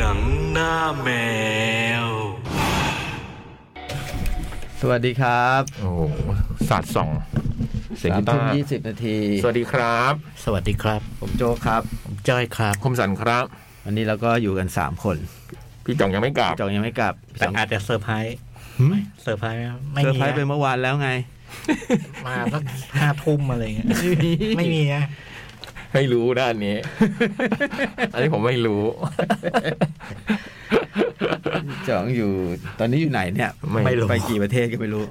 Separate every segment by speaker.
Speaker 1: นังหน้าแมว
Speaker 2: สวัสดีครับ
Speaker 3: โอ้โหศาสตร์สองเสียง
Speaker 2: สาม
Speaker 3: กีตา
Speaker 2: ทุ่ม
Speaker 3: ร์
Speaker 2: ยี่สิบนาที
Speaker 3: สวัสดีครับ
Speaker 4: สวัสดีครับ
Speaker 2: ผมโจกครับ
Speaker 4: ผมจ้อยครับ
Speaker 3: คมสันครับ
Speaker 2: วันนี้เราก็อยู่กันสามคน
Speaker 3: พี่จ่องยังไม่กลับ
Speaker 2: จองยังไม่กลับ
Speaker 4: แต่อาจจะเซอร์ไพรส์ไม่เซอร์ไพรส์ไหมครับไม่
Speaker 2: เซอร์
Speaker 4: มี
Speaker 2: ไพรส์ไป
Speaker 4: นะ
Speaker 2: เมื่อวานแล้วไง
Speaker 4: มาสักห้าทุ่มอะไรเงี้ย ไม่มีนะ
Speaker 3: ให้รู้ด้านนี้ อันนี้ผมไม่รู้
Speaker 2: จองอยู่ตอนนี้อยู่ไหนเนี่ย
Speaker 4: ไม่รู้
Speaker 2: ไปกี่ประเทศก็ไม่รู้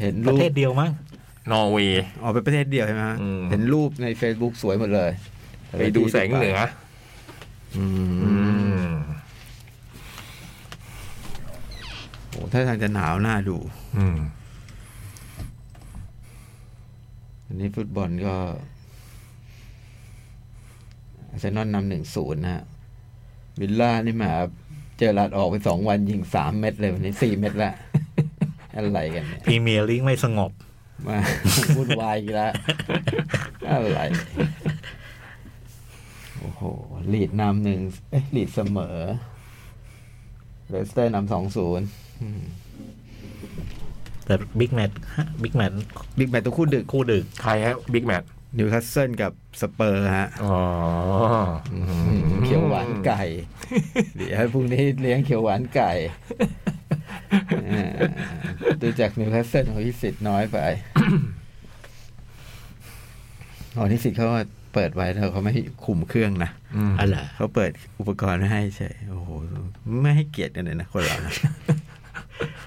Speaker 2: เห็น
Speaker 4: ป
Speaker 2: รู
Speaker 4: ระ
Speaker 2: ป
Speaker 4: เทศเดียวมั้ง
Speaker 3: นอร์เวย์
Speaker 2: ออกไปประเทศเดียวใช่ไหมฮะ
Speaker 3: อืม
Speaker 2: เห็นรูปใน Facebook สวยหมดเลย
Speaker 3: ไปดูแสงเหนือ
Speaker 2: อื
Speaker 3: อื
Speaker 2: ม
Speaker 3: ม
Speaker 2: โอ้ถ้าทางจะหนาวน่าดู
Speaker 3: อืม
Speaker 2: อันนี้ฟุตบอลก็อาร์เซนอลนำหนึ่งศูนย์นะฮะวิลล่านี่มาเจอรัดออกไปสองวันยิงสามเม็ดเลยวันนี้สี่เม็ดละ อะไรกันเนี่ย
Speaker 4: พรีเมียร์ลีกไม่สงบ
Speaker 2: มา วุ่นวายอีกแล้วอะไร โอ้โห ลีดนำหนึ่งเอ๊ะลีดเสมอเลสเตอร์นำสองศูนย์
Speaker 4: แต่บิ๊กแมตช์บิ๊กแมตช์
Speaker 2: บิ๊กแมตตัวคู่ดึก
Speaker 4: คู่ดึก
Speaker 3: ใครฮะบิ๊กแมท
Speaker 2: นิวคาสเซิลกับสเปอร์ฮะ
Speaker 3: อ๋อ
Speaker 2: อืมเขียวหวานไก่ เดี๋ยวให้พรุ่งนี้เลี้ยงเขียวหวานไก่เออดูจากนิวคาสเซิลของพิสิทธิ์น้อยไปอ๋อพิสิทธิ์เขาเปิดไว้แต่เขาไม่ให้คุมเครื่องนะ
Speaker 3: อืม
Speaker 4: อะไร
Speaker 2: เขาเปิดอุปกรณ์ไว้ให้ใช่ โอ้โห ไม่ให้เกียรติกันเลยนะคนเรา นะ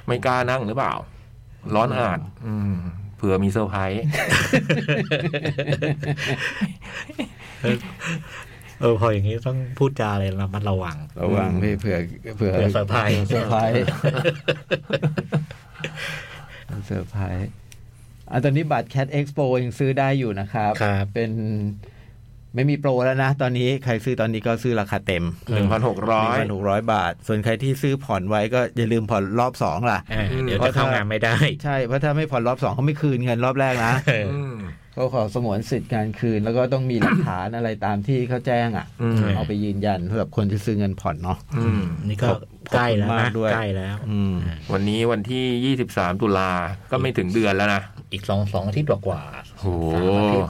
Speaker 3: ไม่กล้านั่งหรือเปล่า ร้อนอาดอืมเผื่อมีเซอร์ไพรส์
Speaker 4: เออพออย่างนี้ต้องพูดจาอะไรระมัดระวัง
Speaker 2: ระวังพี่เผื่อเผื่อ
Speaker 4: เผื่อเซอร์ไพรส์
Speaker 2: เซอร์ไพรส์เซอร์ไพรส์อันตอนนี้บัตร Cat Expo ยังซื้อได้อยู่นะครับ
Speaker 4: ครับ
Speaker 2: เป็นไม่มีโปรแล้วนะ ตอนนี้ใครซื้อตอนนี้ก็ซื้อราคาเต็ม
Speaker 3: หนึ่งพันหกร้อย
Speaker 2: หกร้อยบาท ส่วนใครที่ซื้อผ่อนไว้ก็อย่าลืมผ่อนรอบสอง ล่ะ
Speaker 4: อ่าเดี๋ยวจะเข้างานไม่ได้
Speaker 2: ใช่ เพราะถ้าไม่ผ่อนรอบสองเขาไม่คืนเงินรอบแรกนะ ก็ขอสงวนสิทธิ์การคืน แล้วก็ต้องมีหลักฐาน อะไรตามที่เขาแจ้งอ่ะ
Speaker 3: อืม
Speaker 4: ใช่
Speaker 2: เอาไปยืนยันสำหรับคนที่ซื้อเงินผ่อนเนาะ
Speaker 3: อืม
Speaker 4: นี่ก็ใกล้แล้ว
Speaker 2: ขอบคุณมา
Speaker 4: นะ
Speaker 2: กด้วย
Speaker 4: ใกล้แล้ว
Speaker 2: อืม
Speaker 3: วันนี้วันที่ 23 ตุลา ก็ไม่ถึงเดือนแล้วนะ
Speaker 4: อีกสองสองอาทิตย์กว่าๆ
Speaker 3: โอ้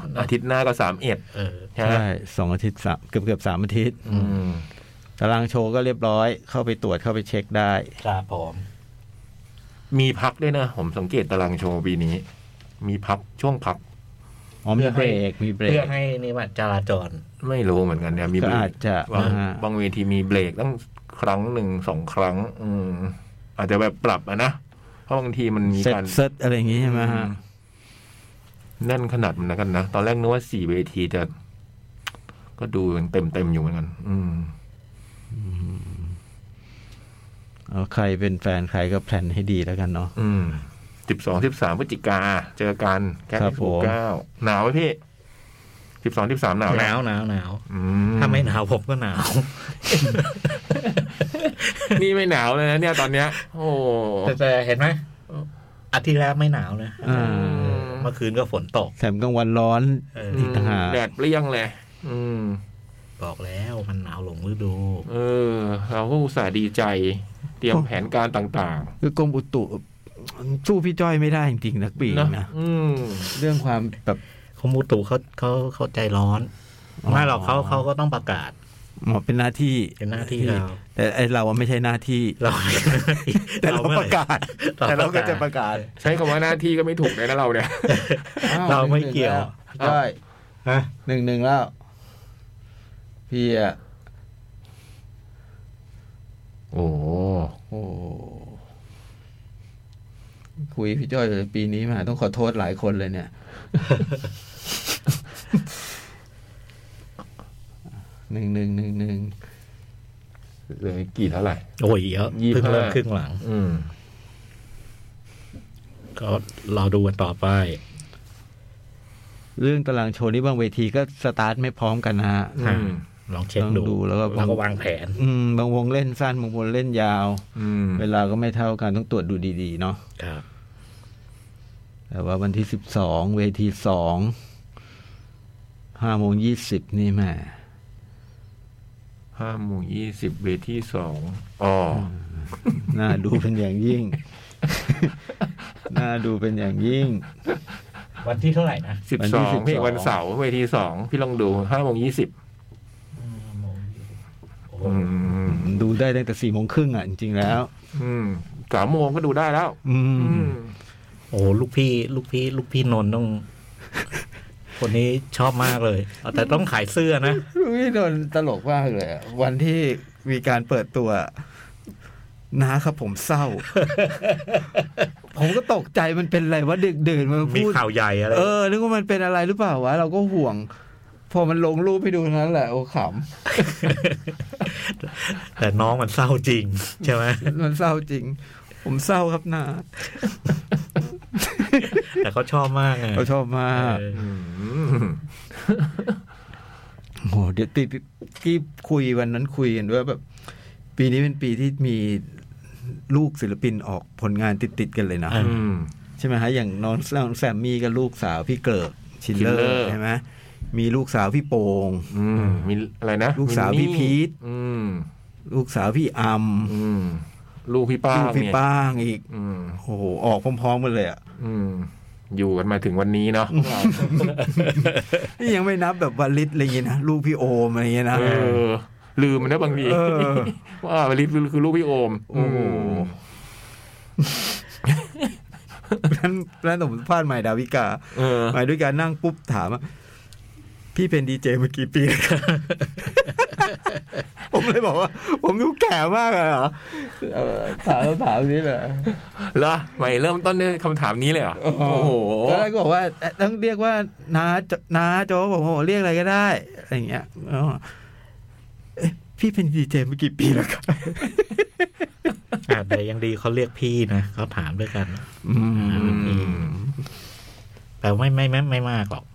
Speaker 4: สามอาทิต
Speaker 3: อาทิต
Speaker 4: ย์นะ
Speaker 3: ย์หน้าก็ 3 เอ็ด
Speaker 4: เออ
Speaker 3: ใช่ไหม
Speaker 2: ใช่สองอาทิตย์สามเกือบเกือบสามอาทิตย์
Speaker 3: อืม
Speaker 2: ตารางโชว์ก็เรียบร้อยเข้าไปตรวจเข้าไปเช็คได้
Speaker 4: ครับผม
Speaker 3: มีพักด้วยนะ ผมสังเกตตารางโชว์ปีนี้ มีพักช่วงพัก
Speaker 2: อ๋อมีเบรกมีเบร
Speaker 4: เพื่อก ให้นิวัตจราจร
Speaker 3: ไม่รู้เหมือนกันเนี่ยมี
Speaker 2: ก็
Speaker 3: เบร
Speaker 2: อาจ
Speaker 3: ก
Speaker 2: จะ
Speaker 3: บาง
Speaker 2: นะฮะ
Speaker 3: บางเวทีมีเบรกตั้งครั้งหนึ่งสองครั้ง อืมอาจจะแบบปรับอะนะ เพราะบางทีมันมี
Speaker 2: เซ็ต
Speaker 3: การ
Speaker 2: เซ็ตอะไรอย่างงี้ใช่ไหมฮะ
Speaker 3: แน่นขนาดมันนะกันนะ ตอนแรกนึกว่าสี่เวทีจะ ก็ดูเต็มเต็มๆอยู่เหมือนกัน อืม
Speaker 2: เอาใครเป็นแฟนใครก็แพลนให้ดีแล้วกันเนาะ
Speaker 3: อืมสิบสองสิบสามพฤศจิกา เจอกันแค่
Speaker 2: ครับผม
Speaker 3: เก้าหนาวไหมพี่สิบสองสิบสามหนาว
Speaker 4: หนาวหนาวหนาว
Speaker 3: อื
Speaker 4: ถ้าไม่หนาวผมก็หนาว
Speaker 3: นี่ไม่หนาวเลยนะเนี่ยตอนเนี้ย โอ้
Speaker 4: แต่แต่เห็นไหมอาทิตย์แรกไม่หนาวนะ
Speaker 2: อ่า
Speaker 4: เมื่อคืนก็ฝนตก
Speaker 2: แถมกลางวันร้อน
Speaker 4: เอออ
Speaker 2: ม ต่างหาก
Speaker 3: แดดเปรี้ยงเลย อืม
Speaker 4: บอกแล้วมันหนาวหลงฤดู
Speaker 3: เออ เราก็อุตส่าห์ดีใจ เตรียมแผนการต่าง
Speaker 2: คือกรมอุตุสู้พี่จ้อยไม่ได้จริงๆนักปี
Speaker 3: ๆ
Speaker 2: นะ
Speaker 3: นะอืม
Speaker 2: เรื่องความแบบ
Speaker 4: เขามูตุเขาเขาเขาใจร้อน
Speaker 2: อ๋อ
Speaker 4: ไม่หรอกเขาเขาก็ต้องประกาศ
Speaker 2: หมอเป็นหน้าที่
Speaker 4: เป็นหน้าที่เรา
Speaker 2: แต่ไอเราอะไม่ใช่หน้าที่
Speaker 4: เรา
Speaker 2: แต่เราประกาศ แต่เราก็จะประกาศ
Speaker 3: ใช้คำว่าหน้าที่ก็ไม่ถูกเลยนะเราเนี่ย
Speaker 4: เราไม่เกี่ยว
Speaker 2: ใช่
Speaker 4: ฮะ
Speaker 2: หนึ่งหนึ่งแล้ว พี่อ่ะ
Speaker 3: โอ้
Speaker 2: โอ้คุยพี่จ้อยเลยปีนี้มา ต้องขอโทษหลายคนเลย เนี่ยหนึ่งหนึ่งหนึ่งหนึ่ง
Speaker 3: เหลยกี่เท่าไหร่
Speaker 4: โอ้ยเยอะ
Speaker 3: ยี่สิ
Speaker 4: เพิ่
Speaker 3: บ
Speaker 4: ง
Speaker 3: ห้า
Speaker 4: เริ่มครึ่งหลัง
Speaker 3: อืม
Speaker 4: ก็รอดูกันต่อไป
Speaker 2: เรื่องตารางโชว์นี้บางเวทีก็สตาร์ทไม่พร้อมกันนะฮะ
Speaker 3: อืม
Speaker 4: ลองเช็ค
Speaker 2: ลองดู
Speaker 4: ดู
Speaker 2: แล้วก็
Speaker 4: แล้วก็วางแผน
Speaker 2: อืม บางวงเล่นสั้น บางวงเล่นยาว
Speaker 3: อืม
Speaker 2: เวลาก็ไม่เท่ากันต้องตรวจดูดีๆเนาะ
Speaker 4: ครับ
Speaker 2: แต่ว่าวันที่สิบสองเวทีสองห้าโมงยี่สิบนี่แหม่
Speaker 3: ห้าโมงยี่สิบเวทีสองอ๋ออ
Speaker 2: น่าดูเป็นอย่างยิ่ง น่าดูเป็นอย่างยิ่ง
Speaker 4: วันที่เท่าไหร่นะ
Speaker 3: สิบ
Speaker 2: วัน
Speaker 3: ส
Speaker 2: ที่
Speaker 3: องพี่
Speaker 2: 12
Speaker 3: วันเสาร์เวทีสองพี่ลองดูห้าโมงยี่สิบ
Speaker 4: โอ้โห
Speaker 3: อืม
Speaker 2: ดูได้ตั้งแต่สี่โมงครึ่งอ่ะจริงๆแล้ว
Speaker 3: อืมสามโมงก็ดูได้แล้ว
Speaker 2: อืม
Speaker 3: อืม
Speaker 4: โอ้โหลูกพี่ ลูกพี่ ลูกพี่นนท์ต้อง คนนี้ชอบมากเลยเอาแต่ต้องขายเสื้อนะ
Speaker 2: พี่นนท์ตลกมากเลยอะวันที่มีการเปิดตัวนะครับผมเศร้า ผมก็ตกใจมันเป็นอะไรวะดึกดื่นมัน
Speaker 4: มี
Speaker 2: พูด
Speaker 4: ข่าวใหญ่อะไร
Speaker 2: เออนึกว่ามันเป็นอะไรหรือเปล่าวะ เราก็ห่วง พอมันลงรูปไปดูเท่านั้นแหละโอ้ข
Speaker 4: แต่น้องมันเศร้าจริง ใช่ไหม
Speaker 2: ำมันเศร้าจริง ผมเศร้าครับนา
Speaker 4: แต่เขาช อบมากไง
Speaker 2: เราชอบมาก
Speaker 4: เออ
Speaker 3: อืม
Speaker 2: โอ้โหเดี๋ยวติดที่คุยวันนั้นคุยกันว่าแบบ ปีนี้เป็นปีที่มีลูกศิลปินออกผลงานติดๆกันเลยนะ
Speaker 3: อืม
Speaker 2: ใช่ไหมฮะอย่างน้องน้องแซมมี่กับลูกสาวพี่เกิดชินเลอ
Speaker 3: Schindler
Speaker 2: ร์ใช่ไหมมีลูกสาวพี่โป่ง
Speaker 3: อืมมีอะไรนะ
Speaker 2: ลูกสาว
Speaker 3: มินนี่
Speaker 2: พี่พีท
Speaker 3: อืม
Speaker 2: ลูกสาวพี่อัม
Speaker 3: อืม ลูกพี่ป้า
Speaker 2: ลูกพี่
Speaker 3: เนี่ย
Speaker 2: ป้างอีก
Speaker 3: อืม
Speaker 2: โอ้โหออกพร้อมๆกันเลยอ่ะ
Speaker 3: อืม อยู่กันมาถึงวันนี้เนาะ
Speaker 2: นี่ยังไม่นับแบบวาลิตอะไรอย่างเงี้ยนะลูกพี่โอมอะไรอย่างเงี้ยนะ
Speaker 3: เออ ลืมมันนะบางที
Speaker 2: เออ
Speaker 3: ว่าลิศคือลูกพี่โอม
Speaker 2: โอ้โห
Speaker 3: ม
Speaker 2: นั้นนั้นผมพลาดใหม่ดาวิกา
Speaker 3: เออ
Speaker 2: ใหม่ด้วยการนั่งปุ๊บถามว่าพี่เป็นดีเจมากี่ปีแล้วครับ ผมเลยบอกว่า ผมดูแก่มากเลยเหรอเออถามคำถามนี้เลย
Speaker 3: เหรอใหม่เริ่มต้นด้วยคำถามนี้เลยเหรอ โอ้โห
Speaker 2: ตอนแรกก็บอกว่าเอ่อต้องเรียกว่าน้าจน้าโจบอกโอ้โหเรียกอะไรก็ได้อะไรอย่างเงี้ยอ๋อเอ๊ะพี่เป็นดีเจมากี่ปีแล้วครับ
Speaker 4: อ่ะแต่ยังดีเขาเรียกพี่นะเขาถามด้วยกัน
Speaker 2: อืม
Speaker 3: อืม
Speaker 4: แต่ไม่ไม่ไม่ไม่มากหรอก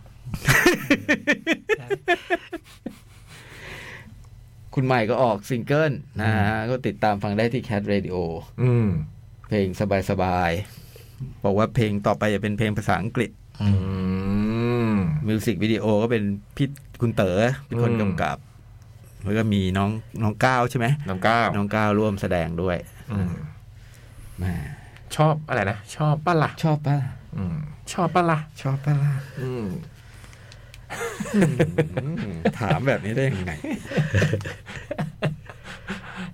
Speaker 2: คุณใหม่ก็ออกซิงเกิลนะฮะก็ติดตามฟังได้ที่ Cat Radio
Speaker 3: อืม
Speaker 2: เพลงสบายๆ บอกว่าเพลงต่อไปจะเป็นเพลงภาษาอังกฤษ
Speaker 3: อืม
Speaker 2: มิวสิกวิดีโอก็เป็นพี่คุณเต๋อเป็นคนกำกับ แล้วก็มีน้องน้องก้าวใช่ไหม
Speaker 3: น้องก้าว
Speaker 2: น้องก้าวร่วมแสดงด้วย
Speaker 3: อืม
Speaker 2: แหม
Speaker 3: ชอบอะไรนะ ชอบปะล่ะ
Speaker 2: ชอบปะล่ะ
Speaker 3: อืม ชอบปะล่ะ
Speaker 2: ชอบปะล่ะ
Speaker 3: อืม
Speaker 2: ถามแบบนี้ได้ยังไง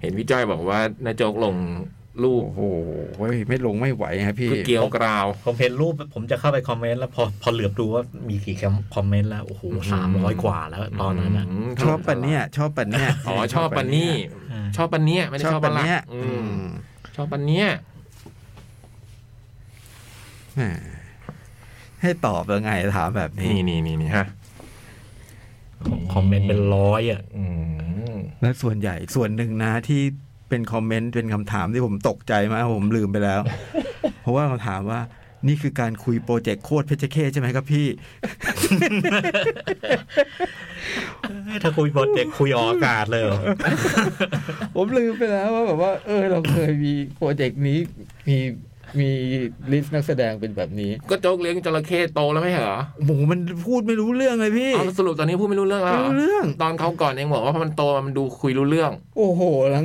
Speaker 3: เห็นพี่จ้อยบอกว่านายโจกลงรูป
Speaker 2: โอ้โหเว้ยไม่ลงไม่ไหวฮะพี่
Speaker 3: เกลียวกราว
Speaker 4: ผมเห็นรูปผมจะเข้าไปคอมเมนต์แล้วพอพอเหลือบดูว่ามีกี่คำคอมเมนต์แล้ว โอ้โหสามร้อยกว่าแล้วตอนนั้นอ่ะ
Speaker 3: ม
Speaker 2: ชอบปันเนี่ยชอบปันเนี่ย
Speaker 3: อ๋อชอบปันนี่
Speaker 4: อืม
Speaker 3: ชอบปันเนี่ยไม่ได้
Speaker 2: ชอบ
Speaker 3: ชอบ
Speaker 2: ปั
Speaker 3: ปั
Speaker 2: น
Speaker 3: น
Speaker 2: เนี่
Speaker 3: เนี่ย ย
Speaker 2: อืม
Speaker 3: ชอบปันเนี่ย
Speaker 2: แหมให้ตอบยังไงถามแบบนี้
Speaker 3: นี่นี่นี่นี่ฮะ
Speaker 4: ของคอมเมนต์เป็นร้อยอ่ะ
Speaker 3: อืม
Speaker 2: และส่วนใหญ่ส่วนหนึ่งนะที่เป็นคอมเมนต์เป็นคำถามที่ผมตกใจมากผมลืมไปแล้ว เพราะว่าเขาถามว่า นี่คือการคุยโปรเจกต์โคตรเพชรเคใช่ไหมครับพี่
Speaker 4: ถ้าคุยบทเด็กคุยออกอากาศเลยเหรอ
Speaker 2: ผมลืมไปแล้วว่าแบบว่า เออ เราเคยมีโปรเจกต์นี้มีมีลิสต์นักแสดงเป็นแบบนี้
Speaker 3: ก็โจกเลี้ยงจระเข้โตแล้วไม่ใช่เหรอ
Speaker 2: หมูมันพูดไม่รู้เรื่องเลยพี่
Speaker 3: เอาสรุปตอนนี้พูดไม่รู้เรื่องแล้ว
Speaker 2: ไม่
Speaker 3: เหรอ
Speaker 2: รู้เรื่อง
Speaker 3: ตอนเขาก่อนเองบอกว่าพอมันโตมันดูคุยรู้เรื่อง
Speaker 2: โอ้โห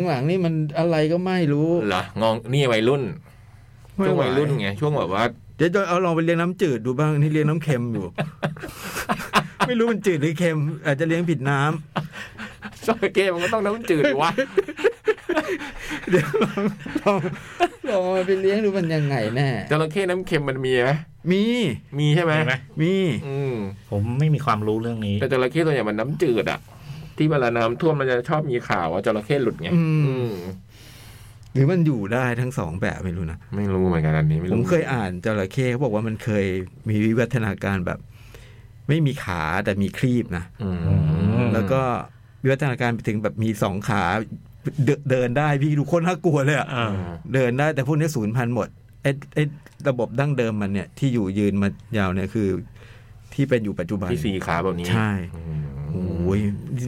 Speaker 2: หลังๆนี่มันอะไรก็ไม่รู้
Speaker 3: เหรององนี่วัยรุ่น
Speaker 2: ไม่
Speaker 3: ช่วง
Speaker 2: ไหว
Speaker 3: วัยรุ่นไงช่วงแบบ ว่า
Speaker 2: เดี๋ยวเอาลองไปเลี้ยงน้ำจืดดูบ้างนี่เลี้ยงน้ำเค็มอยู่ ไม่รู้มันจืดหรือเค็ม อาจจะเลี้ยงผิดน้ำ
Speaker 3: จระเข้มันก็ต้องน้ำจืดดิวะ
Speaker 2: เดี๋ยวลอง ลองลองเอาไปเลี้ยงดูมันยังไงแน่
Speaker 3: จระเข้น้ำเค็มมันมีไหม
Speaker 2: มี
Speaker 3: มีใช่ไหม
Speaker 4: มีไหม
Speaker 2: มี
Speaker 3: อืม
Speaker 4: ผมไม่มีความรู้เรื่องนี้
Speaker 3: แต่จระเข้ตัวใหญ่มันน้ำจืดอ่ะ ที่เวลาน้ำท่วมมันจะชอบมีข่าวว่าจระเข้หลุดไงอืม
Speaker 2: หรือมันอยู่ได้ทั้งสองแบบไม่รู้นะ
Speaker 3: ไม่รู้เหมือนกันอันนี้ไม่
Speaker 2: ผ
Speaker 3: รู้
Speaker 2: มเคยอ่านจระเข้เขาบอกว่ามันเคยมีวิวัฒนาการแบบ ไม่มีขาแต่มีครีบนะ
Speaker 3: อืม
Speaker 4: อืม
Speaker 2: แล้วก็วิวัฒนาการไปถึงแบบมีสองขาเดเดินได้พี่ดูโคนน่ากลัวเลยอะ
Speaker 4: อ่า
Speaker 2: เดินได้แต่พวกนี้ศูนย์พันธุ์หมดไอ้ไอ้ระบบดั้งเดิมมันเนี่ยที่อยู่ยืนมายาวเนี่ยคือ ที่เป็นอยู่ปัจจุบัน
Speaker 3: ที่สี่ขาแบบนี้
Speaker 2: ใช่
Speaker 3: อื
Speaker 2: โอ้ย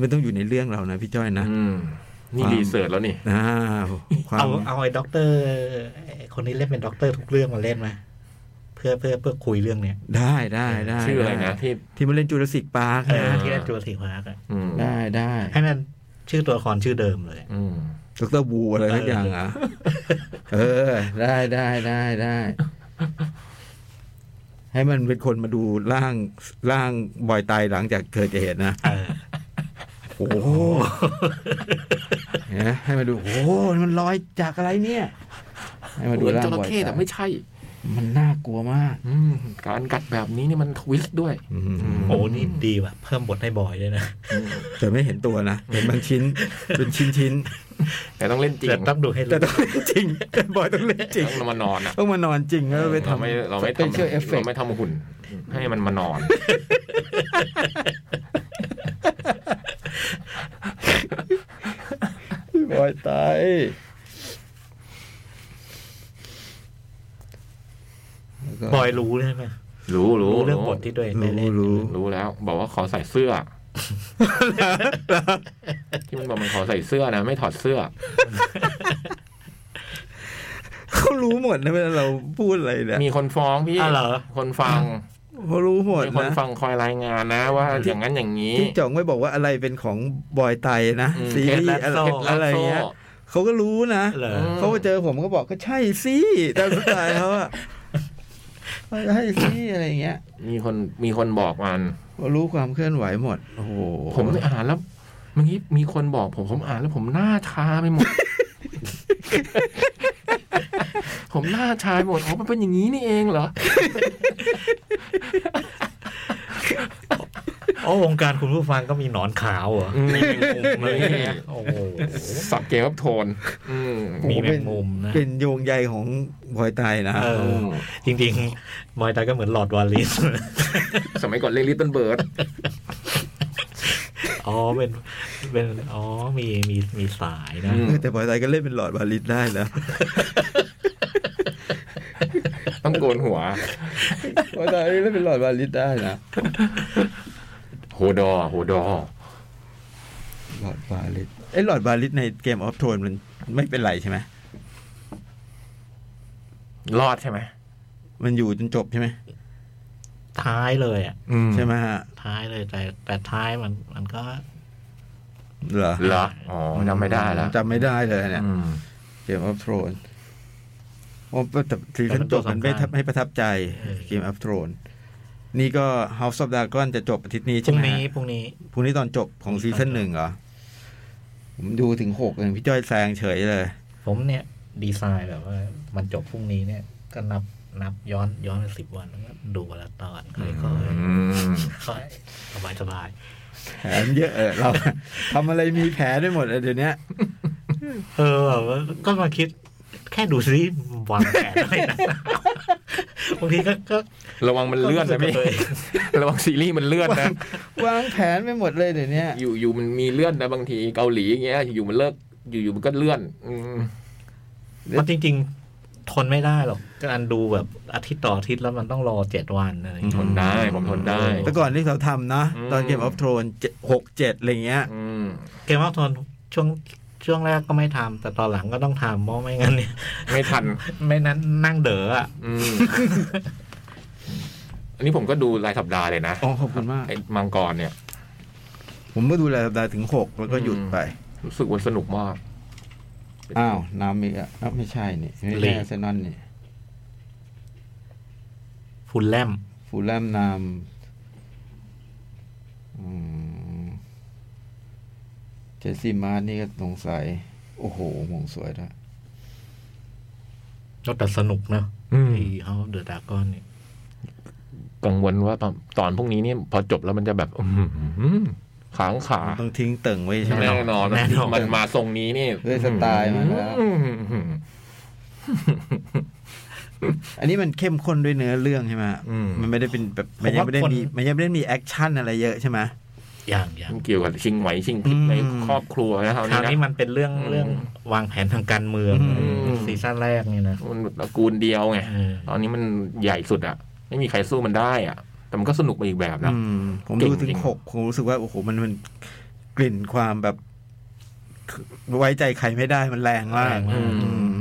Speaker 2: มันต้องอยู่ในเรื่องเรานะพี่จ้อยนะ
Speaker 3: มนี่
Speaker 2: ความ
Speaker 3: รีเสิร์ชแล้วนี่
Speaker 2: อ้าวความ
Speaker 4: เอาเอาไอ้ด็อกเตอร์ไอ้คนนี้เล่นเป็นด็อกเตอร์ทุกเรื่องมาเล่นไหมเพื่อเพื่อเพื่อคุยเรื่องเนี้ย
Speaker 2: ได้ได้ได้
Speaker 3: ชื่ออะไร
Speaker 2: ด้
Speaker 3: นะที่
Speaker 2: ที่มาเล่นจูราสสิกปาร์ค
Speaker 4: เออ
Speaker 2: นะ
Speaker 4: ที่เล่นจูเลสิกพาร์กอะ
Speaker 3: อืม
Speaker 2: ได้ได้
Speaker 4: ให้มัน ชื่อตัวละครชื่อเดิมเลย
Speaker 3: อืม
Speaker 2: ดรบูอะไรทักอย่างอ่ะ เออ ได้ได้ได้ได้ ให้มันเป็นคนมาดูร่างร่างบอยไตายหลังจากเกิดเหตุนะ
Speaker 4: เออ
Speaker 2: โอ้โหนะให้มาดู โอ้โหมันลอยจากอะไรเนี่ย ให้มาดู
Speaker 3: เหมือน
Speaker 2: ร่าง
Speaker 3: จระ
Speaker 2: บอย
Speaker 3: เข้
Speaker 2: ไตา
Speaker 3: แต่
Speaker 2: ย
Speaker 3: ไม่ใช่
Speaker 2: มันน่ากลัวมาก
Speaker 3: อืม การกัดแบบนี้นี่มันทวิสต์ด้วย
Speaker 2: อืม
Speaker 4: โอ้นี่ดีว่ะ เพิ่มบทให้บอยด้วยนะ
Speaker 2: แต่ไม่เห็นตัวนะเห็นบางชิ้น เป็นชิ้นชิ้น
Speaker 3: แต่ต้องเล่นจริง
Speaker 4: แต่ต้องดูให้
Speaker 2: ๆแต่ต้
Speaker 4: รู้
Speaker 2: องเล่นจริง บอยต้องเล่นจริง
Speaker 3: ต้องมานอนอ่ะ
Speaker 2: ต้องมานอนจริงแล้วไป
Speaker 3: เรา
Speaker 2: ทำ
Speaker 3: ไม่เราไม่
Speaker 2: special
Speaker 3: ทำ
Speaker 2: effect
Speaker 3: เราไม่ทำหุ่น ให้มันมานอน
Speaker 2: บอยตายแล้วก็
Speaker 4: บอยรู้ใช่ไหม
Speaker 3: รู้รู้
Speaker 4: รู้เรื่องบทที่ตัวเองได้
Speaker 2: รู้
Speaker 4: เล่น
Speaker 2: รู้
Speaker 3: รู้แล้ว บอกว่าขอใส่เสื้อ ที่มันบอกมันขอใส่เสื้อนะไม่ถอดเสื้อ
Speaker 2: เขารู้หมดนะเวลาเราพูดอะไรเนี่ย
Speaker 3: มีคนฟ้องพี่
Speaker 4: อ้าวเหรอ
Speaker 3: คนฟัง
Speaker 2: เขารู้หมด
Speaker 3: มีคน
Speaker 2: นะ
Speaker 3: ฟังคอยรายงานนะ ว่าอย่างนั้นอย่างนี้
Speaker 2: ที่จ่องไม่บอกว่าอะไรเป็นของบอยไตนะ
Speaker 3: อืม
Speaker 2: ซีรีส์อะไร
Speaker 4: เอ็ดแลนโซ่
Speaker 2: อะไรเงี้ยเขาก็รู้นะ
Speaker 4: เหรอ
Speaker 2: เขามาเจอผมก็บอกก็ใช่สิตามสไตล์เขาอะใช่สิอะไรเงี้ย
Speaker 3: มีคนมีคนบอกมัน
Speaker 2: เขารู้ความเคลื่อนไหวหมดโอ้โห
Speaker 3: ผมอ่านแล้วเมื่อกี้มีคนบอกผมผมอ่านแล้วผมหน้าชาไปหม ด ผมหน้าชาไปหมดอ๋อมันเป็นอย่างนี้นี่เองเหรอ
Speaker 4: โอ้วงการคุณผู้ฟังก็มีหนอนขาวเหรอ
Speaker 3: อืม
Speaker 4: มีแมงมุมเลยนะโอ้โห
Speaker 3: สับเกมครับโทน อืม
Speaker 4: มีแมงมุมนะ
Speaker 2: เป็นโยงใยของบอยไตนะ
Speaker 4: เออ จริงๆ มอยตาก็เหมือนหล อดวาลิส
Speaker 3: สมัยก่อนเล่นลิตเติ้ลเบิร์ด
Speaker 4: อ๋อ เป็น เป็น อ๋อ มี มี มีสายนะ
Speaker 2: เออแต่บอยไตก็เล่นเป็นหลอดบาลิสได้นะ
Speaker 3: ต้องโกนหัว
Speaker 2: ว่าตอนนี้เล่นเป็นหลอดวาลิสได้นะ
Speaker 3: โหดอ โหดอ
Speaker 2: หลอดวาลิสไอ้ยหลอดวาลิสในเกมออฟโทนมันไม่เป็นไรใช่ไหม
Speaker 3: รอดใช่ไหม
Speaker 2: มันอยู่จนจบใช่ไหม
Speaker 4: ท้ายเลยอ่ะ
Speaker 3: อื
Speaker 2: ใช่ไหมฮะ
Speaker 4: ท้ายเลย แต่ แต่ท้ายมัน มันก็
Speaker 2: เหรอ
Speaker 3: เหรอ อ๋อจำไม่ได้แล้ว
Speaker 2: จำไม่ได้เลยเนี่ย
Speaker 3: อืม
Speaker 2: เกมออฟโทนโอ้แต่ซีซั่นจบมันไม่ทับไม่ประทับใจ
Speaker 4: เออ
Speaker 2: เกมออฟโทนนี่ก็ House of Dragon จะจบอาทิตย์นี้
Speaker 4: พ
Speaker 2: ใช่
Speaker 4: รุ่ง
Speaker 2: ไหม
Speaker 4: นี้
Speaker 2: ฮะ
Speaker 4: พรุ่งนี้
Speaker 2: พรุ่งนี้ตอนจบของซีซั่นหนึ่งเหรอ ผมดูถึงหกเองพี่จ้อยแซงเฉยเลย
Speaker 4: ผมเนี่ย ดีไซน์แบบว่า มันจบพรุ่งนี้เนี่ย ก็นับ นับย้อน ย้อนไปสิบวันแล้วก็ดูวันละตอนค่อย
Speaker 3: อืม
Speaker 4: ๆค่อยสบายสบาย
Speaker 2: แผนเยอะเออเรา ทำอะไรมีแผนได้หมดอะเดี๋ยวเนี้ย
Speaker 4: ๆเออแบบว่าก็มาคิด แค่ดูซิวางแผนอะไรนะ บางทีก็ก็
Speaker 3: ระวังมันเลื่อนนะพี่
Speaker 4: ก็รู้สึกกับตัวเอง
Speaker 3: ระวังซีรีส์มันเลื่อนนะ
Speaker 2: วางแผนไปหมดเลยเดี๋ยวเนี้ย
Speaker 3: อยู่อยู่มันมีเลื่อนนะบางทีเกาหลีอย่างเงี้ย อยู่มันเลิกอยู่อยู่มันก็เลื่อน อืม
Speaker 4: มันจริงๆ ทนไม่ได้หรอกการดูแบบอาทิตย์ต่ออาทิตย์แล้วมันต้องรอเจ็ดวันอะไรอย่าง
Speaker 3: ท
Speaker 4: เงี้ย
Speaker 3: นได้ผมทนได้
Speaker 2: แต่ก่อนที่เราทำนะ
Speaker 3: อืม
Speaker 2: ตอนเกมออฟโทนหกเจ็ดอะไรเงี้ย
Speaker 3: อืม
Speaker 4: เกมว่าทนช่วงช่วงแรกก็ไม่ทำแต่ตอนหลังก็ต้องทำเพราะไม่งั้นเนี่ย
Speaker 3: ไม่ทัน
Speaker 4: ไม่นั้นนั่งเด๋ออ่ะ
Speaker 3: อืม อันนี้ผมก็ดูรายสัปดาห์เลยนะ
Speaker 2: อ๋อ ขอบคุณมาก
Speaker 3: ไอ้มังกรเนี่ย
Speaker 2: ผมก็ดูแลสัปดาห์ถึงหกแล้วก็หยุดไป
Speaker 3: รู้สึกว่าสนุกมาก
Speaker 2: อ้าว น้ำอีกอ่ะอ้าวไม่ใช่นี่ ไม่
Speaker 4: ลี
Speaker 2: ใช่
Speaker 4: ก
Speaker 2: อาร์เซนอลนี่
Speaker 4: ฟุลแลม
Speaker 2: ฟูลแลมนำอืมเจสซี่มาร์ชนี่ก็สงสัย โอ้โหมงสวยด้วย
Speaker 4: ก็แต่สนุกเนอะ
Speaker 3: อืม
Speaker 4: ไอ้เขาเดอะดากอนเนี่ย
Speaker 3: กังวลว่าตอนตอนพวกนี้เนี่ยพอจบแล้วมันจะแบบ อืมขางขา
Speaker 2: มันต้องทิ้งเต่งไว้ใช่ไหม
Speaker 3: แน่นอนมันมาทรงนี้นี่
Speaker 2: ด้วยสไตล์มันแล้ว
Speaker 3: อืม
Speaker 2: อันนี้มันเข้มข้นด้วยเนื้อเรื่องใช่ไหมฮะ
Speaker 3: อืม
Speaker 2: มันไม่ได้เป็นแบบ มันยังไม่ได้มี มันยังไม่ได้มีแอคชั่นอะไรเยอะใช่ไหม
Speaker 4: อย่างอย่าง
Speaker 3: มันเกี่ยวกับชิงไหวชิงพลิบในครอบครัวนะคราว
Speaker 4: ครา
Speaker 3: นี้นะ
Speaker 4: วนี้มันเป็นเรื่องเรื่องวางแผนทางการเมือง
Speaker 2: อื
Speaker 3: ม
Speaker 4: ซีซั่นแรกนี่นะ
Speaker 3: มันแบบตระกูลเดียวไง
Speaker 4: เออ
Speaker 3: ตอนนี้มันใหญ่สุดอะไม่มีใครสู้มันได้อะแต่มันก็สนุกไปอีกแบบนะ
Speaker 2: อืมผม
Speaker 3: เก่ง
Speaker 2: ดูถึ
Speaker 3: จริ
Speaker 2: ง
Speaker 3: ง
Speaker 2: หกผมรู้สึกว่า โอ้โห มันมันกลิ่นความแบบ ไว้ใจใครไม่ได้มันแรงมาก
Speaker 3: อืม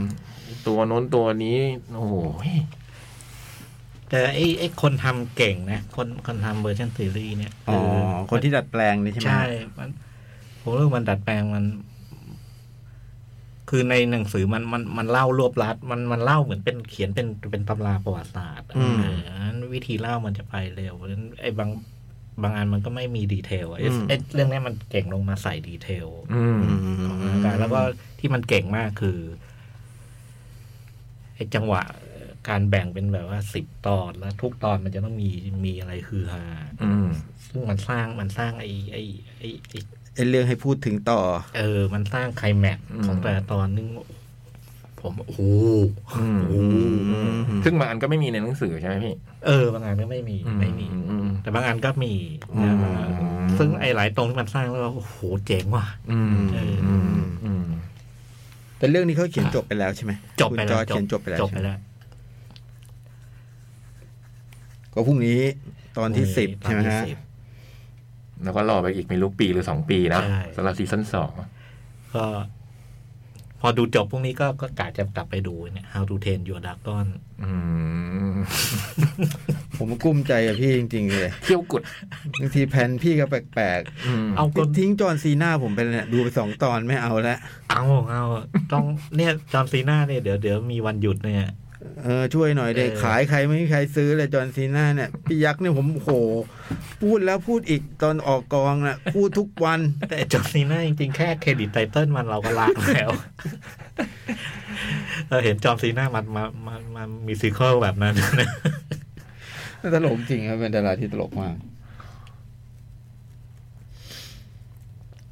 Speaker 3: ตัวโน้นตัวนี้ โอ้โห
Speaker 4: แต่ไอ้ไอ้คนทำเก่งนะ คนคนทำเวอร์ชันซีรีส์เนี่ย
Speaker 2: อ๋อ
Speaker 4: คือ
Speaker 2: คนที่ดัดแปลงนี่ใช่ไหม
Speaker 4: ใช่ มัน ผมเรื่องมันดัดแปลงมัน คือในหนังสือมันมันมันเล่ารวบรัด มันมันเล่าเหมือนเป็นเขียนเป็นเป็นตำราประวัติศาสตร์
Speaker 3: อืม
Speaker 4: เอออันนั้นวิธีเล่ามันจะไปเร็วเพราะฉะนั้นไอ้บางบางอันมันก็ไม่มีดีเทลอะไอ้
Speaker 3: อืม
Speaker 4: ไอ้เรื่องนี้มันเก่งลงมาใส่ดีเทล
Speaker 3: อืม
Speaker 4: ของร่างกายแล้วก็ที่มันเก่งมากคือไอ้จังหวะการแบ่งเป็นแบบว่าสิบตอนแล้วทุกตอนมันจะต้องมีมีอะไรคือฮา
Speaker 3: อืม
Speaker 4: ซึ่งมันสร้างมันสร้างไอ้ไอ้ไอ้ไอ้
Speaker 2: ไอ้เรื่องให้พูดถึงต่อ
Speaker 4: เออ มันสร้างไคลแม็กซ์
Speaker 3: อืม
Speaker 4: ของแต่ละตอนนึงผมโอ้โห
Speaker 3: อืมซึ่งบางอันก็ไม่มีในหนังสือใช่ไหมพี่
Speaker 4: เออบางอันก็ไม่มีไม่มี
Speaker 3: อืม
Speaker 4: แต่บางอันก็มี
Speaker 3: อืม
Speaker 4: ซึ่งไอ้หลายตรงที่มันสร้างแล้วโอ้โหเจ๋งว่ะ
Speaker 3: อืมอืมอืม
Speaker 2: แต่เรื่องนี้เขาเขียนจบไปแล้วใช่ไหม
Speaker 4: จบไปแล้ว
Speaker 2: คุณจอร์จเขียนจบไปแล้ว
Speaker 4: จบไป
Speaker 2: ใช่ไหม
Speaker 4: แล้ว
Speaker 2: ก็พรุ่งนี้ตอนที่สิบใช่ไหมฮะ
Speaker 3: แล้วก็รอไปอีกไม่รู้ปีหรือสองปีนะ
Speaker 4: ใช่
Speaker 3: สำหรับซีซั่นสอง
Speaker 4: ก็พอดูจบพวกนี้ก็ก็กะจะกลับไปดูเนี่ย How to Train Your Dragon
Speaker 3: อืม
Speaker 2: ผมกลุ้มใจกับพี่จริง ๆ เลย
Speaker 3: เที่ยวกุด
Speaker 2: บางทีแผนพี่ก็แปลก
Speaker 3: อืม
Speaker 4: เอา
Speaker 2: ๆ
Speaker 4: ก็
Speaker 2: ทิ้งจอห์นซีหน้าผมไปเลยเนี่ยดูไปสองตอนไม่เอาละ
Speaker 4: เอาเอาต้องเนี่ยจอห์นซีน่าเนี่ยเดี๋ยวเดี๋ยวมีวันหยุดเนี่ย
Speaker 2: เออช่วยหน่อยเด้
Speaker 4: เออ
Speaker 2: ขายใครไม่มีใครซื้อเลยจอห์นซีหน้าเนี่ยพี่ยักษ์เนี่ยผมโอ้โหพูดแล้วพูดอีกตอนออกกองน่ะพูดทุกวัน
Speaker 4: แต่จอห์นซีน่าจริงๆ แค่เครดิตไตเติ้ลมันเราก็ลากแล้ว เราเห็นจอห์นซีน่ามันมามามามีซีเคิลแบบนั้น นะ
Speaker 2: ตลกจริงครับเป็นดาราที่ตลกมาก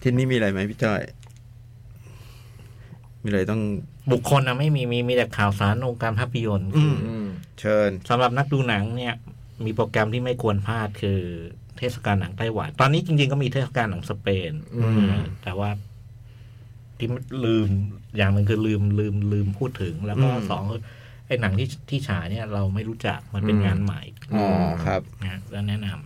Speaker 2: ทีนี้มีอะไรไหมพี่จ้อย มีอะไรต้อง
Speaker 4: บุคคลนะไม่มีมีมีแต่ข่าวสารองค์การภาพยนตร์คืออ
Speaker 3: อืม
Speaker 2: เชิญ
Speaker 4: สำหรับนักดูหนังเนี่ย มีโปรแกรมที่ไม่ควรพลาดคือ เทศกาลหนังไต้หวันตอนนี้จริงๆก็มีเทศกาลหนังสเปน
Speaker 3: อืม
Speaker 4: แต่ว่าที่ลืมอย่างหนึ่งคือลืมลืมลืมพูดถึง แล้วก็
Speaker 2: อืม
Speaker 4: สองคือไอ้หนังที่ที่ฉายเนี่ย เราไม่รู้จักมันเป็นงานใหม่
Speaker 2: อ๋อครับ
Speaker 4: นะแล้วแนะนำ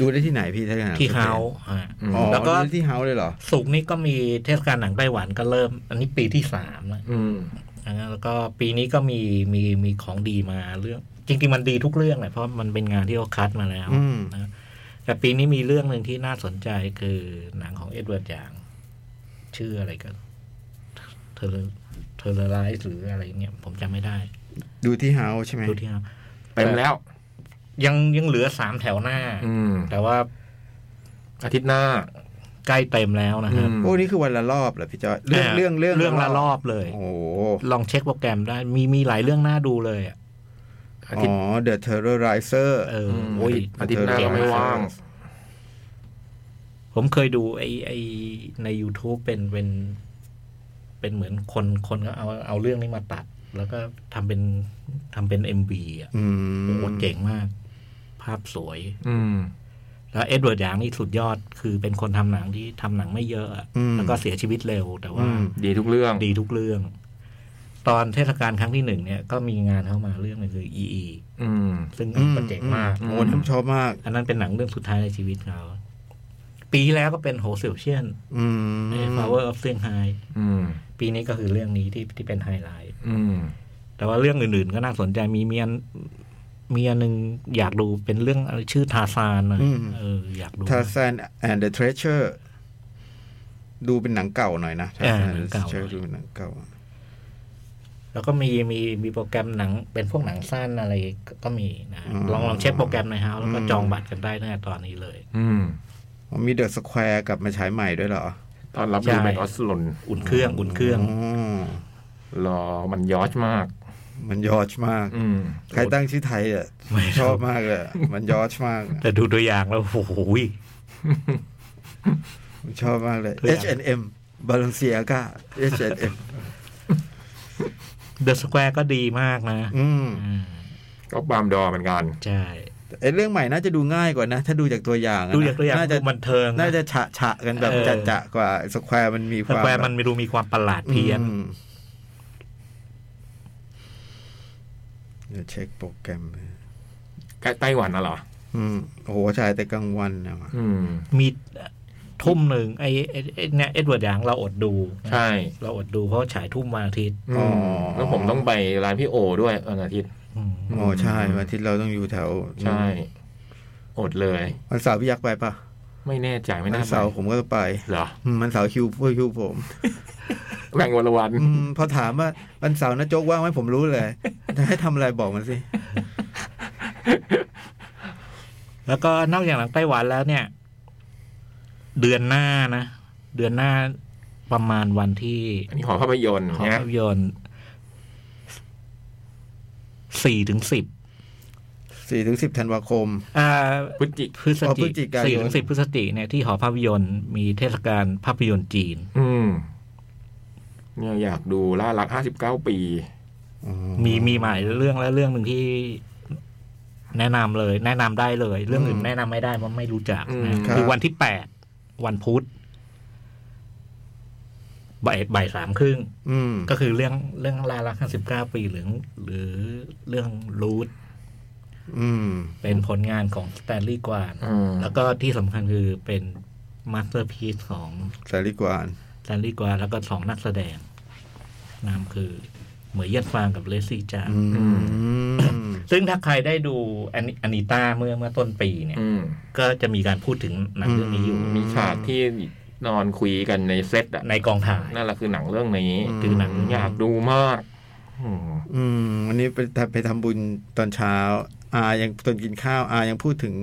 Speaker 2: ดูได้ที่ไหนพี่ถ้าอย่างนั้น
Speaker 4: ที่เฮาฮะ
Speaker 2: อ๋อ
Speaker 4: แล้วก็
Speaker 2: ดูได้ที่เฮาเลยเหรอ
Speaker 4: สุกร์นี้ก็มีเทศกาลหนังไต้หวันก็เริ่ม อันนี้ปีที่สามแล้ว
Speaker 3: อืม
Speaker 4: นะแล้วก็ปีนี้ก็มีมีมีของดีมาเรื่อง จริงๆมันดีทุกเรื่องแหละเพราะมันเป็นงานที่เขาคัดมาแล้ว
Speaker 2: อืม
Speaker 4: นะแต่ปีนี้มีเรื่องหนึ่งที่น่าสนใจคือหนังของเอ็ดเวิร์ดอย่าง ชื่ออะไรกันเธอเธอไลซ์หรืออะไรเนี่ย ผมจำไม่ได้
Speaker 2: ดูที่เฮาใช่ไหม
Speaker 4: ดูที่ครับ
Speaker 3: เต็มแล้ว
Speaker 4: ยังยังเหลือสามแถวหน้า
Speaker 3: อืม
Speaker 4: แต่ว่า
Speaker 3: อาทิตย์หน้า
Speaker 4: ใกล้เต็มแล้วนะครับ
Speaker 3: ม
Speaker 2: โอ้นี่คือวันละรอบเหรอพี่จ้อยเรื่องเรื่องเรื่อง
Speaker 4: เรื่องละรอบเลย
Speaker 2: โอ้โห
Speaker 4: ลองเช็คโปรแกรมได้ มีมีหลายเรื่องน่าดูเลยอะ
Speaker 3: อา
Speaker 2: อ๋
Speaker 3: ทิต
Speaker 2: อ
Speaker 3: ย์
Speaker 2: The Terrorizer
Speaker 4: เออ
Speaker 3: ม
Speaker 4: โอ้ย
Speaker 3: อาทิตย์หน้าก็ไม่ว่าง
Speaker 4: ผมเคยดูไอไอใน YouTube เป็นเป็น เป็นเหมือนคนคนก็เอาเอาเรื่องนี้มาตัด แล้วก็ทำเป็นทำเป็นเอ็มบีอ่ะ
Speaker 2: อืม
Speaker 4: โอ้โหเจ๋งมาก ภาพสวย
Speaker 3: อืม
Speaker 4: แล้วเอ็ดเวิร์ดหยางนี่สุดยอดคือเป็นคนทำหนังที่ทำหนังไม่เยอะอะ
Speaker 2: อืม
Speaker 4: แล้วก็เสียชีวิตเร็ว แต่ว่า
Speaker 2: อืม
Speaker 3: ดีทุกเรื่อง
Speaker 4: ดีทุกเรื่อง ตอนเทศกาลครั้งที่หนึ่งเนี่ยก็มีงานเข้ามาเรื่องหนึงคือ EE
Speaker 3: อืม
Speaker 4: ซึ่ง
Speaker 2: อืม
Speaker 4: มันเจ๋งมาก
Speaker 2: โอ้ผมชอบมาก
Speaker 4: อันนั้นเป็นหนังเรื่องสุดท้ายในชีวิตเขา ปีที่แล้วก็เป็นโฮเซลเชียน
Speaker 2: อืม
Speaker 4: ใน Power of Shanghai
Speaker 3: อืม
Speaker 4: ปีนี้ก็คือเรื่องนี้ที่ที่เป็นไฮไลท์
Speaker 3: อืม
Speaker 4: แต่ว่าเรื่องอื่นๆ ก็น่าสนใจมีเมียนมีอันหนึ่งอยากดูเป็นเรื่องอะไรชื่อทาซานอะ
Speaker 2: อืม
Speaker 4: เอออยากดู
Speaker 2: t a r z a n and the Treasure ดูเป็นหนังเก่าหน่อยนะ
Speaker 4: อ่า
Speaker 2: Tarzan
Speaker 4: หนั
Speaker 2: and
Speaker 4: ง
Speaker 2: the
Speaker 4: เก่า
Speaker 2: Treasure ดูเป็นหนังเก่า
Speaker 4: แล้วก็มีมีมีโปรแกรมหนัง เป็นพวกหนังสั้นอะไรก็ก็มีนะ
Speaker 2: อืม
Speaker 4: ลองลองเช็คโปรแกรมในอยฮะแล้วก็
Speaker 2: อืม
Speaker 4: จองบัตรกันได้ตั้งแต่ตอนนี้เลย
Speaker 3: อืม
Speaker 2: อ๋อมี The Square กลับมาฉายใหม่ด้วยเหรอ
Speaker 3: ตอนรับ
Speaker 4: ใช่
Speaker 3: ดูแมนออสลน
Speaker 4: อุ่นเครื่องอุ่นเครื่อง
Speaker 2: อ๋อ
Speaker 3: รอมันยอชมาก
Speaker 2: มันยอชมาก
Speaker 3: อืม
Speaker 2: ใครตั้งชื่อไทยอ่ะ
Speaker 4: ไม่รู้
Speaker 2: ชอบมากเลยอะมันยอชมากอะ
Speaker 4: แต่ดูตัวอย่างแล้วโอ้โห
Speaker 2: ผมชอบมากเลย
Speaker 4: ตัวอย่าง
Speaker 2: H&M บาล n นเซียก H&M
Speaker 4: เดอะสแควร์ก็ดีมากนะ
Speaker 2: อืม
Speaker 4: อืม
Speaker 3: ก็บามดอเหมือนกัน
Speaker 4: ใช่
Speaker 2: ไอเรื่องใหม่น่าจะดูง่ายกว่านะ ถ้าดูจากตัวอย่างอะนะ
Speaker 4: ดูอย่างตัวอย่าง
Speaker 2: น่าจะ
Speaker 4: ดูบันเทิง
Speaker 2: น่าจะฉะฉะกันแบบ
Speaker 4: เออ
Speaker 2: จะจะกว่าสแควร์มันมีค
Speaker 4: ส
Speaker 2: วาม
Speaker 4: แควร์มันไม่ดูมีความประหลาดเพี้ยน
Speaker 2: อืมเดี๋ยวเช็คโปรแกรม
Speaker 3: ใกล้ไต้หวันน่ะเหรอ
Speaker 2: อืมโอ้โหฉายแต่กลางวันนะวะ
Speaker 3: อืม
Speaker 4: มีทุ่มหนึ่งไอ้ไอ้ไอ้เนี่ยเอ็ดเวิร์ดยางเราอดดู
Speaker 3: ใช่
Speaker 4: เราอดดูเพราะฉายทุ่มวันอาทิตย์
Speaker 3: อืมแล้วผมต้องไปร้านพี่โอด้วยวันอาทิตย์
Speaker 4: อืม
Speaker 2: โอ้ใช่วันอาที่เราต้องอยู่แถว
Speaker 3: ใช่ อดเลย
Speaker 2: วันเสาร์พี่ยักษ์ไปปะ
Speaker 3: ไม่แน่ใจไม่
Speaker 2: วั
Speaker 3: น่าน
Speaker 2: เสาร์ผมก็จะไป
Speaker 3: เหรอ
Speaker 2: อืมวันเสาร์คิวเพื่อคิวผม
Speaker 3: แบ่งวันละวัน
Speaker 2: อืมพอถามว่าวันเสาร์นะโจ๊กว่างไหมผมรู้เลยแต่ให้ทำอะไรบอกมันสิ
Speaker 4: แล้วก็นอกจากหนังไต้หวันแล้วเนี่ย เดือนหน้านะ เดือนหน้าประมาณวันที่
Speaker 3: อันนี้หอภาพยนตร์
Speaker 4: ของ
Speaker 3: นะ
Speaker 4: ภาพยนตร์สี่ถึงสิบ
Speaker 2: สี่ถึงสิบธันวาคม
Speaker 4: อ่า
Speaker 3: พุจิก
Speaker 4: พฤศ
Speaker 2: อ๋อพ
Speaker 4: จิ
Speaker 2: ฤศจิกายน
Speaker 4: สี่ถึงสิบพฤศจิเนี่ยที่หอภาพยนตร์มีเทศกาลภาพยนตร์จีน
Speaker 3: อืม เนี่ยอยากดูล่ารักห้าสิบเก้าปี
Speaker 4: มีมีหมายเรื่องและเรื่องหนึ่งที่แนะนำเลย แนะนำได้เลย เรื่องอื่นแนะนำไม่ได้เพราะไม่รู้จัก
Speaker 3: อื
Speaker 4: นะ
Speaker 3: มครับ
Speaker 4: คือวันที่แปดวันพุธบ่ายบ่ายสามครึ่ง
Speaker 2: อืม
Speaker 4: ก็คือเรื่องเรื่องลาลักห้าสิบเก้าปีหรือหรือเรื่องรูท
Speaker 2: อืม
Speaker 4: เป็นผลงานของสแตนลีย์กวาน
Speaker 3: อืม
Speaker 4: แล้วก็ที่สำคัญคือเป็นมาสเตอร์พีซของ
Speaker 2: สาริกวาน
Speaker 4: แซนลี่กวาแล้วก็สองนักแสดงนามคือ เหมยเยี่ยนฟางกับเลซี่จาง
Speaker 2: อืม
Speaker 4: ซึ่งถ้าใครได้ดูอันอันิต้าเมื่อเมื่อต้นปีเนี่ย
Speaker 3: อืม
Speaker 4: ก็จะมีการพูดถึงหนังเรื่องนี้อยู่
Speaker 3: มีฉากที่นอนคุยกันในเซตอะ
Speaker 4: ในกองถ่าย
Speaker 3: นั่นแหละคือหนังเรื่องนี้
Speaker 4: คือ หนัง
Speaker 3: อยากดูมากอืม
Speaker 2: อืมวันนี้ไปทำไปทำบุญตอนเช้า อายังตอนกินข้าวอายังพูดถึง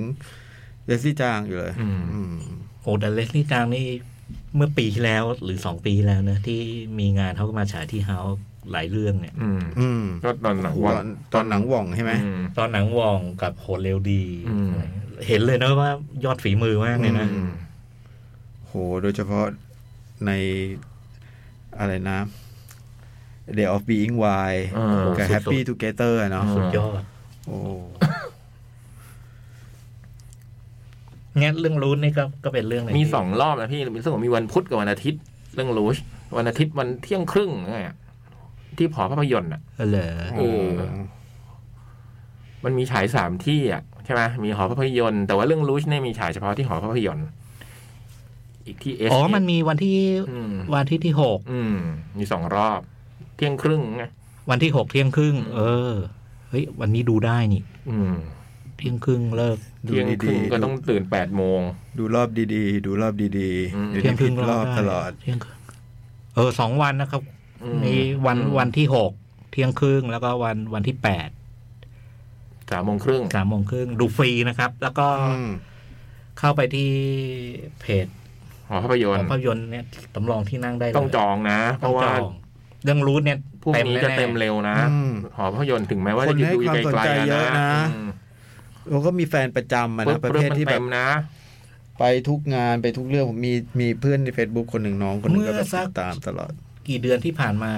Speaker 2: เลซี่จางอยู่เลย
Speaker 3: อืม
Speaker 2: อืม
Speaker 4: โอ้แต่เลซี่จางนี่เมื่อปีที่แล้วหรือสองปีที่แล้วเนะที่มีงานเขาก็มาฉายที่เฮาส์หลายเรื่องเนี่ย
Speaker 3: อืม
Speaker 2: อืม
Speaker 3: ก็ตอนหนัง
Speaker 2: ตอนตอนหนังหว่องใช่ไหม
Speaker 3: อืม
Speaker 4: ตอนหนังวองกับโหดเร็วดี
Speaker 3: อืม
Speaker 4: อะไรเห็นเลยนะว่ายอดฝีมือมากเลยนะ
Speaker 3: อืม
Speaker 2: โห โดยเฉพาะในอะไรนะ Day of Being Wild
Speaker 3: เออ
Speaker 2: กับ
Speaker 4: สุดๆ
Speaker 2: Happy Together อะเนาะ
Speaker 3: อืม
Speaker 4: ยอด
Speaker 2: โอ้
Speaker 4: เนี่ยเรื่องรู้นี่ก็ก็เป็นเรื่องอะไร
Speaker 3: มี
Speaker 4: ที่
Speaker 3: สองรอบนะพี่มีสมมีวันพุธกับวันอาทิตย์ เรื่องรูชวันอาทิตย์วันเที่ยงครึ่งอะไรอะที่หอภาพยนตร์อะ
Speaker 4: เหรอ
Speaker 3: เออ มันมีฉายสามที่อ่ะใช่ไหมมีหอภาพยนตร์แต่ว่าเรื่องรูชเนี่ยมีฉายเฉพาะที่หอภาพยนตร์ อีกที่เอส
Speaker 4: อ๋อ มันมีวันที่
Speaker 3: อืม
Speaker 4: วันที่ที่หก
Speaker 3: อืม มีสองรอบ เที่ยงครึ่งไง
Speaker 4: วันที่หกเที่ยงครึ่ง เออ เฮ้ย วันนี้ดูได้นี่
Speaker 3: อืม
Speaker 4: เที่ยงครึ่งเลิก
Speaker 2: ดู
Speaker 3: เที่ยงครึ่ง
Speaker 2: ดีๆ
Speaker 3: ก็ต้องตื่นแปดโมง
Speaker 2: ดูรอบดีๆ ดูรอบดี
Speaker 3: อืม
Speaker 2: ๆเดี๋ยว
Speaker 4: เที่ย
Speaker 2: นี้
Speaker 4: งค
Speaker 2: ผิ
Speaker 4: รึ่
Speaker 2: ด
Speaker 4: ง
Speaker 2: รอบ
Speaker 4: ไ
Speaker 2: ตลอด
Speaker 4: เที่ยงครึ่งเออสองวันนะครับ
Speaker 3: อื
Speaker 4: มีวัน
Speaker 3: อืม
Speaker 4: วันที่หกเที่ยงครึ่งแล้วก็วันวันที่แปด
Speaker 3: สามโมงครึ่ง
Speaker 4: สามโมงครึ่งดูฟรีนะครับ แล้วก็
Speaker 2: อืม
Speaker 4: เข้าไปที่เพจ
Speaker 3: หอภาพย
Speaker 4: ขอ
Speaker 3: ต
Speaker 4: นง
Speaker 3: ร์
Speaker 4: ภาพยนตร์เนี่ยตำรองที่นั่งได้เลย
Speaker 3: ต้องจองนะ เพ
Speaker 4: ต้อง
Speaker 3: ราะ
Speaker 4: จ
Speaker 3: ว่า
Speaker 4: องเรื่องรู้เนี่ย
Speaker 3: พวกนี้จะ
Speaker 4: แน่ๆ
Speaker 3: เต็มเร็วนะ
Speaker 2: อืม
Speaker 3: หอภาพยนตร์ถึงแม้ว่า
Speaker 2: ค
Speaker 3: จะ
Speaker 2: น
Speaker 3: อยู่
Speaker 2: ให้
Speaker 3: ดู
Speaker 2: ความสน
Speaker 3: ไกล
Speaker 2: ใจ
Speaker 3: ๆ
Speaker 2: เย
Speaker 3: นะ
Speaker 2: อะนะ
Speaker 3: อืม
Speaker 2: แล้วก็มีแฟนประจำอะนะ ประเภทที่แบ
Speaker 3: เต็
Speaker 2: บ
Speaker 3: มนะ
Speaker 2: ไปทุกงานไปทุกเรื่อง ผมมีมีเพื่อนใน Facebook คนหนึ่งน้องคนหนึ่งก็แบบ
Speaker 4: เมื่อสั
Speaker 2: ติ
Speaker 4: ก
Speaker 2: ดตามตลอด
Speaker 4: กี่เดือนที่ผ่านมา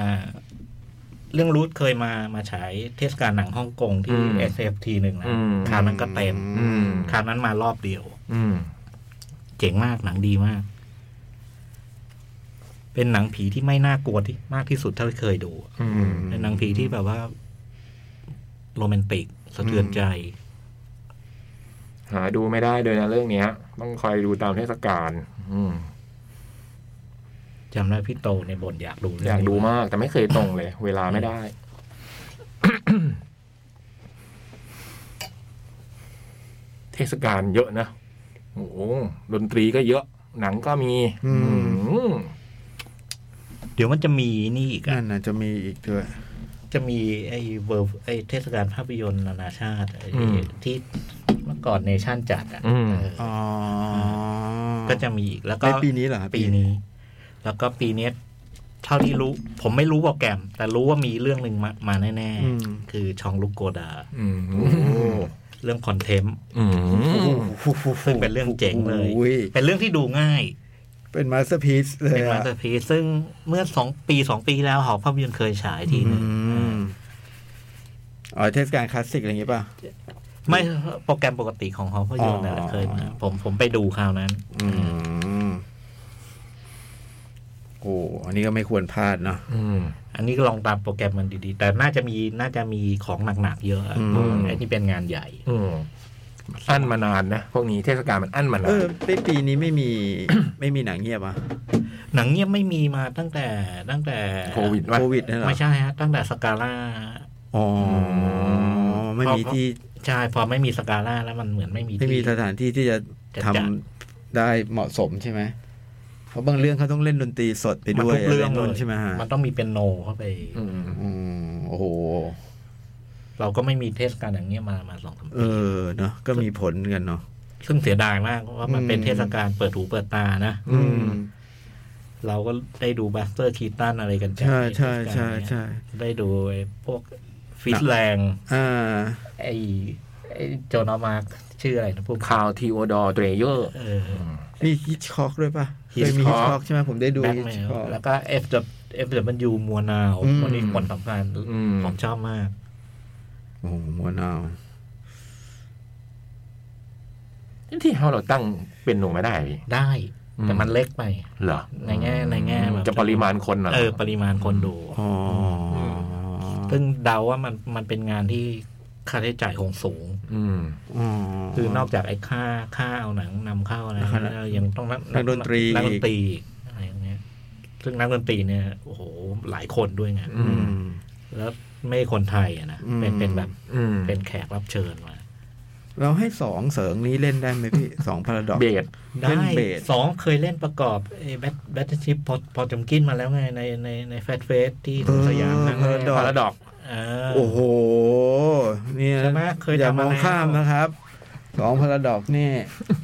Speaker 4: เรื่องรูทเคยมามาฉายเทศกาลหนังฮ่องกงที่
Speaker 3: อืม
Speaker 4: SFT หนึ่งนะ
Speaker 3: อืม
Speaker 4: คราวนั้นก็เต็ม
Speaker 2: อื
Speaker 3: อืม
Speaker 4: คราวนั้นมารอบเดียว
Speaker 3: อืม
Speaker 4: เจ๋งมากหนังดีมาก เป็นหนังผีที่ไม่น่ากลัวที่มากที่สุดเท่าที่เคยดู
Speaker 3: อืม
Speaker 4: เป็นหนังผีที่แบบว่า โรแมนติก สะเทือนใจ
Speaker 3: หาดูไม่ได้เลยนะเรื่องเนี้ย ต้องคอยดูตามเทศกาลอืม
Speaker 4: จำได้พี่โตในยบทอยากดูเรื่อย
Speaker 3: อาก
Speaker 4: ง
Speaker 3: ดู
Speaker 4: นี้
Speaker 3: มากแต่ไม่เคยตรงเลย เวลาไม่ได้ เทศกาลเยอะนะโอ้โหดนตรีก็เยอะ หนังก็มี
Speaker 2: อืม
Speaker 3: อืม
Speaker 4: เดี๋ยวมันจะมีนี่อีกอะ
Speaker 2: นั่นนะจะมีอีกด้วย
Speaker 4: จะมีไอ้เวิร์ไอ้เทศกาลภาพยนตร์นานาชาติไอ้ที่เมื่อก่อนเนชั่นจัดอะ
Speaker 3: อืม
Speaker 4: เออ
Speaker 2: อ๋อ
Speaker 4: ก็จะมีอีกแล้วก็
Speaker 2: ในปีนี้เหรอครับ
Speaker 4: ปีนี้ แล้วก็ปีเนี้ยเท่าที่รู้ ผมไม่รู้โปรแกรม แต่รู้ว่ามีเรื่องหนึ่งมามาแน่
Speaker 2: อืม
Speaker 4: ๆ คือชองลุกโกดา
Speaker 3: อืม
Speaker 4: เรื่องคอนเทมป์
Speaker 3: อืม
Speaker 4: ซึ่งเป็นเรื่องเจ๋งเลย
Speaker 2: โอ้ย
Speaker 4: เป็นเรื่องที่ดูง่าย
Speaker 2: เป็นมาสเตอร์พีซเล
Speaker 4: เป็
Speaker 2: ย
Speaker 4: นมา
Speaker 2: อะ
Speaker 4: สเตอร์พีซซึ่งเมื่อสองปีสองปีที่แล้วหอภาพยนตร์เคยฉายทีห
Speaker 2: อื
Speaker 4: นึง
Speaker 2: มอ๋อเทศกาลคลาสสิกอะไรอย่างงี้ป่ะ
Speaker 4: ไม่โปรแกรมปกติของหอภาพยนตร์นั่นแหละ
Speaker 2: อ๋อ
Speaker 4: เคยมาผมผมไปดูคราวนั้น
Speaker 2: อืมโอ้อันนี้ก็ไม่ควรพลาดเนาะ
Speaker 3: อืม
Speaker 4: อันนี้ก็ลองตามโปรแกรมมันดีๆ แต่น่าจะมีน่าจะมีของหนักๆเยอะอะ
Speaker 2: อืม
Speaker 4: เพราะว่าไอ้นี่เป็นงานใหญ่
Speaker 3: อืมอั้นมานานนะพวกนี้เทศกาลมันอั้น
Speaker 2: เอน
Speaker 3: มาาน
Speaker 2: อปีปีนี้ไม่มี ไม่มีหนังเงียบอ่ะ
Speaker 4: หนังเงียบไม่มีมาตั้งแต่ตั้งแต่
Speaker 3: โควิดว่า
Speaker 2: โควิดนี่นเหรอ
Speaker 4: ไม่ใช่ฮะ ตั้งแต่สกาล่า
Speaker 2: อ๋อ ไม่มี
Speaker 4: เพราะ
Speaker 2: ที่
Speaker 4: ใช่ พอไม่มีสกาล่าแล้วมันเหมือนไม่มี
Speaker 2: ไม่มี
Speaker 4: ที่
Speaker 2: สถานที่ที่จะ
Speaker 4: จะ
Speaker 2: ทำ
Speaker 4: จัด
Speaker 2: ได้เหมาะสมใช่ไหมเพราะบางเรื่องเขาต้องเล่นดนตรีสดไปด้วย
Speaker 4: มันทุกเรื่อง
Speaker 2: ะไนู่นใช่ไหมฮะ
Speaker 4: มันต้องมีเป็นโนเข้าไป
Speaker 3: อืม
Speaker 2: อืมโอ้โห
Speaker 4: เราก็ไม่มีเทศกาลอย่างเงี้ยมามาสองสาม
Speaker 2: เอ
Speaker 4: ปี
Speaker 2: อเนาะก็มีผลกันเนาะ
Speaker 4: ซึ่งเสียดายมากว่ามันเป็น
Speaker 2: อืม
Speaker 4: เทศกาลเปิดหูเปิดตานะ
Speaker 3: อืม
Speaker 4: เราก็ได้ดูบัสเตอร์คีตันอะไรกันจาก
Speaker 2: ใช่ใช่
Speaker 4: เทศกาล
Speaker 2: ใช่
Speaker 4: เนี่ย
Speaker 2: ใช่
Speaker 4: ได้ดูไอ้พวกฟิสแลง
Speaker 2: อ่า
Speaker 4: ไอ้ไอ้โจนามาร์กชื่ออะไรนะพวก
Speaker 3: คาวทีโอดอร์เดรเยอร์
Speaker 4: เออ
Speaker 2: มีฮิตชอกด้วยป่ะเคยมีฮิต
Speaker 3: Hitchcock
Speaker 2: ชอกใช่ไหมผมได้ดู
Speaker 4: แบ็ค
Speaker 2: ฮิต
Speaker 4: แม
Speaker 2: ช
Speaker 4: ว
Speaker 2: อก
Speaker 4: แล้วก็ F F W มัวนา
Speaker 2: อืม
Speaker 4: วันนี้คนสำคัญ
Speaker 3: อืม
Speaker 4: ผมชอบมาก
Speaker 2: โอ้โหมัวนาว
Speaker 3: ที่เฮาเราตั้งเป็นหนูไม่ได้พี่
Speaker 4: ได้
Speaker 3: อืม
Speaker 4: แต่มันเล็กไป
Speaker 3: เหรอ
Speaker 4: ในแง่ในแง่แบบ
Speaker 3: จะปริมาณคนน่ะเหร
Speaker 4: เอ
Speaker 3: อ
Speaker 4: อ ปริมาณคนดู
Speaker 2: อ๋ออ
Speaker 4: ซึ่งเดาว่ามันมันเป็นงานที่ค่าใช้จ่ายคงสูง
Speaker 3: อืม
Speaker 2: อ๋อ
Speaker 4: คือนอกจากไอ้ค่าค่าเอาหนังนำเข้าอะไร
Speaker 2: แล้วคณะ
Speaker 4: แล้วยังต้องนัก
Speaker 2: นักดนตรี
Speaker 4: นักดนตรีอีกอะไรอย่างเงี้ย ซึ่งนักดนตรีเนี่ยโอ้โหหลายคนด้วยไง
Speaker 3: อื
Speaker 2: อืม
Speaker 4: แล้วไม่คนไทยอะนะ
Speaker 2: อืม
Speaker 4: เป็นเป็นแบบ
Speaker 3: อืม
Speaker 4: เป็นแขกรับเชิญมา
Speaker 2: เราให้สองเสริงนี้เล่นได้ไหมพี่ สองพาราดอก
Speaker 3: เบส
Speaker 4: ได้
Speaker 2: เล่นเบส
Speaker 4: สองเคยเล่นประกอบแบทแบทชิพพอพอจมกินมาแล้วไงในในในแฟตเฟสที่สวนสยามครั้ง
Speaker 2: พา
Speaker 4: แร
Speaker 2: ราก ดอก
Speaker 3: Paradox
Speaker 4: เออ
Speaker 2: โอ้โห เนี่ย
Speaker 4: ใช่ไหมเคย
Speaker 2: อย่าม
Speaker 4: ทำมา
Speaker 2: อง
Speaker 4: แล้ว
Speaker 2: ข้ามนะครับสองพาราดอกนี่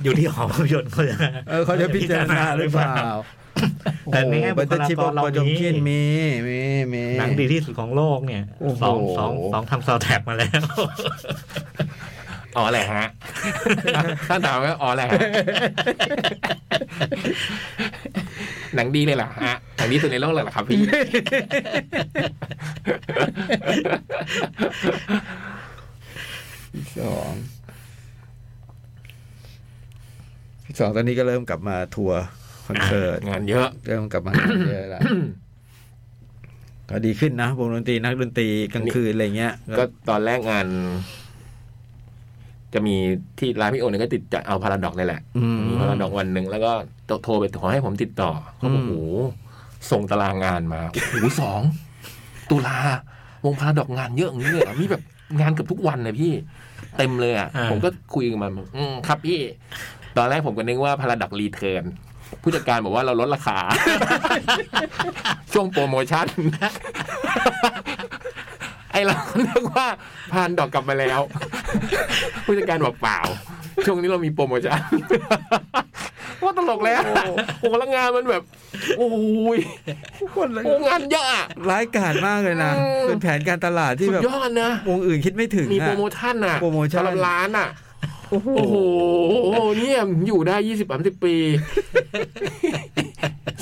Speaker 4: อยู่ที่หอภาพยนตร์เขาจะ
Speaker 2: เออเขาจะพิจารณาหรือเปล่า
Speaker 4: แต่ในแง่บุ
Speaker 2: บัต
Speaker 4: ค
Speaker 2: เตอร์
Speaker 4: ลา
Speaker 2: ชิป
Speaker 4: กรเรา
Speaker 2: ปอจอม
Speaker 4: มี
Speaker 2: คินมีมีมี
Speaker 4: หนังดีที่สุดของโลกเนี่ย
Speaker 2: โอ้โห
Speaker 4: สองสองสองทำซาวแท็กมาแล้ว
Speaker 3: อ๋อแหละฮ ะ ท่านถามว่าอ๋อแหละฮะ หนังดีเลยเหรอฮะหนังดีสุดในโลกเลยเหรอครับพี่
Speaker 2: สองสองตอนนี้ก็เริ่มกลับมาทัวร์คอนเสิร์ต
Speaker 3: งานเยอะ
Speaker 2: เริ่มกลับมา เยอะแล้วก็ดีขึ้นนะวงดนตรีนักดนตรีกลางคืนอะไรเงี้ย
Speaker 3: ก็
Speaker 2: ก็
Speaker 3: ตอนแรกงาน จะมีที่ร้านพี่โอเนี่ยก็ติดจะเอาพาราดอกเลยแหละ
Speaker 2: อืม
Speaker 3: มีพาราดอกวันหนึ่งแล้วก็โทรไปขอให้ผมติดต่อเขาบอ
Speaker 2: อืม
Speaker 3: กโอ้โหส่งตารางงานมาโอ้โหสองตุลาวงพาราดอกงานเยอะอย่างนี้เลยเหรอมีแบบงานเกือบทุกวันเลยพี่ เต็มเลยอ่ะ
Speaker 4: อ่า
Speaker 3: ผมก็คุยกับมันบอกอืมครับพี่ ตอนแรกผมก็นึกว่าพาราดอกรีเทิร์นผู้จัดการบอกว่าเราลดราคา ช่วงโปรโมชั่น ไอเรานึกว่าพานดอกกลับมาแล้ว ผู้จัดการบอกเปล่า ช่วงนี้เรามีโปรโมชั่น ว่าตลกแล้วโอ้โหแล้วงานมันแบบ โอ้ย
Speaker 2: คนละ
Speaker 3: โอ้งานเยอะอะ
Speaker 2: ร้ายกาจมากเลยนะ
Speaker 3: อืม
Speaker 2: เป็นแผนการตลาดที่
Speaker 3: สุด
Speaker 2: แบบ
Speaker 3: ยอดนะ
Speaker 2: วงอื่นคิดไม่ถึง
Speaker 3: มี
Speaker 2: อะ
Speaker 3: โปรโมชั่นอ่ะ
Speaker 2: โปรโมชั่น
Speaker 3: สำหบร้านอ่ะ โอ้โหเนี่ยอยู่ได้ยี่สิบสามสิบปี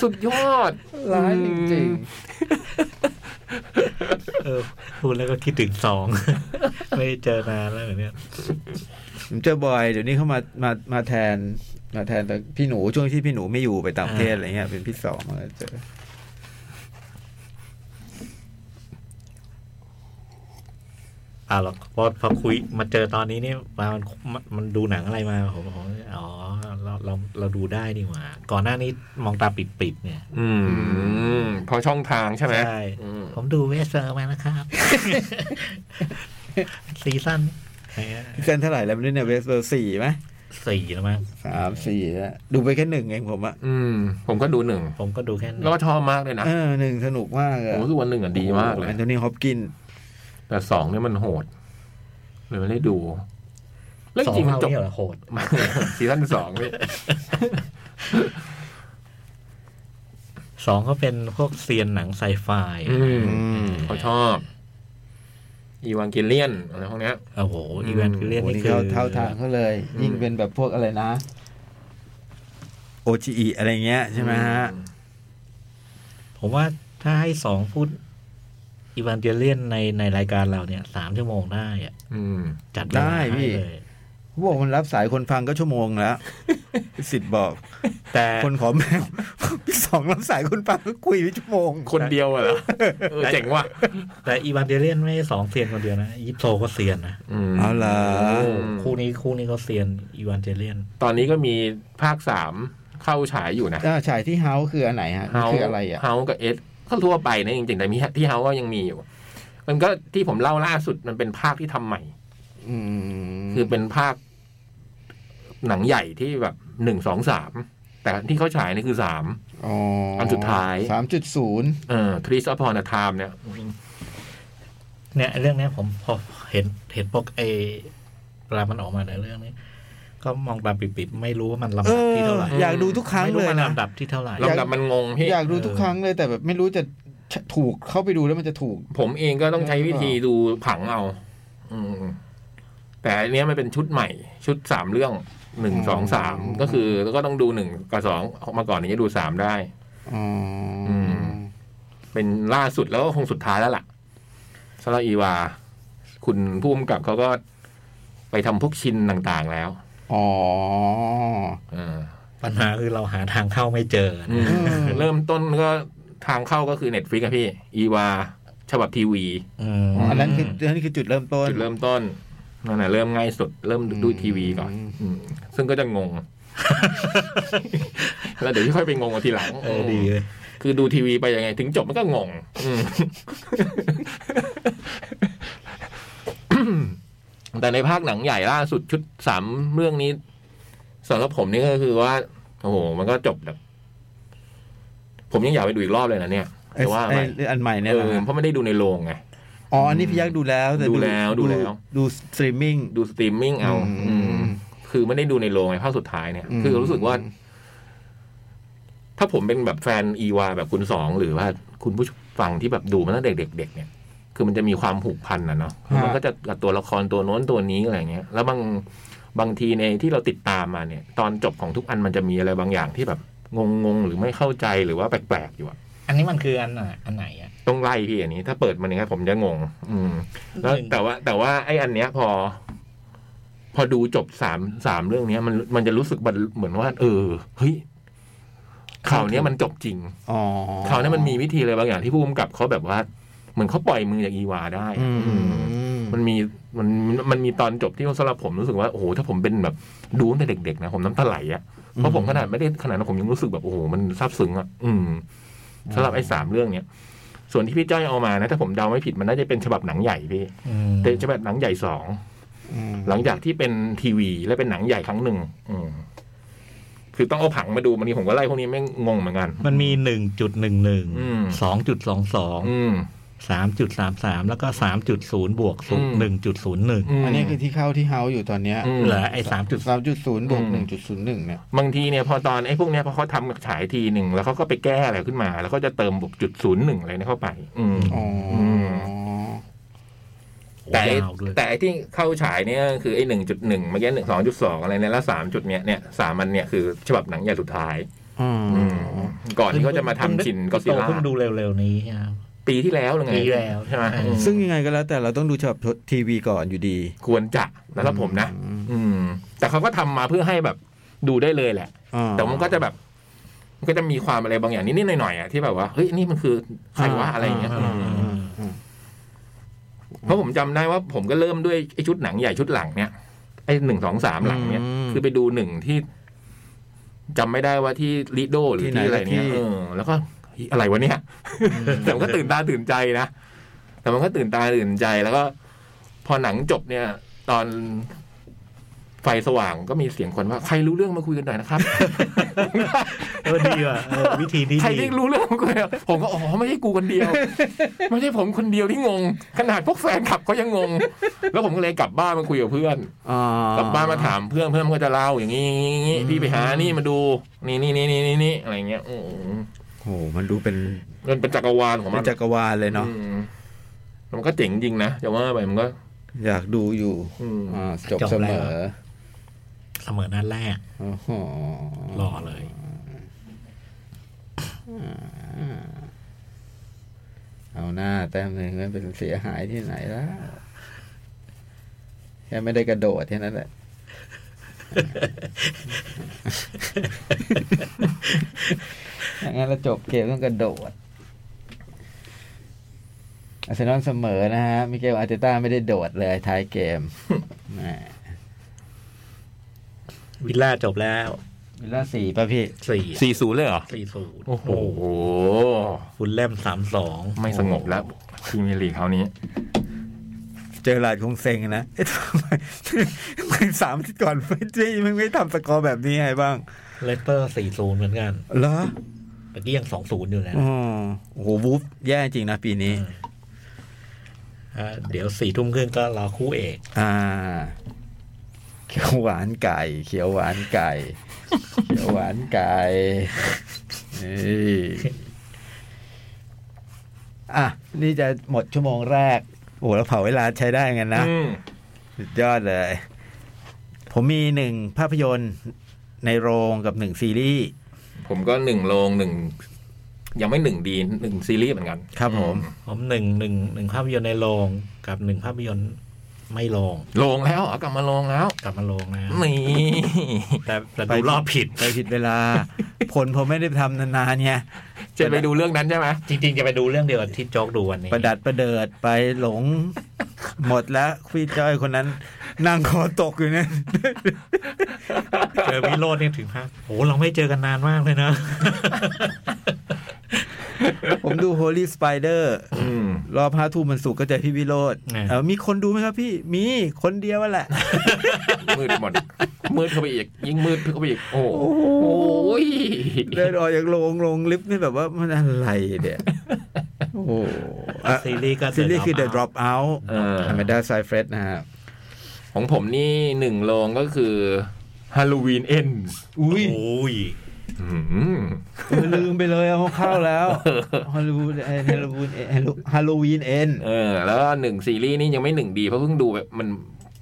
Speaker 3: สุดยอด
Speaker 2: ร้ายจริง
Speaker 4: เออพูดแล้วก็คิดถึงสอง ไม่ได้เจอนานแล้วเหมือนเนี้ย
Speaker 2: ๆผมเจอบอยเดี๋ยวนี้เขามามามาแทน มาแทนแต่พี่หนูช่วงที่พี่หนูไม่อยู่ไปต่างประเทศอะไรเงี้ยเป็นพี่สองมาเจอ
Speaker 4: อ่าหรอกพอพอคุยมาเจอตอนนี้เนี่ยมามันมันมันดูหนังอะไรมาผมผมอ๋อเราเราเราดูได้นี่หว่า ก่อนหน้านี้มองตาปิดๆเนี่ย
Speaker 3: อืม พอช่องทางใช่ไหม
Speaker 4: ใช่
Speaker 3: อืม
Speaker 4: ผมดูเวสเซอร์มาแล้วครับ ซีซั่นอะไรเงี้ย
Speaker 2: เส้นเท่าไหร่แล้วเนี่ยเวสเบอร์สี่ไหม
Speaker 4: สี่แล้วมั้ง
Speaker 2: สามสี่แล้วดูไปแค่หนึ่งเองผมอะ
Speaker 3: อืม ผมก็ดูหนึ่ง
Speaker 4: ผมก็ดูแค่นี้
Speaker 3: แล้วก็ชอบมากเลยนะ
Speaker 2: เออหนึ่งสนุกมาก
Speaker 3: ผ
Speaker 2: อะ
Speaker 3: มรู้สึกว่าหนึ่งอ่ะดีมากเลย
Speaker 2: แอนโทนีฮอปกิน
Speaker 3: แต่สองเนี่ยมันโหดเลยไม่ได้ดู แล้วจ
Speaker 4: สอง
Speaker 3: ริงๆมันจ
Speaker 4: เท่า
Speaker 3: บ
Speaker 4: นี้เหรอโหด
Speaker 3: ซีซั่น สองพี่
Speaker 4: สองก็เป็นพวกเซียนหนังไซไฟ
Speaker 2: ม
Speaker 3: เขาชอบ อีวังเกเลียนอะไรพวกเนี้ย
Speaker 4: โอ้โห อีเวนต์คือเรียน
Speaker 2: โอ้
Speaker 4: นี่
Speaker 2: นี่
Speaker 4: คือ
Speaker 2: เขาเท่าทางเขาเลย
Speaker 3: อืม
Speaker 2: ยิ่งเป็นแบบพวกอะไรนะ OGE อะไรเงี้ยใช่ไหมฮะ
Speaker 4: ผมว่าถ้าให้สองพูดอีวานเจเลียนในในรายการเราเนี่ยสามชั่วโมงได้อะ
Speaker 3: อืม
Speaker 4: จัดเวลา
Speaker 2: ได้พี่
Speaker 4: ให้เลย
Speaker 2: เขาบอกมันรับสายคนฟังก็ชั่วโมงแล้ว สิทธิ์บอก
Speaker 4: แต่
Speaker 2: คนขอแมว พี่ สองรับสายคนฟังก็คุยไปชั่วโมง
Speaker 3: คนเดียวอะเหรอเออเจ๋งว่ะ
Speaker 4: แต่อีวานเจเลียนไม่ใช่สองเซียนคนเดียวนะยิปโซก็เซียนนะ
Speaker 3: ม
Speaker 2: เอาล่ะ
Speaker 3: อืม
Speaker 4: คู่นี้คู่นี้ก็เซียนอีวานเจเลียน
Speaker 3: ตอนนี้ก็มีภาคสามเข้าฉายอยู่นะ
Speaker 2: อ่าฉายที่เฮาส์คืออันไหนฮะมันคืออะไรอ่ะ
Speaker 3: เฮากับเอสก็ทั่วไปนะจริงๆแต่มีที่เฮาก็ยังมีอยู่ มันก็ที่ผมเล่าล่าสุดมันเป็นภาคที่ทำใหม่
Speaker 2: อืม
Speaker 3: คือเป็นภาค หนังใหญ่ที่แบบหนึ่งสองสามแต่ที่เขาฉายนี่คือสาม
Speaker 2: อ๋อ
Speaker 3: อั
Speaker 2: อั
Speaker 3: นสุดท้าย
Speaker 2: สามจุดศูนย์
Speaker 3: เออทรีสอพอนาไทม์เนี่ย
Speaker 4: เนี่ยเรื่องเนี้ยผมพอเห็นเห็นปกเอเวลามันออกมาในเรื่องนี้ ก็มองตาปิดๆไม่รู้ว่ามันลำ
Speaker 2: เอ
Speaker 4: ดับ
Speaker 2: อ
Speaker 4: ที่เท่าไหร่
Speaker 2: อยากดูทุกครั้ง
Speaker 4: ไม่
Speaker 2: เล
Speaker 4: รู้
Speaker 2: ย
Speaker 4: มัน
Speaker 2: นะ
Speaker 4: ลำดับที่เท่าไหร่
Speaker 2: อยาก
Speaker 3: ลำดับมันงงพี่
Speaker 2: อยากดูทุกครั้งเลยแต่แบบไม่รู้จะถูกเข้าไปดูแล้วมันจะถูก
Speaker 3: ผมเองก็ต้องใช้วิธีดูผังเอา อืม แต่อันเนี้ยมันเป็นชุดใหม่ ชุดสามเรื่องหนึ่ง
Speaker 2: อ๋อ
Speaker 3: สองสามก็คือก็ต้องดูหนึ่งกับสองออกมาก่อนถึงจะดูสามได้
Speaker 2: อ๋ออ
Speaker 3: ม เป็นล่าสุดแล้วก็คงสุดท้ายแล้วล่ะสำหรับอีวา คุณผู้กำกับเขาก็ไปทำพวกชินต่างๆแล้ว
Speaker 2: อ๋อ
Speaker 3: เออ
Speaker 4: ปัญหาคือเราหาทางเข้าไม่เจอ
Speaker 3: อืมเริ่มต้นก็ทางเข้าก็คือเน็ตฟลิกอะพี่ อีวา ฉบับทีวี
Speaker 4: อืม
Speaker 2: อันนั้นคืออันนี้คือจุดเริ่มต้น
Speaker 3: จุดเริ่มต้นนั่นแหละเริ่มง่ายสุด เริ่มดู
Speaker 2: อืม
Speaker 3: ทีวีก่อน อืมซึ่งก็จะงง แล้วเดี๋ยวค่อยไปงงเอาทีหลัง
Speaker 4: เออดีเลย
Speaker 3: คือดูทีวีไปยังไง ถึงจบมันก็งง อืม แต่ในภาคหนังใหญ่ล่าสุดชุดสามเรื่องนี้สำหรับผมนี่ก็คือว่า โอ้โห มันก็จบแบบผมยังอยากไปดูอีกรอบเลยนะเนี่ย
Speaker 2: ไอ้
Speaker 3: แต่ว่า
Speaker 2: ไอ้อันใหม่เนี่ย
Speaker 3: เอ
Speaker 2: นะ
Speaker 3: อเพราะไม่ได้ดูในโรงไง
Speaker 2: อ๋ออันนี้พี่ยักษ์ดูแล้วต่
Speaker 3: ดูแล้วดูแล้ว
Speaker 2: ดูสตรีมมิ่ง
Speaker 3: ดูสตรีมมิ่งเอา
Speaker 2: อืม
Speaker 3: อืม คือไม่ได้ดูในโรงในภาคสุดท้ายเนี่ย
Speaker 2: อืม
Speaker 3: คือรู้สึกว่า ถ้าผมเป็นแบบแฟนอีวาแบบคุณสอง หรือว่าคุณผู้ฟังที่แบบดูมาตั้งแต่เด็กๆเนี่ย คือมันจะมีความผูกพันนะเนาะคือมันก็จะกับตัวละครตัวโน้นตัวนี้อะไรเงี้ย แล้วบางบางทีในที่เราติดตามมาเนี่ย ตอนจบของทุกอันมันจะมีอะไรบางอย่างที่แบบงงๆหรือไม่เข้าใจหรือว่าแปลกๆอยู่อะ
Speaker 4: อันนี้มันคืออันไหนอันไหนอ่ะ
Speaker 3: ต้องไล่พี่อันนี้ ถ้าเปิดมันอย่างเงี้ยผมจะงง อืม แล้วแต่ว่าแต่ว่าไอ้อันเนี้ยพอ พอดูจบสามสามเรื่องเนี้ย มันมันจะรู้สึกมันเหมือนว่า เออเฮ้ยข่าวเนี้ยมันจบจริง
Speaker 2: อ๋อ
Speaker 3: ข่าวเนี้ยมันมีวิธีอะไรบางอย่างที่ผู้กำกับเขาแบบว่า เหมือนเขาปล่อยมือจากอีวาได้
Speaker 2: อืม
Speaker 3: อืมมันมีมันมันมีตอนจบที่สำหรับผมรู้สึกว่าโอ้โหถ้าผมเป็นแบบดูตั้งแต่เด็กๆนะผมน้ำตาไหลอะเพราะผมขนาดไม่ได้ขนาดนั้นผมยังรู้สึกแบบโอ้โหมันซาบซึ้งอะอืมสำหรับไอ้สามเรื่องเนี้ยส่วนที่พี่จ้อยเอามานะถ้าผมเดาไม่ผิดมันน่าจะเป็นฉบับหนังใหญ่พี่
Speaker 4: อืม
Speaker 3: แต่จะเป็นหนังใหญ่สอง
Speaker 2: อืม
Speaker 3: หลังจากที่เป็นทีวีและเป็นหนังใหญ่ครั้งหนึ่งอืมคือต้องเอาผังมาดูมันนี้ผมก็ไล่พวกนี้แม่งงงเหมือนกัน
Speaker 4: มันมีหนึ่งจุดหนึ่งหนึ่ง
Speaker 3: อืม
Speaker 4: สองจุดสองสอง
Speaker 3: อืม
Speaker 4: สามจุดสามสามแล้วก็สามจุดศูนย์บวก
Speaker 3: อืม
Speaker 4: หนึ่งจุดศูนย์หนึ่ง
Speaker 2: อันนี้คือที่เข้าที่เฮาอยู่ตอนเนี้ย
Speaker 3: ม
Speaker 4: เหลือไอ้สามจุด
Speaker 2: สามจุดศูนย์บวก
Speaker 3: อืม
Speaker 2: หนึ่งจุดศูนย์หนึ่งเนี่ย
Speaker 3: บางทีเนี่ยพอตอนไอ้พวกเนี้ยพอเขาทำฉายทีหนึ่งแล้วเขาก็ไปแก้อะไรขึ้นมา แล้วก็จะเติมบวกจุดศูนย์หนึ่งอะไรเนี่ยเข้าไป อืม
Speaker 2: อ๋ออ
Speaker 3: ม แต่ไอ้
Speaker 4: ยาวด้วย
Speaker 3: แต่ไอ้ที่เข้าฉายเนี่ยคือไอ้หนึ่งจุดหนึ่งเมื่อกี้หนึ่งสองจุดสองอะไรเนี่ยแล้วสามจุดเนี้ยเนี่ยสามอันเนี่ยคือฉบับหนังใหญ่สุดท้าย
Speaker 2: อื
Speaker 3: อื
Speaker 2: ม
Speaker 3: ม ก่อนที่เขาจะมาทำชินก็ซิ
Speaker 4: โต
Speaker 3: ล่า
Speaker 4: เพิ่งดูเร็วๆนี้ครับ
Speaker 3: ปีที่แล้วหรือไง
Speaker 4: ปีแล้ว
Speaker 3: ใช่ไหม
Speaker 4: ใช่
Speaker 3: อืม
Speaker 2: ซึ่งยังไงก็แล้วแต่เราต้องดูฉบับทีวีก่อนอยู่ดี
Speaker 3: ควรจะนะครับผมนะ อืม แต่เขาก็ทำมาเพื่อให้แบบดูได้เลยแหละ
Speaker 2: อ่า
Speaker 3: แต่มันก็จะแบบ มันก็จะมีความอะไรบางอย่างนิดๆหน่อยๆอ่ะที่แบบว่าเฮ้ยนี่มันคือใครวะอะไรอย่างเงี้ย
Speaker 2: อ่าอ่าอ่า
Speaker 3: เพราะผมจำได้ว่าผมก็เริ่มด้วยไอ้ชุดหนังใหญ่ชุดหลังเนี่ยไอ้หนึ่งสองสามหลังเนี่ย
Speaker 2: อืม
Speaker 3: คือไปดูหนึ่งที่จำไม่ได้ว่าที่ลิโดหรือ
Speaker 2: ที่
Speaker 3: ที่
Speaker 2: ไหน
Speaker 3: อะไรเนี่ย
Speaker 2: ที่
Speaker 3: เออแล้วก็เฮ้ยอะไรวะเนี่ย แต่มันก็ตื่นตาตื่นใจนะ แต่มันก็ตื่นตาตื่นใจแล้วก็ พอหนังจบเนี่ย ตอนไฟสว่างก็มีเสียงคนว่า ใครรู้เรื่องมาคุยกันหน่อยนะครับ
Speaker 4: เออดีว่ะเออวิธีนี้
Speaker 3: ใคร
Speaker 4: ดี
Speaker 3: ที่รู้เรื่องมาคุยผมก็อ๋อไม่ใช่กูคนเดี ยว ไม่ใช่ผมคนเดียวที่งง ขนาดพวกแฟนขับก็ยังงง แล้วผมก็เลยกลับบ้านมาคุยกับเพื่อน
Speaker 2: อ่
Speaker 3: กลับบ้านมาถามเพื่อนเพื่อนมันก็จะเล่าอย่างนี้อย่างนี้พี่ไปหานี่มาดู นี่นี่นี่นี่นี่อะไรอย่างเงี้ยอืม
Speaker 2: โหมันดูเป็น
Speaker 3: มันเป็นจักรวาลของ
Speaker 2: เป็
Speaker 3: มัน น
Speaker 2: จักรวาลเลยเนาะ
Speaker 3: อืมมันก็เจ๋งจริงนะแต่ว่าไปมันก็
Speaker 2: อยากดูอยู่
Speaker 3: อืม
Speaker 2: อ่าจบเสมอ
Speaker 4: เสมอนัดแรก
Speaker 2: โอ้โห
Speaker 4: รอเลย
Speaker 2: เอาหน้าแต้มหนึ่งไม่เป็นเสียหายที่ไหนแล้วแค่ไม่ได้กระโดดแค่นั้นแหละ อย่างนั้นเราจบเกมต้องกระโดด อาร์เซนอลเสมอนะฮะ มิเกลอาร์เตต้าไม่ได้โดดเลยท้ายเกม แหม่
Speaker 4: วิลล่าจบแล้ว
Speaker 2: วิลล่าสี่ป่ะพี่
Speaker 4: สี่
Speaker 3: สี่ศูนย์เลยเหรอ
Speaker 4: สี่ศูนย์
Speaker 3: โอ้โห
Speaker 4: ฟุลแลมสามสอง
Speaker 3: ไม่สงบแล้วพรีเมียร์ลีกคราวนี้
Speaker 2: เจอหลาดคงเซ็งนะ เอ๊ะทำไมทำไมสามอาที่ก่อนไม่ได้ไม่ไม่ทำสกอร์แบบนี้ให้บ้าง
Speaker 4: เลสเตอร์ 40 เหมือนกัน
Speaker 2: เหรอ
Speaker 4: เมื่อกี้ยัง 20 อยู่นะ
Speaker 2: อ๋อโอ้โหวูฟแย่จริงนะปีนี้
Speaker 4: อ่าเดี๋ยวสี่ทุ่มครึ่งก็รอคู่เอก
Speaker 2: อ่า เขียวหวานไก่ เขียวหวานไก่ เขียวหวานไก่นี่อ่ะ นี่จะหมดชั่วโมงแรก โอ้โหแล้วเผาเวลาใช้ได้กันนะ
Speaker 3: อืม
Speaker 2: สุดยอดเลย ผมมีหนึ่งภาพยนตร์ในโรงกับหนึ่งซีรีส์
Speaker 3: ผมก็หนึ่งโรงหนึ่งยังไม่หนึ่งดีหนึ่งซีรีส์เหมือนกัน
Speaker 2: ครับผม
Speaker 4: ผมหนึ่งหนึ่งหนึ่งภาพยนตร์ในโรงกับหนึ่งภาพยนตร์ไม่โรง
Speaker 3: ลงแล้วเหรอกลับมาลงแล้ว
Speaker 4: กลับมาโรงนะ
Speaker 3: นี่
Speaker 4: แต่แต่ดูรอบผิด
Speaker 2: ไปผิดเวลา ผลผมไม่ได้ทำนานๆไง
Speaker 3: จะไปดูเรื่องนั้นใช่ไหม
Speaker 4: จริง ๆ จะไปดูเรื่องเดียวกับที่โจ๊กดูวันนี้
Speaker 2: ประดัดประเดิดไปหล ง หมดแล้วพี่จ้อยคนนั้น นั่งคอตกอยู่ เนี่ย
Speaker 4: เจอวิโรจน์เนี่ยถึงภาคโอ้เราไม่เจอกันนานมากเลยนะ
Speaker 2: ผมดู Holy Spider
Speaker 3: อืม
Speaker 2: รอบห้าทุ่มมันสุกร์ก็เจอพี่วิโรธ
Speaker 4: อ่า
Speaker 2: เออมีคนดูไหมครับพี่ มีคนเดียวอะแห ละ
Speaker 3: มืดหมด มืดเข้าไปอีก ยิ่งมืดเข้าไปอีก โอ้โหย
Speaker 2: เดินออกจากโรงลงลิฟต์นี่แบบว่ามันอะไร เนี่ย โอ้โหอ่ะ
Speaker 4: ซีรีส์ก็ The
Speaker 2: ซีรีส์คือ The
Speaker 4: Dropout
Speaker 2: Drop Out
Speaker 3: เออ
Speaker 2: อเมด้าไซเฟรดนะฮะ
Speaker 3: ของผมนี่หนึ่งโรงก็คือฮาโลวีนเอ็น
Speaker 2: อุ้ย
Speaker 4: โอ้ย
Speaker 2: ลืมไปเลยเอาเข้า แล้วฮาโลวีนฮาโลวีนฮาโลวีนเอ็น
Speaker 3: เออ แล้วก็หนึ่งซีรีส์นี่ยังไม่หนึ่งดีเพราะเพิ่งดูแบบมัน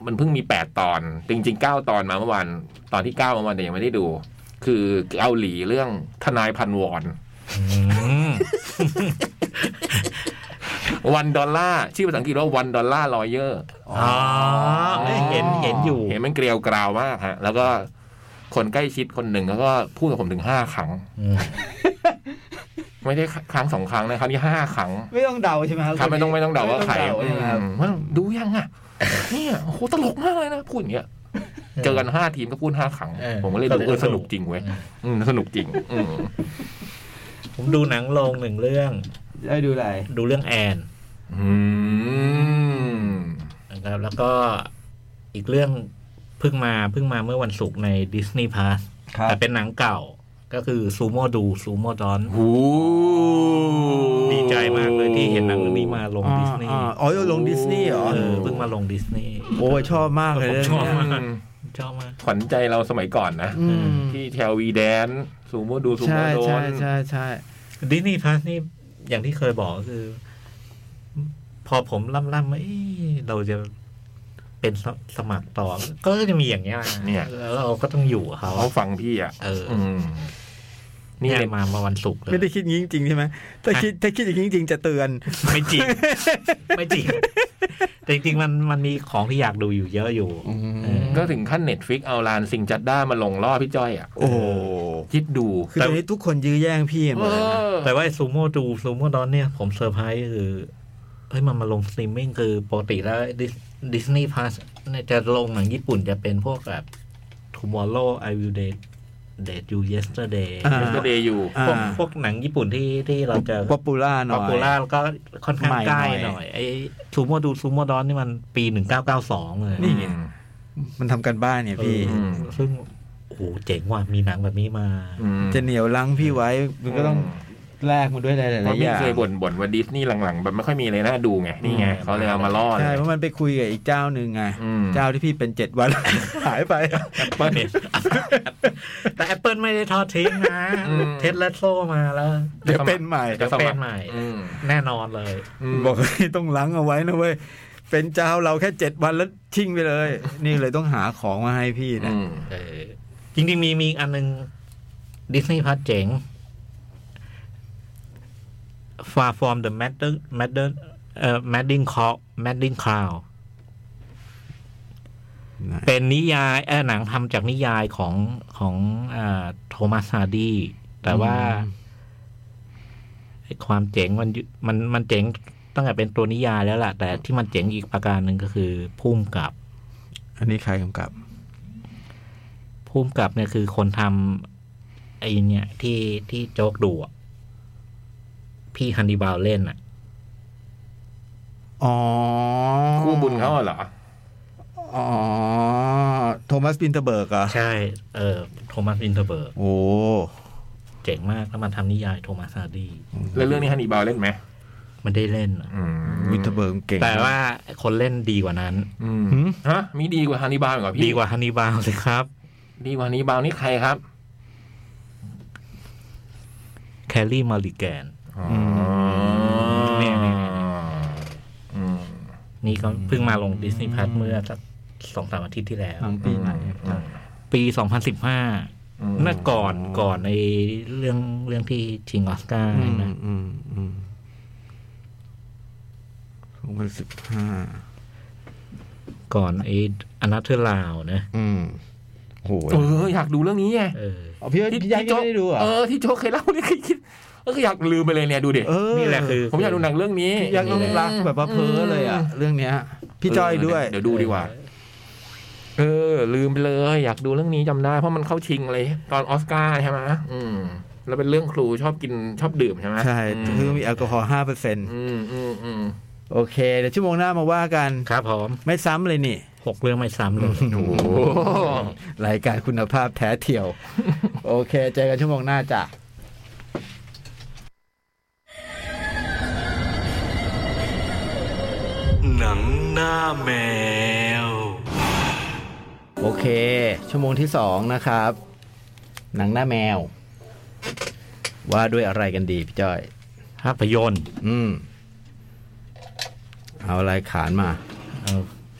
Speaker 3: มันเพิ่งมีแปดตอน จริงๆเก้าตอนมาเมื่อวานตอนที่เก้ามาเมื่อวานแต่ยังไม่ได้ดู คือเกาหลีเรื่องทนายพันวอน
Speaker 4: อื ม
Speaker 3: วันดอลลาร์ชื่อภาษาอังกฤษว่าวันดอลลาร์ลอยเยอร์
Speaker 4: อ๋อเอ้ยเห็นเห็นอยู่
Speaker 3: เห็นมันเกลียวกราวมากฮะ แล้วก็คนใกล้ชิดคนหนึ่งแล้วก็พูดกับผมถึงห้าครั้ง
Speaker 4: อืม
Speaker 3: ไม่ได้ครั้งสองครั้งนะครั้งที่ห้าครั้ง
Speaker 2: ไม่ต้องเดาใช่ไหมครับ
Speaker 3: ครับไม่ต้องไม่ต้องเดาว่าใคร
Speaker 2: ไม่ต้องเดาใช่ไหมครับ
Speaker 3: อืมว่าดูยังอ่ะเนี่ยโอ้โหตลกมากเลยนะพูดอย่างเงี้ยเจอกันห้าทีมก็พูดห้าครั้ง
Speaker 4: เออ
Speaker 3: ผมก็เลยดู
Speaker 4: ก็
Speaker 3: เอ
Speaker 4: เลย
Speaker 3: อสนุกจริงเว้ย
Speaker 4: เออ
Speaker 3: อืมสนุกจริง อืม
Speaker 4: ผมดูหนังโรงหนึ่งเรื่อง
Speaker 2: ได้ดูอะไร
Speaker 4: ดูเรื่องแอน
Speaker 3: อืม
Speaker 4: นะครับแล้วก็อีกเรื่องเพิ่งมาเพิ่งมาเมื่อวันศุกร์ใน Disney Plus
Speaker 2: ครับ
Speaker 4: แต่เป็นหนังเก่าก็คือซูโม่ดูซูโม่ดอน
Speaker 3: หู
Speaker 4: ดีใจมากเลยที่เห็นหนังเรื่องนี้มาลงดิสนีย์
Speaker 2: อ่าอ๋ออ๋อลงดิสนีย์เหรอ
Speaker 4: เออเพิ่งมาลงดิสนีย์
Speaker 2: โอ้ยชอบมากเลยเรื่อง
Speaker 4: ผมชอบ
Speaker 2: เนี้ย
Speaker 4: มาก
Speaker 3: อืม
Speaker 4: ชอบมาก
Speaker 3: ขวัญใจเราสมัยก่อนนะ
Speaker 2: อืม
Speaker 3: ที่แถววีแดนซูโมดูซูโม
Speaker 2: ใช่
Speaker 3: โด
Speaker 2: ใช่
Speaker 3: น
Speaker 2: ใช่ใช่
Speaker 4: ดิสนีย์พาสนี่อย่างที่เคยบอกก็คือ พอผมล่ำๆว่าเอ๊ะเราจะเป็นสสมัครต่อ ก็จะมีอย่างเงี้ยมา
Speaker 3: เนี่ย
Speaker 4: แล้วเราก็ต้องอยู่กับเขา
Speaker 3: เขาฟังพี่อ่ะ
Speaker 4: เออ
Speaker 3: มนี่
Speaker 4: เนี่ย
Speaker 3: เลย
Speaker 4: มามาวันศุกร์เลย
Speaker 2: ไม่ได้คิดงี้จริงๆใช่ไหมถ้า
Speaker 4: ฮะ
Speaker 2: คิดถ้าคิดอย่างนี้จริงๆจะเตือน
Speaker 4: ไม่จริง ไม่จริง แต่จริงๆมันมันมีของที่อยากดูอยู่เยอะอยู่เออ
Speaker 3: ก็ถึงขั้นเน็ตฟิกเอาลานซิงจัดด้ามาลงล่อพี่จ้อยอ่ะ
Speaker 2: โอ้โห
Speaker 3: คิดดู
Speaker 2: คือ
Speaker 4: แต่
Speaker 2: ตอนนี้ทุกคนยื้อแย่งพี่หมด
Speaker 3: เอ
Speaker 2: เลยนะ
Speaker 3: อ
Speaker 4: แต่ว่าซูโม่ดูซูโม่ดอนเนี่ย ผมเซอร์ไพรส์คือเฮ้ยมันมาลงสตรีมมิ่งคือปกติแล้วดิสนีย์พาสเนี่ยจะลงหนังญี่ปุ่นจะเป็นพวกแบบ Tomorrow I Will Date Date You Yesterday
Speaker 2: อ่า
Speaker 3: ก็เดย์อยู่
Speaker 2: อ่า
Speaker 4: พวกพวกหนังญี่ปุ่นที่ที่เราจะ
Speaker 2: ป๊อปปูล่าหน่อย
Speaker 4: ป๊อปปูล่าก็ค่อนข้าง
Speaker 2: ใหม่
Speaker 4: ใกล้
Speaker 2: ห
Speaker 4: ห
Speaker 2: น่อย
Speaker 4: น่อยไอ้ซูโม่ดูซูโม่ดอนนี่มันปี 1992 เลย
Speaker 3: นี่
Speaker 2: มันทำกันบ้านเนี่ยพี่
Speaker 4: เออซึ่งโอ้โหเจ๋งว่ะมีหนังแบบนี้มา
Speaker 2: จะเหนียวลังพี่ไว้ มันก็ต้องแลกมันด้วยหลาย
Speaker 3: เพราะ
Speaker 2: ๆอ
Speaker 3: พี่
Speaker 2: ย่าง
Speaker 3: เคยบ่นบ่นว่าดิสนีย์หลังๆแบบไม่ค่อยมีอะไรน่าดูไง นี่ไงเขาเลยเอามาล่อเล
Speaker 2: ใช่
Speaker 3: ย
Speaker 2: เพราะมันไปคุยกับอีกเจ้าหนึ่งไง
Speaker 3: อืม
Speaker 2: เจ้าที่พี่เป็นเจ็ดวัน หายไป
Speaker 4: เปิล แต่ Apple ไม่ได้ทอดทิ้งนะ
Speaker 3: อืม
Speaker 4: เท็ดและโซมาแล้ว
Speaker 2: เดี๋ยวเป็นใหม่
Speaker 4: เดี๋ยวเป็นใหม่
Speaker 3: อืม
Speaker 4: แน่นอนเลย
Speaker 3: อืม
Speaker 2: บอกว่าต้องล้างเอาไว้นะเว้ย เป็นเจ้าเราแค่เจ็ดวันแล้วทิ้งไปเลย นี่เลยต้องหาของมาให้พี่นะ
Speaker 3: อืม
Speaker 4: เออจริงๆมีมีอีกอันหนึ่งดิสนีย์พัทเจ๋ง Far from the Matter Matter เอ่อ Madding Cloud Madding Cloud
Speaker 2: ไหน
Speaker 4: เป็นนิยายเออหนังทำจากนิยายของของโทมัสฮาร์ดีแต่ว่าไอ้ความเจ๋งมันอยู่มันมันเจ๋งตั้งแต่เป็นตัวนิยายแล้วล่ะ แต่ที่มันเจ๋งอีกประการหนึ่งก็คือพุ่มกับ
Speaker 2: อันนี้ใครกำกับ
Speaker 4: พุ่มกับเนี่ยคือคนทำไอ้เนี่ย ที่ที่โจ๊กดูอะพี่ฮันดีบาวเล่นอะ
Speaker 2: อ๋อ
Speaker 3: คู่บุญเขาอะเหรอ
Speaker 2: อ๋อโทมัสบินเทอร์เบิร์กเหรอ่ะ
Speaker 4: ใช่ เออโทมัสวินเทอร์เบิร์ก
Speaker 2: โอ้
Speaker 4: เจ๋งมากแล้วมาทำนิยายโทมัสฮาร์ดี
Speaker 3: แล้วเรื่องนี้ฮันนีบาลเล่นไหม
Speaker 4: มันได้เล่นอะ
Speaker 3: อืม
Speaker 2: วินเทอร์เบิร์กเก่ง
Speaker 4: แต่ว่าคนเล่นดีกว่านั้น
Speaker 3: อืม
Speaker 2: หืม
Speaker 3: ฮะมีดีกว่าฮันนีบาลเหรอพี่
Speaker 4: ดีกว่าฮันนีบาลเลยครับ
Speaker 3: ดีกว่าฮันนีบาลนี่ใครครับ
Speaker 4: แคลรี่มาริแกน
Speaker 3: อ๋อ
Speaker 4: นี่นี่
Speaker 3: อืม
Speaker 4: นี่ก็เพิ่งมาลงดิสนีย์พัทเมื่อสักสองสามอาทิตย์ที่แล้ว
Speaker 2: หนังปีไหนครับ
Speaker 4: ปีสองพันสิบห้า
Speaker 3: อืม
Speaker 4: น่าก่อนก่อนในเรื่องเรื่องที่ชิงออสการ์
Speaker 2: อืม
Speaker 4: นะ
Speaker 2: อืมอืมสองพันสิบห้า
Speaker 4: ก่อนไอ้อนาเธอร์ลาวนะ
Speaker 2: อืมโห
Speaker 3: เอออยากดูเรื่องนี้ไง
Speaker 4: เออ
Speaker 2: เอาพี่ว่าพี่ยักษ์ยัง
Speaker 3: โจ๊ก
Speaker 2: ไม่ได้ดูเหรอ่ะ
Speaker 3: เออที่โจ๊กเคยเล่าเนี่ย เคยคิดเอออยากลืมไปเลยเนี่ยดูดิ
Speaker 2: เออ
Speaker 4: นี่แหละคือ
Speaker 3: ผมอยากดูหนังเรื่องนี้
Speaker 2: พี่ยักษ์ต้องรักแบบว่าเพ้อเลยอ่ะ เรื่องเนี้ย พี่จอยด้วย
Speaker 3: เดี๋ยวดูดีกว่า เออ ลืมไปเลย อยากดูเรื่องนี้จำได้ เพราะมันเข้าชิงเลย ตอนออสการ์ใช่ไหมอืม แล้วเป็นเรื่องครูชอบกินชอบดื่มใช่ไหม
Speaker 2: ใช่
Speaker 3: ม
Speaker 2: คือมีแอลกอฮอล์ห้าเปอร์เซ็นต์
Speaker 3: อืมอืมอืม
Speaker 2: โอเค เดี๋ยวชั่วโมงหน้ามาว่ากัน
Speaker 4: ครับผม
Speaker 2: ไม่ซ้ำเลยนี่
Speaker 4: หกเรื่องไม่ซ้ำเลย
Speaker 3: โอ้โห
Speaker 2: รายการคุณภาพแท้เที่ยว โอเค เจอกันชั่วโมงหน้าจ้ะ
Speaker 1: หนังหน้าแมว
Speaker 2: โอเค ชั่วโมงที่สองนะครับ หนังหน้าแมว ว่าด้วยอะไรกันดีพี่จ้อย
Speaker 4: ภาพยนตร์
Speaker 2: อืม เอาอะไรขานมา
Speaker 4: เอา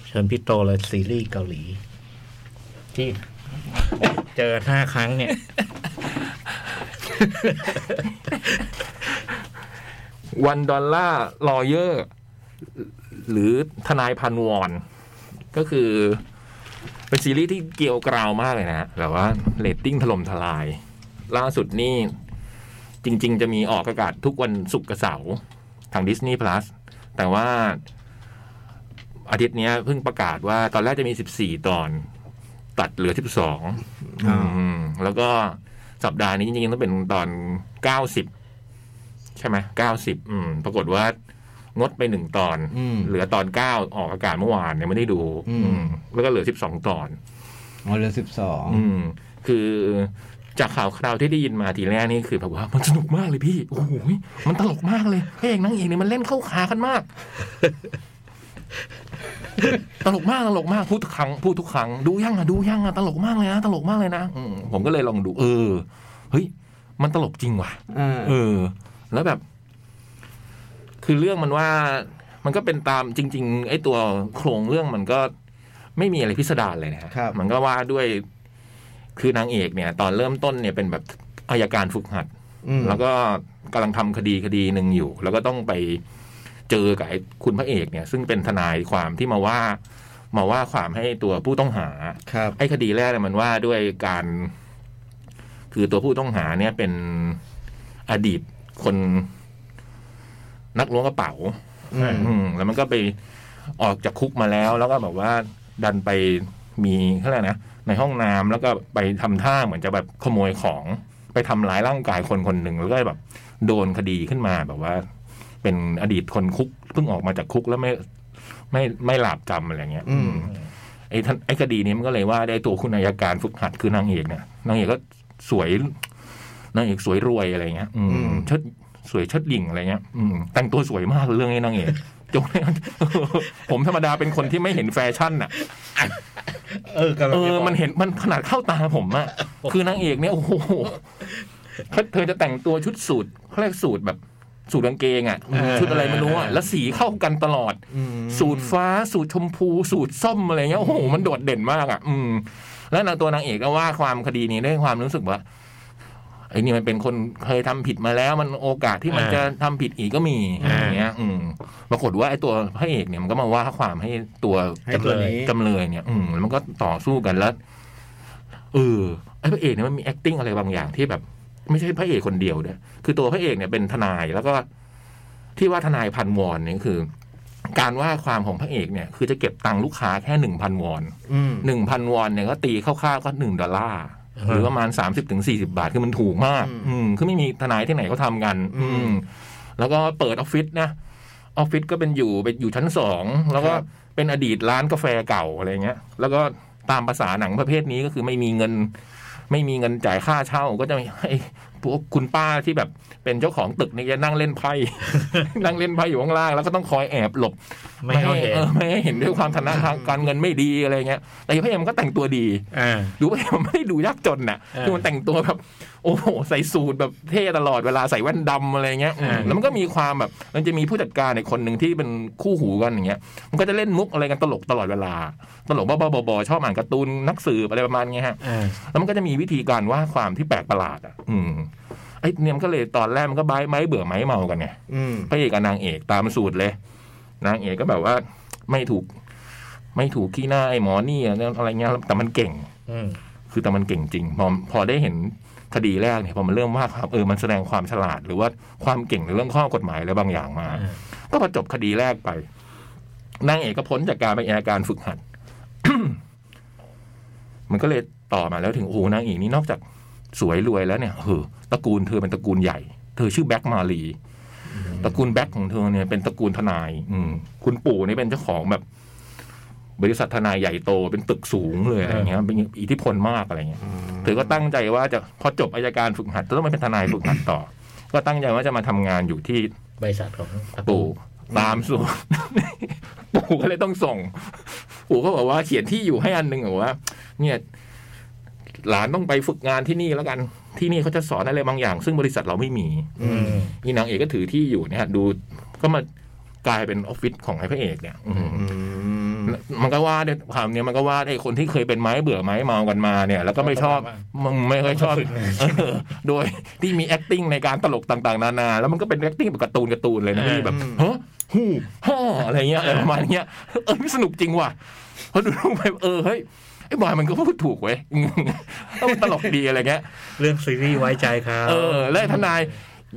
Speaker 4: เชิญพี่โตเลยซีรีส์เกาหลี ที่ เจอห้าครั้งเนี่ย
Speaker 3: วันดอลลาร์ลอเยอร์หรือทนายพันวอน ก็คือ เป็นซีรีส์ที่เกรี่ยวกราวมากเลยนะแบบว่าเรตติ้งถล่มทลาย ล่าสุดนี่ จริง ๆ จะมีออกอากาศทุกวันศุกร์กับเสาร์ทาง Disney Plus แต่ว่า อาทิตย์เนี้ยเพิ่งประกาศว่าตอนแรกจะมี 14 ตอน ตัดเหลือ 12
Speaker 2: อ่า
Speaker 3: อืมแล้วก็สัปดาห์นี้จริงๆต้องเป็นตอน 90 ใช่ไหม90 อืม ปรากฏว่างดไปหนึ่งตอน
Speaker 2: อืม
Speaker 3: เหลือตอน 9 ออกอากาศเมื่อวานเนี่ยไม่ได้ดู
Speaker 2: อืม
Speaker 3: อืม แล้วก็เหลือ 12 ตอน
Speaker 2: อ๋อเหลือสิบสอง
Speaker 3: อืม คือจากข่าวคราวที่ได้ยินมาทีแรกนี่คือแบบว่ามันสนุกมากเลยพี่ โอ้โหยมันตลกมากเลยพระเอกนางเอกเนี่ยมันเล่นเข้าขากันมาก ตลกมากตลกมากพูดทุกครั้งพูดทุกครั้งดูยังอ่ะดูยังอ่ะตลกมากเลยนะตลกมากเลยนะอืมผมก็เลยลองดู เออเฮ้ย มันตลกจริงว่ะ
Speaker 2: อ่า
Speaker 3: เออ แล้วแบบ คือเรื่องมันว่า มันก็เป็นตามจริง ๆ ไอ้ตัวโครงเรื่องมันก็ไม่มีอะไรพิสดารเลยนะฮะมันก็ว่าด้วย คือนางเอกเนี่ย ตอนเริ่มต้นเนี่ยเป็นแบบอายการฝึกหัด
Speaker 2: อืม
Speaker 3: แล้วก็กำลังทำคดีคดีหนึ่งอยู่ แล้วก็ต้องไปเจอกับไอ้คุณพระเอกเนี่ย ซึ่งเป็นทนายความที่มาว่า มาว่าความให้ตัวผู้ต้องหา
Speaker 2: ครับ
Speaker 3: ไอ้คดีแรกเนี่ยมันว่าด้วยการ คือตัวผู้ต้องหาเนี่ยเป็นอดีตคนนักล้วงกระเป๋า
Speaker 2: อืม
Speaker 3: อืมแล้วมันก็ไปออกจากคุกมาแล้ว แล้วก็แบบว่าดันไปมีเขาเรียกอะไรนะในห้องน้ำแล้วก็ไปทำท่าเหมือนจะแบบขโมยของ ไปทำร้ายร่างกายคนคนหนึ่งแล้วก็แบบ โดนคดีขึ้นมาแบบว่า เป็นอดีตคนคุกเพิ่งออกมาจากคุกแล้วไม่ไม่ไม่หลาบจำอะไรเงี้ย
Speaker 2: อืม
Speaker 3: ไอ้ท่านไอ้คดีนี้มันก็เลยว่าได้ตัวคุณอายการฝึกหัดคือนางเอกเนี่ยนางเอกก็สวยนางเอกสวยรวยอะไรเงี้ย อื
Speaker 2: อื
Speaker 3: ม
Speaker 2: ม
Speaker 3: เชิดสวยเชิดหยิ่งอะไรเงี้ย อืมแต่งตัวสวยมากเรื่องไอ้นางเอก จง ผมธรรมดาเป็นคนที่ไม่เห็นแฟชั่นอ่ะ
Speaker 4: เออกำ
Speaker 3: เอ
Speaker 4: ลั
Speaker 3: ง
Speaker 4: จะ
Speaker 3: อ
Speaker 4: บอก
Speaker 3: มันเห็นมันขนาดเข้าตาผมอะคือนางเอกเนี่ยโอ้โหเขาเธอจะแต่งตัวชุดสูทเขาเรียกสูทแบบสูทกางเกงอะชุดอะไรไม่รู้อะแล้วสีเข้ากันตลอด
Speaker 2: อืม
Speaker 3: สูตรฟ้าสูตรชมพู สูตรส้มอะไรเงี้ยโอ้โหมันโดดเด่นมากอ่ะ อืม แล้วนางตัวนางเอกก็ว่าความคดีนี้ด้วยความรู้สึกว่าไอ้นี่มันเป็นคนเคยทำผิดมาแล้ว มันโอกาสที่มันจะทำผิดอีกก็มีอะไรเงี้ย อืมปรากฏว่าไอ้ตัวพระเอกเนี่ยมันก็มาว่าความให้ตัว
Speaker 2: ให้ตัวนี้
Speaker 3: จำเลยเนี่ย อืมแล้วมันก็ต่อสู้กันแล้ว เออ ไอ้พระเอกเนี่ยมันมี acting อะไรบางอย่างที่แบบ ไม่ใช่พระเอกคนเดียวด้วย คือตัวพระเอกเนี่ยเป็นทนายแล้วก็ ที่ว่าทนายพันวอนเนี่ยคือ การว่าความของพระเอกเนี่ย คือจะเก็บตังค์ลูกค้าแค่หนึ่งพันวอน
Speaker 2: อืม
Speaker 3: หนึ่งพันวอนเนี่ยก็ตีคร่าวๆก็หนึ่งดอลลาร์หรือประมาณสามสิบถึงสี่สิบาท คือมันถูกมาก
Speaker 2: อืม
Speaker 3: อืมคือไม่มีทนายที่ไหนเขาทำกัน
Speaker 2: อื
Speaker 3: อื
Speaker 2: ม
Speaker 3: ม แล้วก็เปิดออฟฟิศนะอ ออฟฟิศก็เป็นอยู่เป็นอยู่ชั้นสองแล้วก็
Speaker 2: ครับ
Speaker 3: เป็นอดีตร้านกาแฟเก่าอะไรเงี้ย แล้วก็ตามภาษาหนังประเภทนี้ก็คือไม่มีเงิน ไม่มีเงินจ่ายค่าเช่าก็จะให้พวกคุณป้าที่แบบเป็นเจ้าของตึกนี่จะนั่งเล่น ไพ่ นั่งเล่นไพ่อยู่ข้างล่างแล้วก็ต้องคอยแอบหลบ
Speaker 4: ไม่ให้เห็น
Speaker 3: ออไม่ให้เห็นด้วยความฐานะทางการเงินไม่ดีอะไรเงี้ย แต่พระเอ็มก็แต่งตัวดี
Speaker 4: อ่า
Speaker 3: ดูพระเอ็มไม่ได้ดูยากจนน่ะ
Speaker 4: เออ
Speaker 3: คือมันแต่งตัวแบบ โอ้โหใส่สูทแบบเท่ตลอดเวลาใส่แว่นดำอะไรเงี้ยอืม
Speaker 4: เออ
Speaker 3: แล้วมันก็มีความแบบ มันจะมีผู้จัดการในยคนหนึ่งที่เป็นคู่หูกันอย่างเงี้ย มันก็จะเล่นมุกอะไรกันตลกตลอดเวลา ตลกบ้าๆบอๆชอบอ่านการ์ตูนนักสืบอะไรประมาณเงี้ยฮะ
Speaker 4: อ่า
Speaker 3: แล้วมันก็จะมีวิธีการว่าความที่แปลกประหลาดอ่ะ อืมไอ้เนี่ยมันก็เลยตอนแรกมันก็บายไม้เบื่อไม้เมากันไง
Speaker 2: อืม
Speaker 3: พระเอกกับนางเอกตามสูตรเลย นางเอกก็แบบว่า ไม่ถูก ไม่ถูกขี้หน้าไอ้หมอนี่อะไรเงี้ยแต่มันเก่ง
Speaker 4: อืม
Speaker 3: คือแต่มันเก่งจริง พอพอได้เห็นคดีแรกเนี่ยพอมันเริ่มว่าความเออมันแสดงความฉลาด หรือว่าความเก่งในเรื่องข้อกฎหมายอะไรบางอย่างมา
Speaker 4: อ่า
Speaker 3: ก็พอจบคดีแรกไปนางเอกก็พ้นจากการไปนอาการฝึกหัด มันก็เลยต่อมาแล้วถึงโอ้โหนางเอกนี่นอกจากสวยรวยแล้วเนี่ยเออตระกูลเธอเป็นตระกูลใหญ่ เธอชื่อแบ็กมาลีตระกูลแบ็กของเธอเนี่ยเป็นตระกูลทนาย อืม คุณปู่นี่เป็นเจ้าของแบบ บริษัททนายใหญ่โตเป็นตึกสูงเลยอะไรเงี้ยเป็นอิทธิพลมากอะไรเงี้ย เธอก็ตั้งใจว่าจะพอจบอายการฝึกหัดเธอต้องไปเป็นทนายฝึกหัดต่อ ก็ตั้งใจว่าจะมาทำงานอยู่ที่
Speaker 4: บริษัทของตระกู
Speaker 3: ปู่
Speaker 4: ล
Speaker 3: ตามสูตร ปู่ก็เลยต้องส่ง ปู่ก็บอกว่าเขียนที่อยู่ให้อันหนึ่งบอกว่า เนี่ย หลานต้องไปฝึกงานที่นี่แล้วกัน ที่นี่เขาจะสอนอะไรบางอย่าง ซึ่งบริษัทเราไม่มี
Speaker 4: อืม
Speaker 3: นี่นางเอกก็ถือที่อยู่เนี่ย ดูก็มากลายเป็นออฟฟิศของไอ้พระเอกเนี่ย อืม
Speaker 2: อืม
Speaker 3: มันก็ว่าเนี่ยความเนี้ยมันก็ว่าไอ้คนที่เคยเป็นไม้เบื่อไม้เมากันมาเนี่ย แล้วก็ไม่ชอบมึงไม่เคอยช อบเออโดยที่มี acting ในการตลกต่างๆ นานา แล้วมันก็เป็น acting แบบการ์ตูนการ์ตูนเลยนะ
Speaker 4: เออ
Speaker 3: ที่แบบฮะฮู้ฮ่ออะไรเงี้ยอะไรประมาณเนี้ยเออไม่สนุกจริงว่ะพอดูลงไปเออเฮ้ยไอ้บอยมันก็พูดถูกเว้ย อืมเออมันตลกดีอะไรเงี้ย
Speaker 4: เรื่องซีรีส์ไว้ใจเขา
Speaker 3: เออแล้วไอ้ทนาย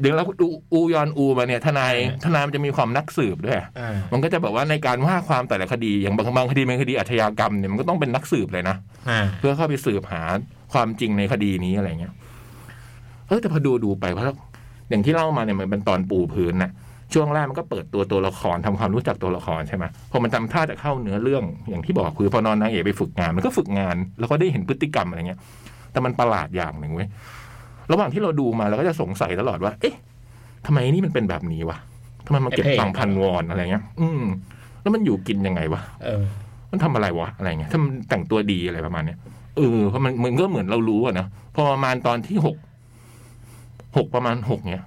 Speaker 3: เดี๋ยวเราดูอูยอนอูมาเนี่ย ทนายทนายมันจะมีความนักสืบด้วย
Speaker 4: อ่า
Speaker 3: มันก็จะแบบว่าในการว่าความแต่ละคดีอย่างบางบางคดีเป็นคดีอาชญากรรมเนี่ยมันก็ต้องเป็นนักสืบเลยนะ
Speaker 4: อ่า
Speaker 3: เพื่อเข้าไปสืบหาความจริงในคดีนี้อะไรเงี้ยเออแต่พอดูดูไปเพราะอย่างที่เล่ามาเนี่ยมันเป็นตอนปูพื้นน่ะช่วงแรกมันก็เปิดตัวตัวละครทำความรู้จักตัวละครใช่ไหมพอมันทำท่าจะเข้าเนื้อเรื่องอย่างที่บอกคือพอนอนนางเอกไปฝึกงาน มันก็ฝึกงาน แล้วก็ได้เห็นพฤติกรรมอะไรเงี้ย แต่มันประหลาดอย่างหนึ่งเว้ยระหว่างที่เราดูมาเราก็จะสงสัยตลอดว่า เอ๊ะทำไมนี่มันเป็นแบบนี้วะทำไมมันเก็บตังค์พันวอนอะไรเงี้ย อืม แล้วมันอยู่กินยังไงวะ
Speaker 4: เออ
Speaker 3: มันทำอะไรวะอะไรเงี้ย ถ้ามันแต่งตัวดีอะไรประมาณเนี้ย เออ เพราะมันมันก็เหมือนเรารู้อะนะ พอประมาณตอนที่หก หกประมาณหกเนี้ย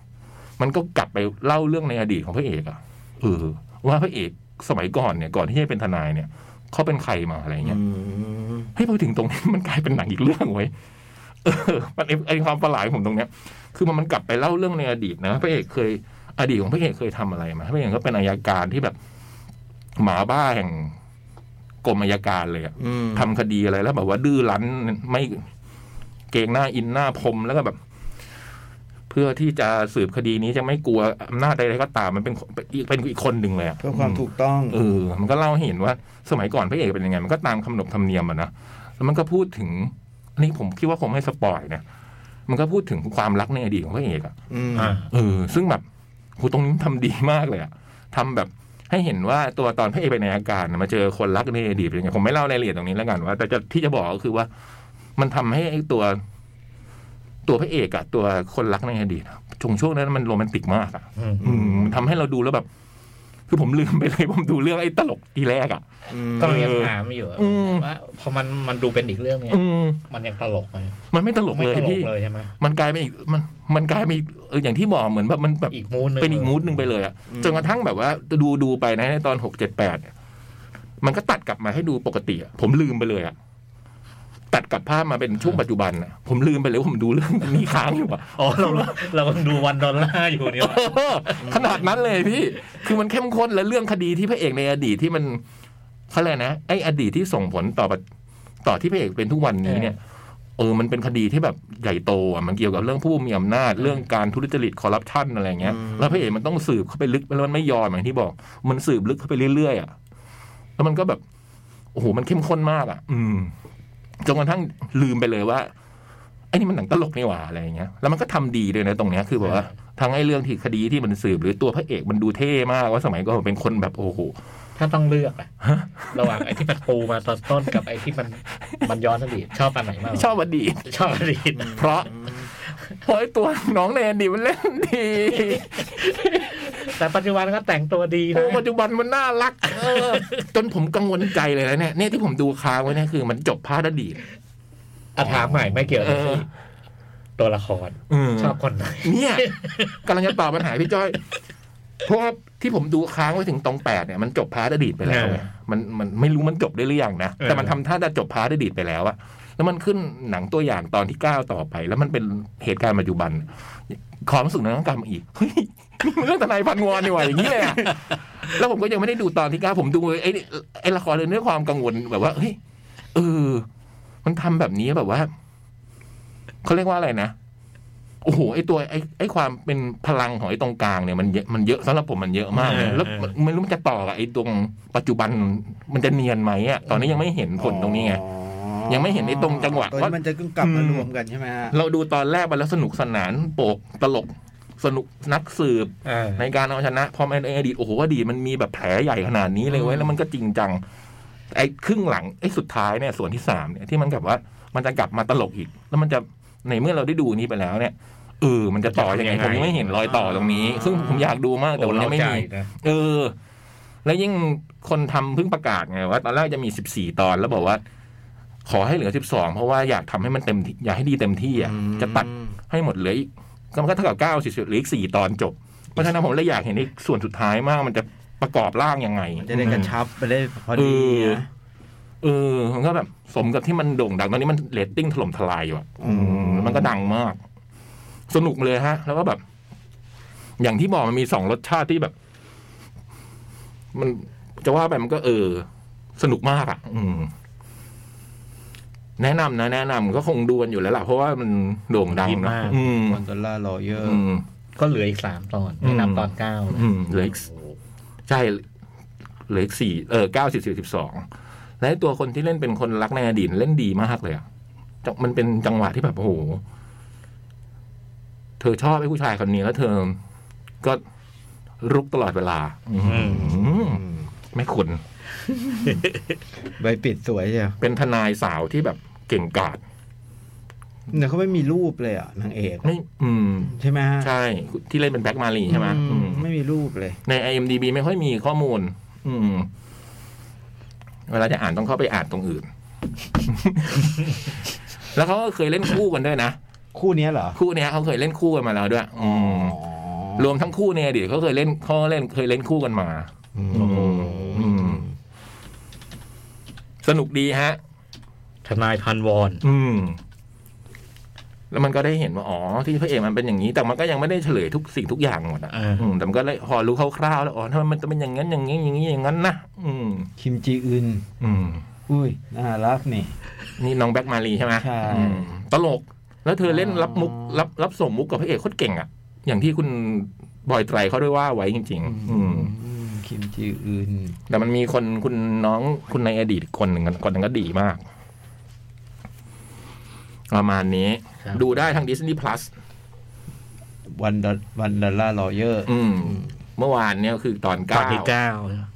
Speaker 3: มันก็กลับไปเล่าเรื่องในอดีตของพระเอกอะเออ ว่าพระเอกสมัยก่อนเนี่ย ก่อนที่จะเป็นทนายเนี่ย เขาเป็นใครมาอะไรเงี้ย เฮ้ยพอถึงตรงนี้ มันกลายเป็นหนังอีกเรื่องเว้ยเออ มันไอ้ไอความประหลาดของผมตรงเนี้ย คือมันมันกลับไปเล่าเรื่องในอดีตนะพระเอกเคยอดีตของพระเอกเคยทำอะไรมาพระเอกก็เป็นอายการที่แบบ หมาบ้าแห่งกรมอายการเลยอะ
Speaker 2: อืม
Speaker 3: ทำคดีอะไรแล้ว แบบว่าดื้อรั้นไม่เกรงหน้าอินหน้าพรมแล้วก็แบบ เพื่อที่จะสืบคดีนี้จะไม่กลัวอำนาจใดๆก็ตามมันเป็นเป็นอีกเป็นอีกคนหนึ่งเลยอะ
Speaker 2: เพื่อความถูกต้อง
Speaker 3: เออ มันก็เล่าให้เห็นว่าสมัยก่อนพระเอกเป็นยังไง มันก็ตามขนบธรรมเนียมอะนะ แล้วมันก็พูดถึง อันนี้ผมคิดว่าคงไม่สปอยนะ มันก็พูดถึงความรักในอดีตของพระเอกอะ
Speaker 2: อืม
Speaker 4: อ่า
Speaker 3: เออ ซึ่งแบบโหตรงนี้มันทำดีมากเลยอะทำแบบให้เห็นว่าตัวตอนพระเอกไปในอาการน่ะมาเจอคนรักในอดีตเป็นยังไง ผมไม่เล่ารายละเอียดตรงนี้แล้วกันว่า แต่จะที่จะบอกก็คือว่า มันทำให้ไอ้ตัว ตัวพระเอกอะตัวคนรักในอดีตอะช่วงช่วงนั้นมันโรแมนติกมากอะ
Speaker 4: อืม
Speaker 3: อืมมันทำให้เราดูแล้วแบบ คือผมลืมไปเลย ผมดูเรื่องไอ้ตลกทีแรกอ่ะ
Speaker 2: อืม
Speaker 4: ก็ยังหาไม่อยู่อะ
Speaker 3: อืม
Speaker 4: ว่าพอมันมันดูเป็นอีกเรื่องเนี่ย
Speaker 3: อืม
Speaker 4: มันยังตลกไหม
Speaker 3: มันไม่ตลก
Speaker 4: ไม่
Speaker 3: เลย
Speaker 4: ตลก
Speaker 3: พี่
Speaker 4: เลยใช่ไหม
Speaker 3: มันกลายเป็นอีกมันมันกลายเป็นอีกเอออย่างที่บอกเหมือนแบบมันแบบ
Speaker 4: อีกมูดหนึง
Speaker 3: เป็นอีกมูดหนึ่งไปเลยอ่ะ
Speaker 2: อืม
Speaker 3: จนกระทั่งแบบว่าดูดูไปนะในตอนหกเจ็ดแปดมันก็ตัดกลับมาให้ดูปกติอะผมลืมไปเลยอ่ะตัดกลับภาพมาเป็นช่วงปัจจุบันอ่ะ ผมลืมไปเลยว่าผมดูเรื่องนี้ค้างอยู่อ่ะ
Speaker 4: อ๋อเราเราดูวันดอลลาร์อยู่เนี่ย
Speaker 3: เออขนาดนั้นเลยพี่ คือมันเข้มข้นและเรื่องคดีที่พระเอกในอดีตที่มันเขาเรียกนะ ไอ้อดีตที่ส่งผลต่อปะต่อที่พระเอกเป็นทุกวันนี้เนี่ย เออ มันเป็นคดีที่แบบใหญ่โตอ่ะ มันเกี่ยวกับเรื่องผู้มีอำนาจ เรื่องการทุจริตคอร์รัปชันอะไรเงี้ย
Speaker 2: อืม
Speaker 3: แล้วพระเอกมันต้องสืบเข้าไปลึกแล้วมันไม่ยอมอย่างที่บอก มันสืบลึกเข้าไปเรื่อยๆอ่ะ แล้วมันก็แบบ โอ้โห มันเข้มข้นมากอ่ะ อืม จนกระทั่งลืมไปเลยว่า ไอ้นี่มันหนังตลกนี่หว่าอะไรอย่างเงี้ย แล้วมันก็ทำดีเลยนะตรงเนี้ย คือแบบว่า
Speaker 4: ใช่
Speaker 3: เ ทั้งไอ้เรื่องที่คดีที่มันสืบหรือตัวพระเอกมันดูเท่มากว่าสมัยก่อนมันเป็นคนแบบโอ้โห
Speaker 4: ถ้าต้องเลือกอะระหว่างไอ้ที่มันปูมาตอนต้นกับไอ้ที่มันมันย้อนอดีตชอบอันไหนมากกว่า
Speaker 3: ชอบอดีต
Speaker 4: ชอบอดีต
Speaker 3: เพราะเพราะไอ้ตัวน้องในอดีตมันเล่นดี
Speaker 4: แต่ปัจจุบันก็แต่งตัวดีนะ
Speaker 3: โอ้ปัจจุบันมันน่ารักเออจนผมกังวลใจเลยนะเนี่ยเนี่ยที่ผมดูค้างไว้เนี่ยคือมันจบพาดอดีต
Speaker 4: อ่ะถามใหม่ไม่เกี่ยวกับ
Speaker 3: เออ
Speaker 4: ตัวละครชอบคนไหน
Speaker 3: เนี่ยกำลังจะตอบปัญหาพี่จ้อย เพราะว่าที่ผมดูค้างไว้ถึงตรงแปดเนี่ยมันจบพาร์ทอดีตไปแล้วไงมันมันไม่รู้มันจบได้หรือยังนะแต่มันทำท่าจะจบพาร์ทอดีตไปแล้วอะแล้วมันขึ้นหนังตัวอย่างตอนที่เก้าต่อไป แล้วมันเป็นเหตุการณ์ปัจจุบัน ความรู้สึกนั้นต้องกลับมาอีกเฮ้ยนี่มันเรื่องทนายพันวอนนี่หว่าอย่างนี้เลยอะแล้วผมก็ยังไม่ได้ดูตอนที่เก้าผมดูไอ้นี่ไอ้ละครเรื่องด้วยความกังวลแบบว่าเฮ้ยเออ มันทำแบบนี้แบบว่าเขาเรียกว่าอะไรนะ โอ้โหไอตัวไอไอความเป็นพลังของไอตรงกลางเนี่ยมันเยอะมันเยอะสำหรับผมมันเยอะมากเลยแล้วมันไม่รู้มันจะต่อกับไอตรงปัจจุบันมันจะเนียนไหมอ่ะตอนนี้ยังไม่เห็นผลตรงนี้ไง
Speaker 2: อ๋อ
Speaker 3: ยังไม่เห็นไอ้ตรงจังหวะ
Speaker 2: ตอน
Speaker 3: ว่า
Speaker 2: นี้มันจะกลับมา
Speaker 3: อืม
Speaker 2: รวมกันใช่ไหมฮะ
Speaker 3: เราดูตอนแรกมันแล้วสนุกสนานโปกตลกสนุกนักสืบ
Speaker 4: เออ
Speaker 3: ในการเอาชนะพอมันในอดีตโอ้โหอดีตมันมีแบบแผลใหญ่ขนาดนี้เลยเว้ยแล้วมันก็จริงจัง ไอ้ครึ่งหลังไอ้สุดท้ายเนี่ยส่วนที่สามเนี่ยที่มันกลับว่า มันจะกลับมาตลกอีก แล้วมันจะในเมื่อเราได้ดูนี้ไปแล้วเนี่ยเออมันจะต่อยังไง
Speaker 4: มันจะ
Speaker 3: ผ
Speaker 4: ทำยัง
Speaker 3: มยัง
Speaker 4: ไง
Speaker 3: ไม่เห็นรอยต่อตรงนี้
Speaker 2: อ่า
Speaker 3: ซึ่งผมอยากดูมากแต่
Speaker 4: โอ้
Speaker 3: วัน
Speaker 4: เรา
Speaker 3: นี้ไม่
Speaker 4: ใจ
Speaker 3: มี
Speaker 4: นะ
Speaker 3: เออ แล้วยิ่งคนทำเพิ่งประกาศไงว่า ตอนแรกจะมีสิบสี่ตอนแล้วบอกว่า ขอให้เหลือสิบสองเพราะว่าอยากทำให้มันเต็มที่อยากให้ดีเต็มที่อ่ะจะตัด ให้หมดเหลืออีกก็มันก็เท่ากับเก้าสิบเหลืออีกสี่ตอนจบ เพราะฉะนั้นผมเลยอยากเห็นไอ้ส่วนสุดท้ายมากมันจะประกอบร่างยังไง
Speaker 2: มันจะได้กระชับไปได้พอดี
Speaker 3: เออ
Speaker 2: นะ
Speaker 3: เออมันก็แบบสมกับที่มันโด่งดังตอนนี้มันเรตติ้งถล่มทลายอยู่อะอืมมันก็ดังมาก สนุกเลยฮะ แล้วก็แบบ อย่างที่บอกมันมีสองรสชาติที่แบบ มันจะว่าไปมันก็เออ สนุกมากอะอืม แนะนำนะแนะนำก็คงดูกันอยู่แล้วล่ะเพราะว่ามันโด่งดัง
Speaker 4: ดี
Speaker 3: เนอะ
Speaker 4: มาก
Speaker 3: อืม
Speaker 2: คอนโดล่าลอเยอร์
Speaker 3: อืม
Speaker 4: ก็เหลืออีกสามตอนไม่นับตอนเก้านะ
Speaker 3: อืมเหลืออีก ใช่เหลืออีกสี่เออเก้าสิบสิบสองและไอ้ตัวคนที่เล่นเป็นคนรักในอดีตเล่นดีมากเลยอะจังมันเป็นจังหวะที่แบบโอ้โห เธอชอบไอ้ผู้ชายคนนี้แล้วเธอ ก็รุกตลอดเวลา อืมแม่คุณ
Speaker 2: ใบปิดสวยใช่ไหม
Speaker 3: เป็นทนายสาวที่แบบเก่งกาจ
Speaker 2: เนี่ยเขาไม่มีรูปเลยอ่ะนางเอกอะ
Speaker 3: ไม่ อืม
Speaker 2: ใช่ไหมฮะ
Speaker 3: ใช่ ที่เล่นเป็นแบ็กมาลีใช่ไหม
Speaker 2: อื
Speaker 3: อื
Speaker 2: ม
Speaker 3: ม
Speaker 2: ไม่มีรูปเลย
Speaker 3: ใน IMDB ไม่ค่อยมีข้อมูล อืม เวลาจะอ่านต้องเข้าไปอ่านตรงอื่น แล้วเขาก็เคยเล่นคู่กันด้วยนะ
Speaker 2: คู่เนี้ยเหรอ
Speaker 3: คู่เนี้ยเขาเคยเล่นคู่กันมาแล้วด้วย อืม รวมทั้งคู่ในอดีตเขาเคยเล่นเขาก็เล่นเคยเล่นคู่กันมา อืมอืม สนุกดีฮะ
Speaker 4: ทนายพันวอน
Speaker 3: อืม แล้วมันก็ได้เห็นว่า อ๋อ ที่พระเอกมันเป็นอย่างนี้ แต่มันก็ยังไม่ได้เฉลยทุกสิ่งทุกอย่างหมดอ่ะ
Speaker 4: อ่า
Speaker 3: อืมแต่มันก็เลยพอรู้คร่าวๆแล้ว อ๋อถ้ามันจะเป็นอย่างนั้นอย่างนี้อย่างนี้อย่างนั้นนะ อืม
Speaker 2: คิมจีอึน
Speaker 3: อืม
Speaker 2: อุ้ยน่ารักนี่
Speaker 3: นี่น้องแบ็กมาลีใช่ไหม
Speaker 2: ใช่
Speaker 3: อืมตลก แล้วเธอเล่น
Speaker 2: อ๋อ
Speaker 3: รับมุกรับรับส่งมุกกับพระเอกโคตรเก่งอ่ะ อย่างที่คุณบอยไตรเขาด้วยว่าไว้จริง ๆ อืม
Speaker 2: อืมคิมจีอึน
Speaker 3: แต่มันมีคนคุณน้องคุณในอดีตอีกคนหนึ่งคนนั้นก็ดีมาก ประมาณนี้
Speaker 4: ครับ
Speaker 3: ดูได้ทาง Disney Plus
Speaker 2: วันดอวันดอลล่าลอเยอร์
Speaker 3: อืม เมื่อวานเนี่ยคือตอน
Speaker 4: ตอ
Speaker 3: เก้าน
Speaker 4: ที่เก้า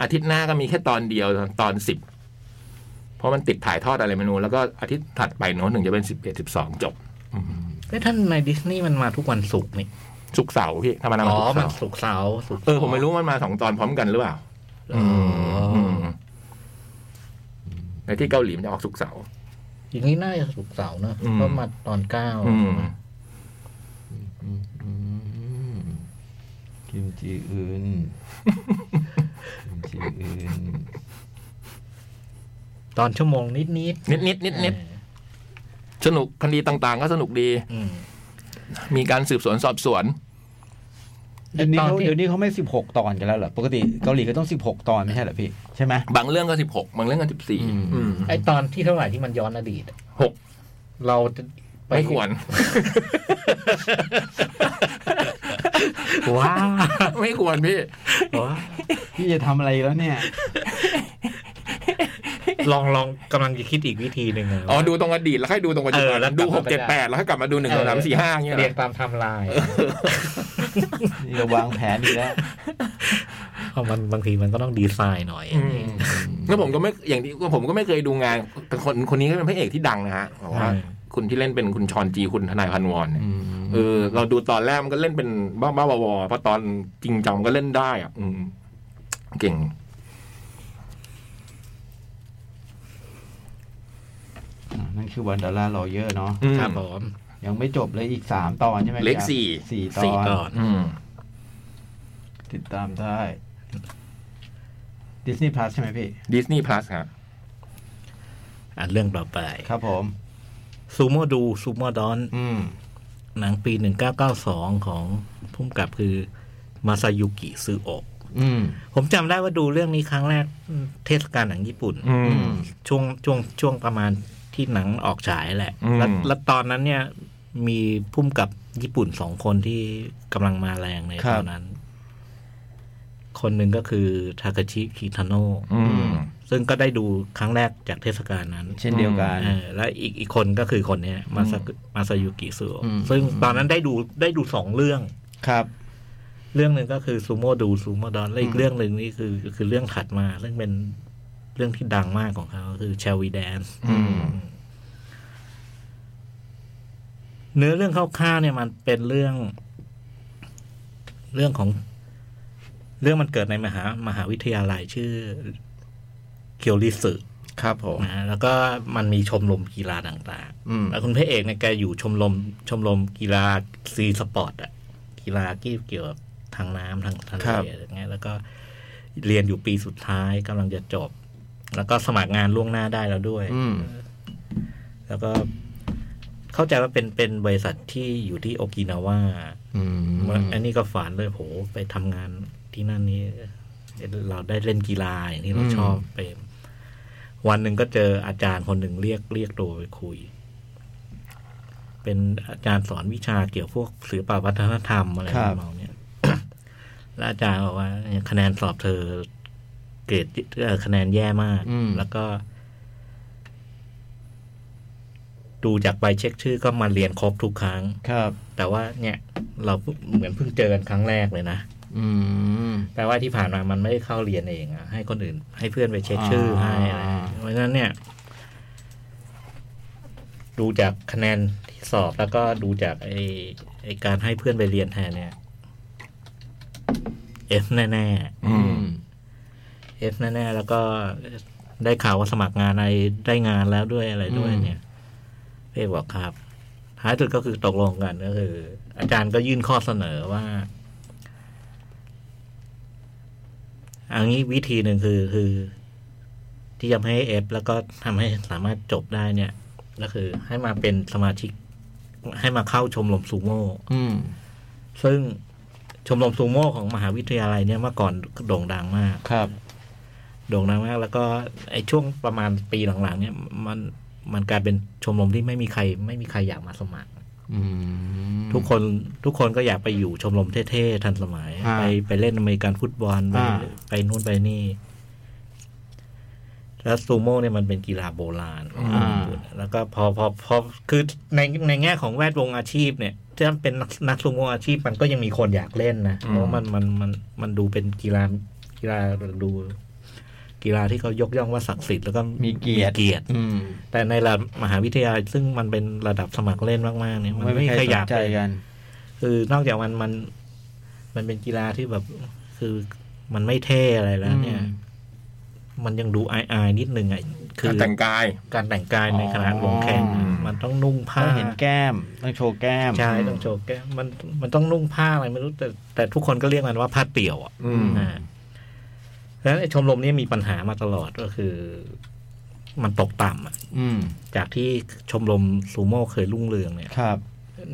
Speaker 3: อาทิตย์หน้าก็มีแค่ตอนเดียวตอนสิบเพราะมันติดถ่ายทอดอะไรไม่รู้แล้วก็อาทิตย์ถัดไปโน้นถึงจะเป็นสิบเอ็ดสิบสองจบ
Speaker 4: ไอ้ยท่านในดิสนีย์มันมาทุกวันศุกร์นี่
Speaker 3: สุกร์เสาร์พี่ถ้ามัน
Speaker 4: อ๋
Speaker 3: นำ
Speaker 4: อ
Speaker 3: สุกร์
Speaker 4: มั
Speaker 3: เสาน ร์
Speaker 4: ศุกร์เสาร์ศุกร์
Speaker 3: เออ ผมไม่รู้มันมาสองตอนพร้อมกันหรือเปล่า
Speaker 4: อ๋ออ
Speaker 3: มในที่เกาหลีมันจะออกสุกร์เสาร์
Speaker 4: อย่างนี้น่าจะศุกร์เสาร์เนอะ
Speaker 3: อืม
Speaker 4: เพราะมาตอนเก้า
Speaker 3: อืม
Speaker 2: คิมจีอึนคิมจีอึน
Speaker 4: ตอนชั่วโมงนิดนิด
Speaker 3: นิดนิดนิดนิดสนุกคดีต่างๆ ก็สนุกดี
Speaker 4: ๆอืม
Speaker 3: มีการสืบสวนสอบสวน
Speaker 2: เดี๋ยวนี้
Speaker 4: ตอน
Speaker 2: เขา
Speaker 4: ที่
Speaker 2: เดี๋ยวนี้เขาไม่สิบหกตอนกันแล้วเหรอ ปกติเกาหลีก็ต้องสิบหกตอนไม่ใช่เหรอพี่ ใช่ไหม
Speaker 3: บางเรื่องก็สิบหกบางเรื่องก็สิบสี่
Speaker 2: อืม
Speaker 4: ไอ้ตอนที่เท่าไหร่ที่มันย้อนอดีตอะ
Speaker 3: หก
Speaker 4: เราจะป
Speaker 3: ไม่ควร
Speaker 4: ว้าว
Speaker 3: ไม่ควร พี่
Speaker 4: ว้าว
Speaker 2: พี่จะทำอะไรแล้วเนี่ย
Speaker 4: ลองลองกำลังจะคิดอีกวิธีหนึ่งะ
Speaker 3: อ๋อ ดูตรงอดีตแล้วค่อยดูตรงปัจจุบั
Speaker 4: เออแล้ว
Speaker 3: น
Speaker 4: กลั
Speaker 3: ดู
Speaker 4: บ
Speaker 3: ห
Speaker 4: มาก
Speaker 3: เจ็ดแปดแล้วค่อยกลับมาดูหนึ่งสองสามสี่ห้าอย่างเงี้ยเหร
Speaker 4: เรีย
Speaker 3: อง
Speaker 4: ตามไทำลาย
Speaker 2: นี่ก็วางแผนอีกแล้ว
Speaker 4: เพราะมันบางทีมันก็ต้องดีไซน์หน่อย
Speaker 3: อืมแล้วผมก็ไม่อย่างที่ผมก็ไม่เคยดูงานแต่คนคนนี้ก็เป็นพระเอกที่ดังนะฮะบอกว่าคุณที่เล่นเป็นคุณชอนจีคุณทนายพันวอนเนี่ย เออเราดูตอนแรกมันก็เล่นเป็นบ้าบ้าๆบอๆพอตอนจริงจังมันก็เล่นได้อ่ะ อืม เก่ง
Speaker 2: อ่ะนั่นคือวันดอลลาร์ลอเยอร์เนาะ
Speaker 3: อืม
Speaker 4: ครับผม
Speaker 2: ยังไม่จบเลยอีกสามตอนใช่ไหม
Speaker 3: เหล็ก
Speaker 2: จ๊ะ
Speaker 3: สี่
Speaker 2: สี่ต
Speaker 4: สี่
Speaker 2: อน
Speaker 4: ตอน
Speaker 3: อืม
Speaker 2: ติดตามได้ดิสนีย์พลัสใช่ไหมพี่
Speaker 3: ดิสนีย์พลัสฮะ
Speaker 4: อ่ะเรื่องต่อไป
Speaker 2: ครับผม
Speaker 4: ซูโม่ดูซูโม่ดอน
Speaker 2: อืม
Speaker 4: หนังปี 1992 ของพุ่มกับคือมาซายุกิซึโอะ
Speaker 2: อืม
Speaker 4: ผมจำได้ว่าดูเรื่องนี้ครั้งแรกเทศกาลหนังญี่ปุ่น
Speaker 3: อื
Speaker 2: อื
Speaker 3: ม
Speaker 2: ม
Speaker 4: ช่วงช่วงช่วงประมาณที่หนังออกฉายแหละ
Speaker 3: อืม
Speaker 4: แล้วแล้วตอนนั้นเนี่ย มีพุ่มกับญี่ปุ่นสองคนที่กำลังมาแรงใน
Speaker 2: ครั
Speaker 4: ต
Speaker 2: บ
Speaker 4: อนนั้น คนหนึ่งก็คือทาคาชิคิทาโน่
Speaker 3: อืม
Speaker 4: ซึ่งก็ได้ดูครั้งแรกจากเทศกาลนั้น
Speaker 2: เช่นเดียวกัน
Speaker 4: เออและอีกอีกคนก็คือคนเนี้ยมาซากุมาซายุกิซูโอะ
Speaker 2: อืม
Speaker 4: ซึ่งตอนนั้นได้ดูได้ดูสองเรื่อง
Speaker 2: ครับ
Speaker 4: เรื่องหนึ่งก็คือซูโม่ดูซูโม่ดอนและอี
Speaker 2: อื
Speaker 4: ก
Speaker 2: ม
Speaker 4: เรื่องหนึ่งนี่คือคือเรื่องถัดมา ซึ่งเป็นเรื่องที่ดังมากของเขาคือ Shall We Dance
Speaker 3: อืม
Speaker 4: เนื้อเรื่องคร่าวๆเนี่ยมันเป็นเรื่อง เรื่องของ เรื่องมันเกิดในมหามหาวิทยาลัยชื่อเคียวริสึ
Speaker 2: ครับผม
Speaker 4: นะฮะแล้วก็มันมีชมรมกีฬาต่าง ๆ
Speaker 2: อืม
Speaker 4: แล้วคุณพระเอกเนี่ยแกอยู่ชมรมชมรมกีฬาซีสปอร์ตอะกีฬาที่เกี่ยวกับทางน้ำทางทะเล
Speaker 2: ครับ
Speaker 4: อะไรเงี้ยแล้วก็เรียนอยู่ปีสุดท้ายกำลังจะจบ แล้วก็สมัครงานล่วงหน้าได้แล้วด้วย
Speaker 2: อืม
Speaker 4: แล้วก็เข้าใจว่าเป็นเป็นบริษัทที่อยู่ที่โอกินาวา
Speaker 2: อืม
Speaker 4: อันนี้ก็ฝันเลยโหไปทำงานที่นั่นนี่เราได้เล่นกีฬาอย่างที่เรา
Speaker 3: อืม
Speaker 4: ชอบไปวันหนึ่งก็เจออาจารย์คนหนึ่งเรียกเรียกตัวไปคุย เป็นอาจารย์สอนวิชาเกี่ยวพวกศิลปวัฒนธรรมอะไร
Speaker 2: ครั
Speaker 4: ทำ
Speaker 2: บ
Speaker 4: นองเนี้ย แล้วอาจารย์บอกว่าเนี่ยคะแนนสอบเธอ เกรดเอ่อคะแนนแย่มาก
Speaker 2: อืม
Speaker 4: แล้วก็ ดูจากใบเช็คชื่อก็มาเรียนครบทุกครั้ง
Speaker 2: ครับ
Speaker 4: แต่ว่าเนี่ย เราเพิ่งเหมือนเพิ่งเจอกันครั้งแรกเลยนะ
Speaker 2: อืม
Speaker 4: แปลว่าที่ผ่านมามันไม่ได้เข้าเรียนเองอะให้คนอื่น ให้เพื่อนไปเช็คชื่อให้อะไร
Speaker 2: อ่า
Speaker 4: เพราะฉะนั้นเนี่ย ดูจากคะแนนที่สอบแล้วก็ดูจากไอไอการให้เพื่อนไปเรียนแทนเนี่ยเอฟแน่
Speaker 3: อืม
Speaker 4: ๆเอฟแน่ๆแล้วก็ได้ข่าวว่าสมัครงานอะไรได้งานแล้วด้วยอะไรด้วย เนี่ยเพ่บอกครับ ท้ายสุดก็คือตกลงกันก็คือ อาจารย์ก็ยื่นข้อเสนอว่า อันนี้วิธีหนึ่งคือคือ ที่จะให้เอฟแล้วก็ทำให้สามารถจบได้เนี่ย ก็คือให้มาเป็นสมาชิก ให้มาเข้าชมรมซูโม่
Speaker 2: อืม
Speaker 4: ซึ่งชมรมซูโม่ของมหาวิทยาลัยเนี่ยเมื่อก่อนโด่งดังมาก
Speaker 2: ครับ
Speaker 4: โด่งดังมาก แล้วก็ไอ้ช่วงประมาณปีหลังๆ เนี่ย มันมันกลายเป็นชมรมที่ไม่มีใคร ไม่มีใครอยากมาสมัคร
Speaker 2: อืม
Speaker 4: ทุกคนทุกคนก็อยากไปอยู่ชมรมเท่ๆทันสมัย
Speaker 2: อ่า
Speaker 4: ไปไปเล่นอเมริกันฟุตบอลไป
Speaker 2: อ่า
Speaker 4: ไปนู่นไปนี่ แล้วซูโม่เนี่ยมันเป็นกีฬาโบราณของญี่ปุ่นแล้วก็พอพอพอคือในในแง่ของแวดวงอาชีพเนี่ยถ้าเป็นนักนักซูโม่อาชีพมันก็ยังมีคนอยากเล่นนะ
Speaker 3: อืม
Speaker 4: เพราะมันมันมันมันดูเป็นกีฬากีฬาดู กีฬาที่เขายกย่องว่าศักดิ์สิทธิ์แล้วก็
Speaker 2: มีเกียรติ
Speaker 4: เกียรติ
Speaker 2: อืม
Speaker 4: แต่ในระดับมหาวิทยาลัยซึ่งมันเป็นระดับสมัครเล่นมากๆเนี่ยมัน
Speaker 2: ไม่
Speaker 4: ไม่
Speaker 2: มี
Speaker 4: มี
Speaker 2: ใค
Speaker 4: ใค
Speaker 2: ร
Speaker 4: ร
Speaker 2: ส
Speaker 4: อน ยาก
Speaker 2: ใจ
Speaker 4: เล่น
Speaker 2: กัน
Speaker 4: คือนอกจากมันมันมันเป็นกีฬาที่แบบ คือมันไม่เท่อะไรแล้ว เนี่ย มันยังดูอายอายๆนิดนึงไงคื
Speaker 3: การ
Speaker 4: อ
Speaker 3: แต่งกาย
Speaker 4: การแต่งกายในขณะลงแข่ง
Speaker 3: อ๋อ
Speaker 4: มันต้องนุ่งผ้า
Speaker 2: ต้องเห็นแก้ม ต้องโชว์แก้ม
Speaker 4: ใช่ต้องโชว์แก้มมันมันต้องนุ่งผ้าอะไรไม่รู้แต่แต่ทุกคนก็เรียกมันว่าผ้าเตี่ยวอ่ะ
Speaker 3: อืม
Speaker 4: อ่าเพราะฉะนั้นไอ้ชมรมนี้มีปัญหามาตลอดก็คือ มันตกต่ำอะ
Speaker 2: อืม
Speaker 4: จากที่ชมรมซูโม่เคยรุ่งเรืองเนี่ย
Speaker 2: ครับ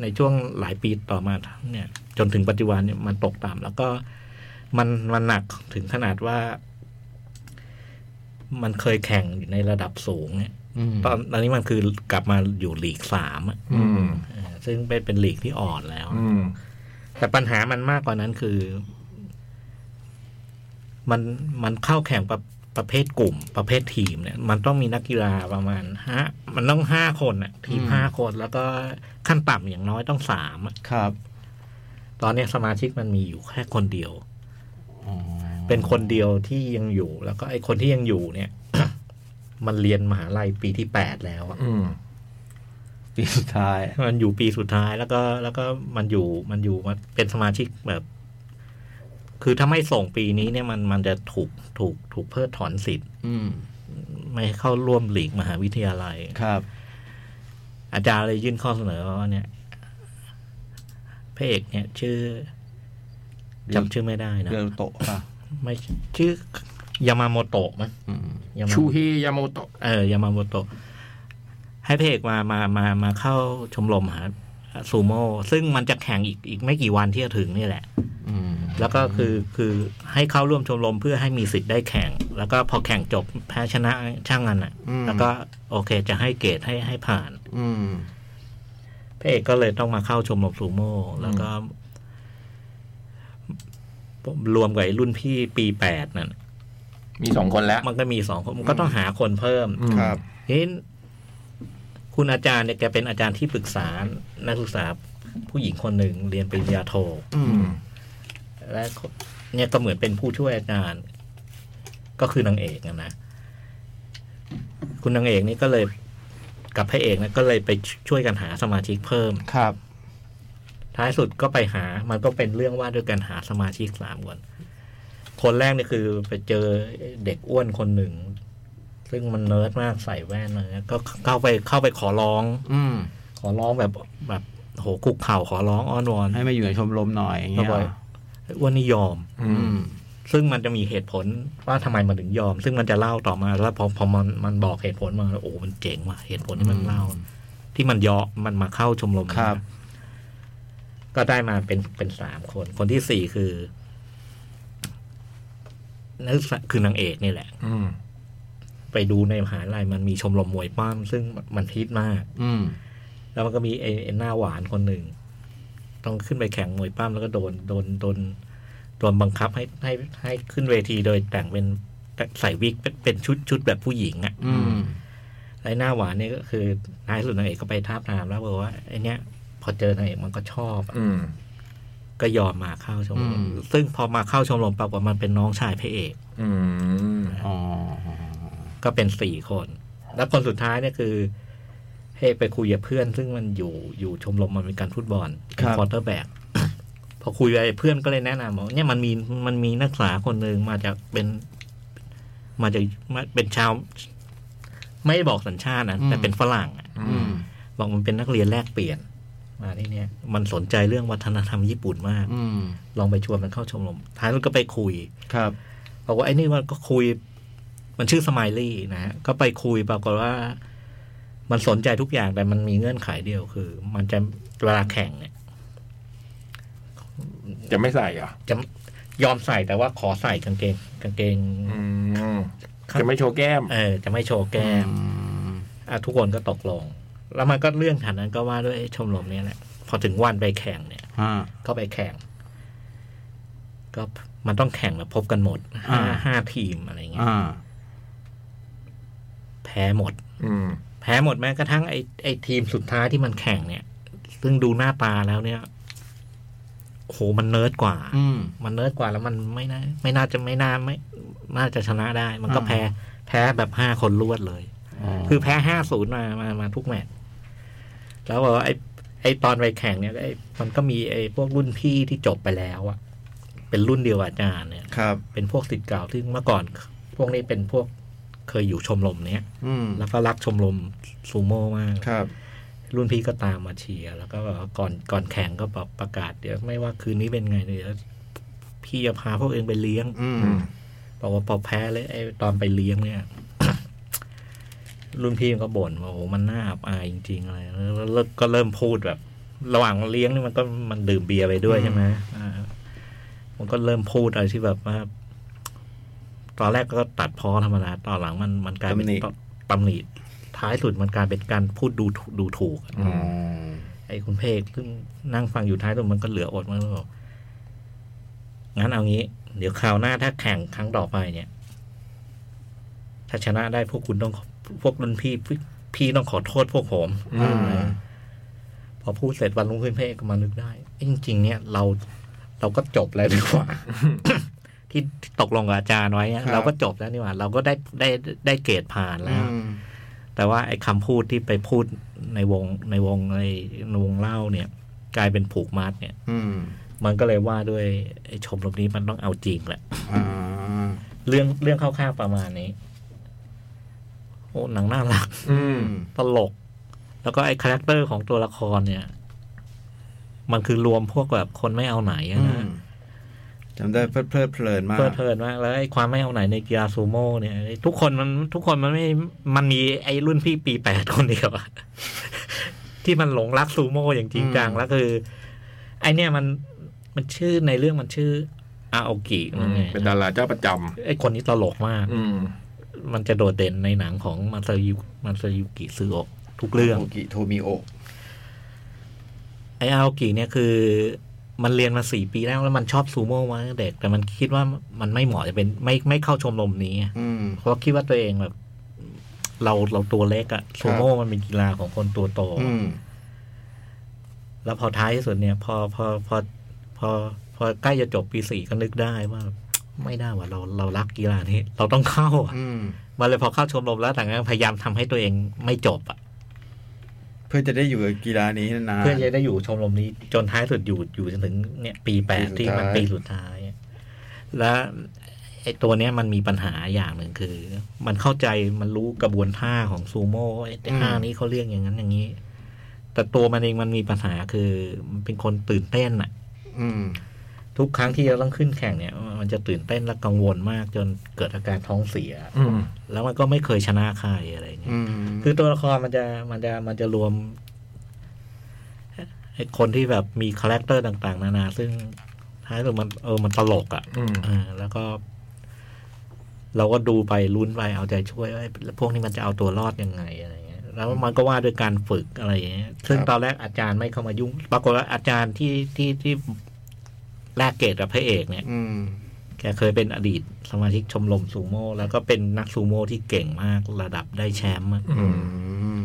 Speaker 4: ในช่วงหลายปีต่อมาเนี่ย จนถึงปัจจุบันเนี่ยมันตกต่ำแล้วก็มันมันหนักถึงขนาดว่า มันเคยแข่งอยู่ในระดับสูงเนี่ย
Speaker 2: อืม
Speaker 4: ตอนตอนนี้มันคือกลับมาอยู่ลีกสามอะ
Speaker 3: อืม
Speaker 4: เออซึ่งเป็นเป็นลีกที่อ่อนแล้ว
Speaker 3: อืม
Speaker 4: แต่ปัญหามันมากกว่านั้นคือ มันมันเข้าแข่งประประเภทกลุ่ม ประเภททีมเนี่ย มันต้องมีนักกีฬาประมาณห้ามันต้องห้าคนอะทีม
Speaker 2: อืม
Speaker 4: ห้าคนแล้วก็ขั้นต่ำอย่างน้อยต้องสามอะ
Speaker 2: ครับ
Speaker 4: ตอนเนี้ยสมาชิกมันมีอยู่แค่คนเดียว
Speaker 2: อ๋อ
Speaker 4: เป็นคนเดียวที่ยังอยู่ แล้วก็ไอ้คนที่ยังอยู่เนี่ย มันเรียนมหาลัยปีที่แปดแล้วอะ
Speaker 3: อืม
Speaker 2: ปีสุดท้าย
Speaker 4: มันอยู่ปีสุดท้ายแล้วก็แล้วก็มันอยู่มันอยู่มันเป็นสมาชิกแบบ คือถ้าไม่ส่งปีนี้เนี่ยมันมันจะถูกถูกถูกเพิกถอนสิทธิ์
Speaker 2: อืม
Speaker 4: ไม่ให้เข้าร่วมหลีกมหาวิทยาลัย
Speaker 2: ครับ
Speaker 4: อาจารย์เลยยื่นข้อเสนอว่าเนี่ยพระเอกเนี่ยชื่อจำชื่อไม่ได้นะ
Speaker 2: เรียวโตะป่ะ
Speaker 4: ไม่ชื่อยามาโมโตะมั้ง
Speaker 2: อืม
Speaker 4: ยามา
Speaker 3: ชูฮียาโมโตะ
Speaker 4: เออยามาโมโตะให้พระเอกมามามามาเข้าชมรมหาซูโม่ซึ่งมันจะแข่งอีกอีกไม่กี่วันที่จะถึงนี่แหละ
Speaker 2: อืม
Speaker 4: แล้วก็คือคือให้เข้าร่วมชมรมเพื่อให้มีสิทธิ์ได้แข่ง แล้วก็พอแข่งจบแพ้ชนะช่างมันอ่ะ แล้วก็โอเคจะให้เกรดให้ให้ผ่าน
Speaker 2: อืม
Speaker 4: พระเอกก็เลยต้องมาเข้าชมรมซูโม่แล้วก็รวมกับไอ้รุ่นพี่ปีแปดนั่น
Speaker 3: มีสองคนแล้ว
Speaker 4: มันก็มีสองคนมันก็ต้องหาคนเพิ่ม
Speaker 3: อืม
Speaker 2: ครับ
Speaker 4: ทีนี้คุณอาจารย์เนี่ยแกเป็นอาจารย์ที่ปรึกษานักศึกษาผู้หญิงคนหนึ่งเรียนปริญญาโท
Speaker 2: อื
Speaker 3: อื
Speaker 2: ม
Speaker 3: ม
Speaker 4: และเนี่ยก็เหมือนเป็นผู้ช่วยอาจารย์ ก็คือนางเอกอะนะ คุณนางเอกนี่ก็เลยกับพระเอกนะก็เลยไปช่วยกันหาสมาชิกเพิ่ม
Speaker 2: ครับ
Speaker 4: ท้ายสุดก็ไปหา มันก็เป็นเรื่องว่าด้วยการหาสมาชิกสามคน คนแรกเนี่ยคือไปเจอเด็กอ้วนคนหนึ่ง ซึ่งมันเนิร์ดมากใส่แว่นเลยก็เข้าไปเข้าไปขอร้อง
Speaker 2: อืม
Speaker 4: ขอร้องแบบแบบโหคุกเข่าขอร้องอ้อนวอน
Speaker 2: ให้มาอยู่ในชมรมหน่อยอย่าง
Speaker 4: ก็
Speaker 2: เงี้ย
Speaker 4: บอก
Speaker 2: เหรอ
Speaker 4: ไอ้อ้วนนี่ยอม
Speaker 3: อื
Speaker 2: อื
Speaker 3: ม
Speaker 2: ม
Speaker 4: ซึ่งมันจะมีเหตุผลว่าทำไมมันถึงยอม ซึ่งมันจะเล่าต่อมาแล้วพอพอมันมันบอกเหตุผลมาแล้วโอ้มันเจ๋งว่ะเหตุผลที่มันเล่า ที่มันยอมมันมาเข้าชมรมนะครับ ก็ได้มาเป็นเป็นสามคน คนที่สี่คือนักศึกษาคือนางเอกนี่แหละ
Speaker 3: อืม
Speaker 4: ไปดูในมหาลัยมันมีชมรมมวยปั้มซึ่งมันฮิตมาก
Speaker 2: อืม
Speaker 4: แล้วมันก็มีไอ้ไอ้หน้าหวานคนหนึ่ง ต้องขึ้นไปแข่งมวยปั้มแล้วก็โดนโดนโดนโดนบังคับให้ให้ให้ขึ้นเวทีโดยแต่งเป็นแต่ใส่วิกเป็นเป็นชุดชุดแบบผู้หญิงอะ่ะ
Speaker 2: อืม
Speaker 4: แล้วไอ้หน้าหวานเนี่ยก็คือท้ายสุดนางเอกก็ไปทาบทามแล้วบอกว่าไอ้เนี้ยพอเจอนางเอกมันก็ชอบอะ
Speaker 3: อืม
Speaker 4: ก็ยอมมาเข้าชมรมซึ่งพอมาเข้าชมรมปรากฏมันเป็นน้องชายพระเอก
Speaker 3: อืม
Speaker 2: อ๋อ
Speaker 4: ก็เป็นสี่คน แล้วคนสุดท้ายเนี่ยคือเฮ้ไปคุยกับเพื่อน ซึ่งมันอยู่อยู่ชมรมมันเป็นการฟุตบอลเป็นควอเตอร์แบ็ก พอคุยไปเพื่อนก็เลยแนะนำบอกเนี่ยมันมีมันมีนักศึกษาคนหนึ่งมาจากเป็น มาจากมาเป็นชาว ไม่ได้บอกสัญชาตินะแต่เป็นฝรั่งอะ
Speaker 2: อืม
Speaker 4: บอกมันเป็นนักเรียนแลกเปลี่ยน มาที่เนี่ย มันสนใจเรื่องวัฒนธรรมญี่ปุ่นมาก
Speaker 2: อืม
Speaker 4: ลองไปชวนมันเข้าชมรมท้ายสุดก็ไปคุย
Speaker 2: ครับ
Speaker 4: บอกว่าไอ้นี่มันก็คุย มันชื่อสไมลี่นะฮะก็ไปคุยปรากฏว่า มันสนใจทุกอย่างแต่มันมีเงื่อนไขเดียวคือ มันจะเวลาแข่งเนี่ย
Speaker 3: จะไม่ใส่เหรอ
Speaker 4: จะยอมใส่แต่ว่าขอใส่กางเกงกางเกง
Speaker 3: อืม
Speaker 4: ครับ
Speaker 3: จะไม่โชว์แก้ม
Speaker 4: เออจะไม่โชว์แก้ม
Speaker 2: อืม
Speaker 4: อ่ะทุกคนก็ตกลง แล้วมันก็เรื่องฐานนั้นก็ว่าด้วยชมรมเนี้แหละพอถึงวันไปแข่งเนี่ย
Speaker 2: ฮะ
Speaker 4: ก็ไปแข่ง ก็มันต้องแข่งแบบพบกันหมดห้า
Speaker 2: อ่า
Speaker 4: ห้าทีมอะไรเงี้ย
Speaker 2: อ่า
Speaker 4: แพ้หมด
Speaker 3: อืม
Speaker 4: แพ้หมดแม้กระทั่งไอ้ไอ้ทีมสุดท้ายที่มันแข่งเนี่ย ซึ่งดูหน้าตาแล้วเนี่ยโหมันเนิร์ดกว่า
Speaker 2: อืม
Speaker 4: มันเนิร์ดกว่าแล้วมันไม่น่าไม่น่าจะไม่น่าไม่ น่าจะชนะได้ มันก็
Speaker 2: อ่า
Speaker 4: แพ้ แพ้แบบห้าคนรวดเลย คือแพ้ห้าศูนย์มามามาทุกแมตช์แล้วบอกว่าไอ้ไอ้ตอนไปแข่งเนี่ยไอ้มันก็มีไอ้พวกรุ่นพี่ที่จบไปแล้วอะเป็นรุ่นเดียวกับอาจารย์เนี่ย
Speaker 2: ครับ
Speaker 4: เป็นพวกสิทธิ์เก่าซึ่งเมื่อก่อน พวกนี้เป็นพวกเคยอยู่ชมรมเนี้ย
Speaker 2: อืม
Speaker 4: แล้วก็รักชมรมซูโม่มาก
Speaker 2: ครับ
Speaker 4: รุ่นพี่ก็ตามมาเชียร์ แล้วก็แบบว่าก่อนก่อนแข่งก็แบบประกาศเดี๋ยวไม่ว่าคืนนี้เป็นไงเดี๋ยวพี่จะพาพวกเองไปเลี้ยง
Speaker 2: อืม
Speaker 3: อืม
Speaker 4: บอกว่าพอแพ้เลยไอ้ตอนไปเลี้ยงเนี่ย รุ่นพี่มันก็บ่นว่าโอ้มันน่าอับอายจริงๆอะไรแล้วแล้วก็เริ่มพูดแบบ ระหว่างเลี้ยงนี่มันก็มันดื่มเบียร์ไปด้วยใช่ไหมอ่ามันก็เริ่มพูดอะไรที่แบบว่า ตอนแรกก็ตัดพ้อธรรมดาตอนหลังมันมันกลายเป็น
Speaker 2: ตำหนิ
Speaker 4: ตำหนิท้ายสุดมันกลายเป็นการพูดดูถูกดูถูกอะ
Speaker 2: อ๋อ
Speaker 4: ไอ้คุณเพกซึ่งนั่งฟังอยู่ท้ายตรงมันก็เหลืออดมากเลยบอกงั้นเอางี้ เดี๋ยวคราวหน้าถ้าแข่งครั้งต่อไปเนี่ย ถ้าชนะได้พวกคุณต้องพวกรุ่นพี่พี่พี่ต้องขอโทษพวกผม
Speaker 2: อืม
Speaker 4: พ อพูดเสร็จวันรุ่งขึ้นพระเอกก็มานึกได้เอ้ยจริง ๆ เนี่ยเราเราก็จบแล้วดีกว่า ที่ที่ตกลงกับอาจารย์ไว้อะ
Speaker 2: ครับ
Speaker 4: เราก็จบแล้วนี่หว่า เราก็ได้ได้ได้เกรดผ่านแล้ว
Speaker 2: อืม
Speaker 4: แต่ว่าไอ้คำพูดที่ไปพูดในวงในวงในวงเล่าเนี่ย กลายเป็นผูกมัดเนี่ย
Speaker 2: อืม
Speaker 4: มันก็เลยว่าด้วยไอ้ชมรมนี้มันต้องเอาจริงแหละ
Speaker 2: อ่า
Speaker 4: เรื่องเรื่องคร่าวๆประมาณนี้ โอ้หนังน่ารัก
Speaker 3: อืม
Speaker 2: อืม
Speaker 4: ตลก แล้วก็ไอ้คาแรคเตอร์ของตัวละครเนี่ย มันคือรวมพวกแบบคนไม่เอาไหนอะนะ
Speaker 2: จำได้เพลิดเพลิดเพลินมาก
Speaker 4: เพลิดเพลินมากแล้วไอ้ความไม่เอาไหนในกีฬาซูโม่เนี่ย ทุกคนมันทุกคนมันไม่มันมีไอ้รุ่นพี่ปีแปดคนเดียวอะ ที่มันหลงรักซูโม่อย่างจริงจังแล้วคือ ไอเนี่ยมันมันชื่อในเรื่องมันชื่ออาโอกิมันไง
Speaker 3: เป็นดาราเจ้าประจ
Speaker 4: ไอคนนี้ตลกมาก
Speaker 3: ำอืม
Speaker 4: มันจะโดดเด่นในหนังของมันซายุมันซายุกิซือโอะทุกเรื่อง
Speaker 2: โอกิโทมิโอะ
Speaker 4: ไออาโอกิเนี่ยคือมันเรียนมาสี่ปีแล้วแล้วมันชอบซูโม่มาตั้งแต่เด็ก แต่มันคิดว่ามันไม่เหมาะจะเป็นไม่ไม่เข้าชมรมนี้อะ
Speaker 2: อืม
Speaker 4: เพราะคิดว่าตัวเองแบบ เราเราตัวเล็กอะซูโม่มันเป็นกีฬาของคนตัวโต
Speaker 2: อืม
Speaker 4: แล้วพอท้ายที่สุดเนี่ย พอพอพอพอพอใกล้จะจบปีสี่ก็นึกได้ว่า ไม่ได้ว่าเราเรารักกีฬานี้ เราต้องเข้าอะ
Speaker 2: อืม
Speaker 4: มันเลยพอเข้าชมรมแล้วต่างกันพยายามทำให้ตัวเองไม่จบอะ
Speaker 2: เพื่อจะได้อยู่กับกีฬานี้นานๆ
Speaker 4: เพื่อจะได้อยู่ชมรมนี้จนท้ายสุดอยู่อยู่จนถึงเนี่ย ปีแปด
Speaker 2: ปีสุด
Speaker 4: ที่มัน
Speaker 2: ท้าย
Speaker 4: ปีสุดท้าย แล้วไอ้ตัวเนี้ยมันมีปัญหาอย่างหนึ่งคือ มันเข้าใจมันรู้กระบวนท่าของซูโม่ไอ้ท่านี้เขาเรียกอย่างนั้นอย่างนี้ แต่ตัวมันเองมันมีปัญหาคือมันเป็นคนตื่นเต้นอะ
Speaker 2: อืม
Speaker 4: ทุกครั้งที่เราต้องขึ้นแข่งเนี่ย มันจะตื่นเต้นและกังวลมากจนเกิดอาการท้องเสีย
Speaker 3: อืม
Speaker 4: แล้วมันก็ไม่เคยชนะใครอะไรอย่างเงี้ย
Speaker 2: อืม
Speaker 4: คือตัวละครมันจะมันจะมันจะรวมไอ้คนที่แบบมีคาแรคเตอร์ต่างๆ นานา ซึ่งท้ายสุดมันเออมันตลกอะ่ะ
Speaker 3: อืม
Speaker 4: เออแล้วก็ เราก็ดูไปลุ้นไปเอาใจช่วยว่าไอ้พวกนี้มันจะเอาตัวรอดยังไงอะไรเงี้ยแล้วมันก็ว่าด้วยการฝึกอะไรอย่างเงี้ยซึ่ง
Speaker 2: ครับ
Speaker 4: ตอนแรกอาจารย์ไม่เข้ามายุ่ง ปรากฏว่าอาจารย์ที่ที่ที่แลกเกรดกับพระเอกเนี่ย
Speaker 2: อืม
Speaker 4: แกเคยเป็นอดีตสมาชิกชมรมซูโม่แล้วก็เป็นนักซูโม่ที่เก่งมากระดับได้แชมป์อะ
Speaker 2: อื
Speaker 3: อืม
Speaker 2: ม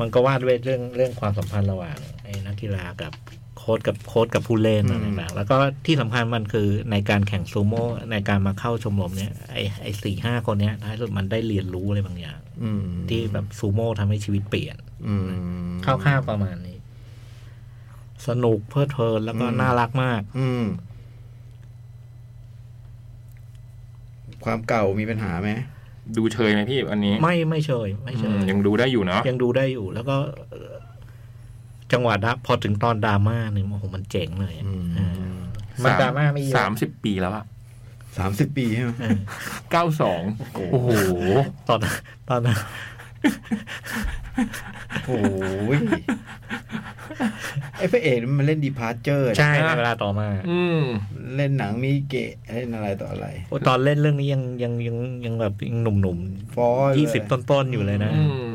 Speaker 4: มันก็วาดด้วยเรื่องเรื่องความสัมพันธ์ระหว่างไอ้นักกีฬากับโค้ชกับโค้ชกับผู้เล่น
Speaker 2: อืม
Speaker 4: อะไรต่างๆแล้วก็ที่สำคัญมันคือในการแข่งซูโม่ในการมาเข้าชมรมเนี้ยไอ้ไอ้สี่ห้าคนเนี้ยท้ายสุดมันได้เรียนรู้อะไรบางอย่าง
Speaker 2: อืม
Speaker 4: ที่แบบซูโม่ทำให้ชีวิตเปลี่ยน
Speaker 2: อืม
Speaker 4: คร่าวๆประมาณนี้ สนุกเพลิดเพลินแล้วก็
Speaker 2: อืม
Speaker 4: น่ารักมาก
Speaker 2: อืม ความเก่ามีปัญหาไหม
Speaker 3: ดูเชยไหมพี่อันนี้
Speaker 4: ไม่ไม่เฉยไม่เฉ
Speaker 3: อืม
Speaker 4: ย
Speaker 3: ยังดูได้อยู่เนาะ
Speaker 4: ยังดูได้อยู่ แล้วก็เอ่อจังหวะดราพอถึงตอนดราม่าเนี่ยโอ้โหมันเจ๋งเลยอะ
Speaker 2: อืม
Speaker 4: อ่ามันดราม่าไม่เยอะ
Speaker 3: สามสิบปีแล้วอะ
Speaker 2: สามสิบปีใช่ไหม
Speaker 4: เออ
Speaker 3: เก้าสองโอ้โห
Speaker 4: ตอนตอนนั้น
Speaker 2: โอ้ยไอ้พระเอกนี่มันเล่นดีพาร์เจอร์
Speaker 4: ใช่
Speaker 3: อ่ะ
Speaker 4: เวลาต่อมา
Speaker 3: อืม
Speaker 2: เล่นหนังมีเกะเล่นอะไรต่ออะไร
Speaker 4: โอ้ตอนเล่นเรื่องนี้ยังยังยังยังแบบยังหนุ่มหนุ่ม
Speaker 2: ฟอย
Speaker 4: ยี่สิบต้นๆ อยู่เลยนะ
Speaker 3: อืม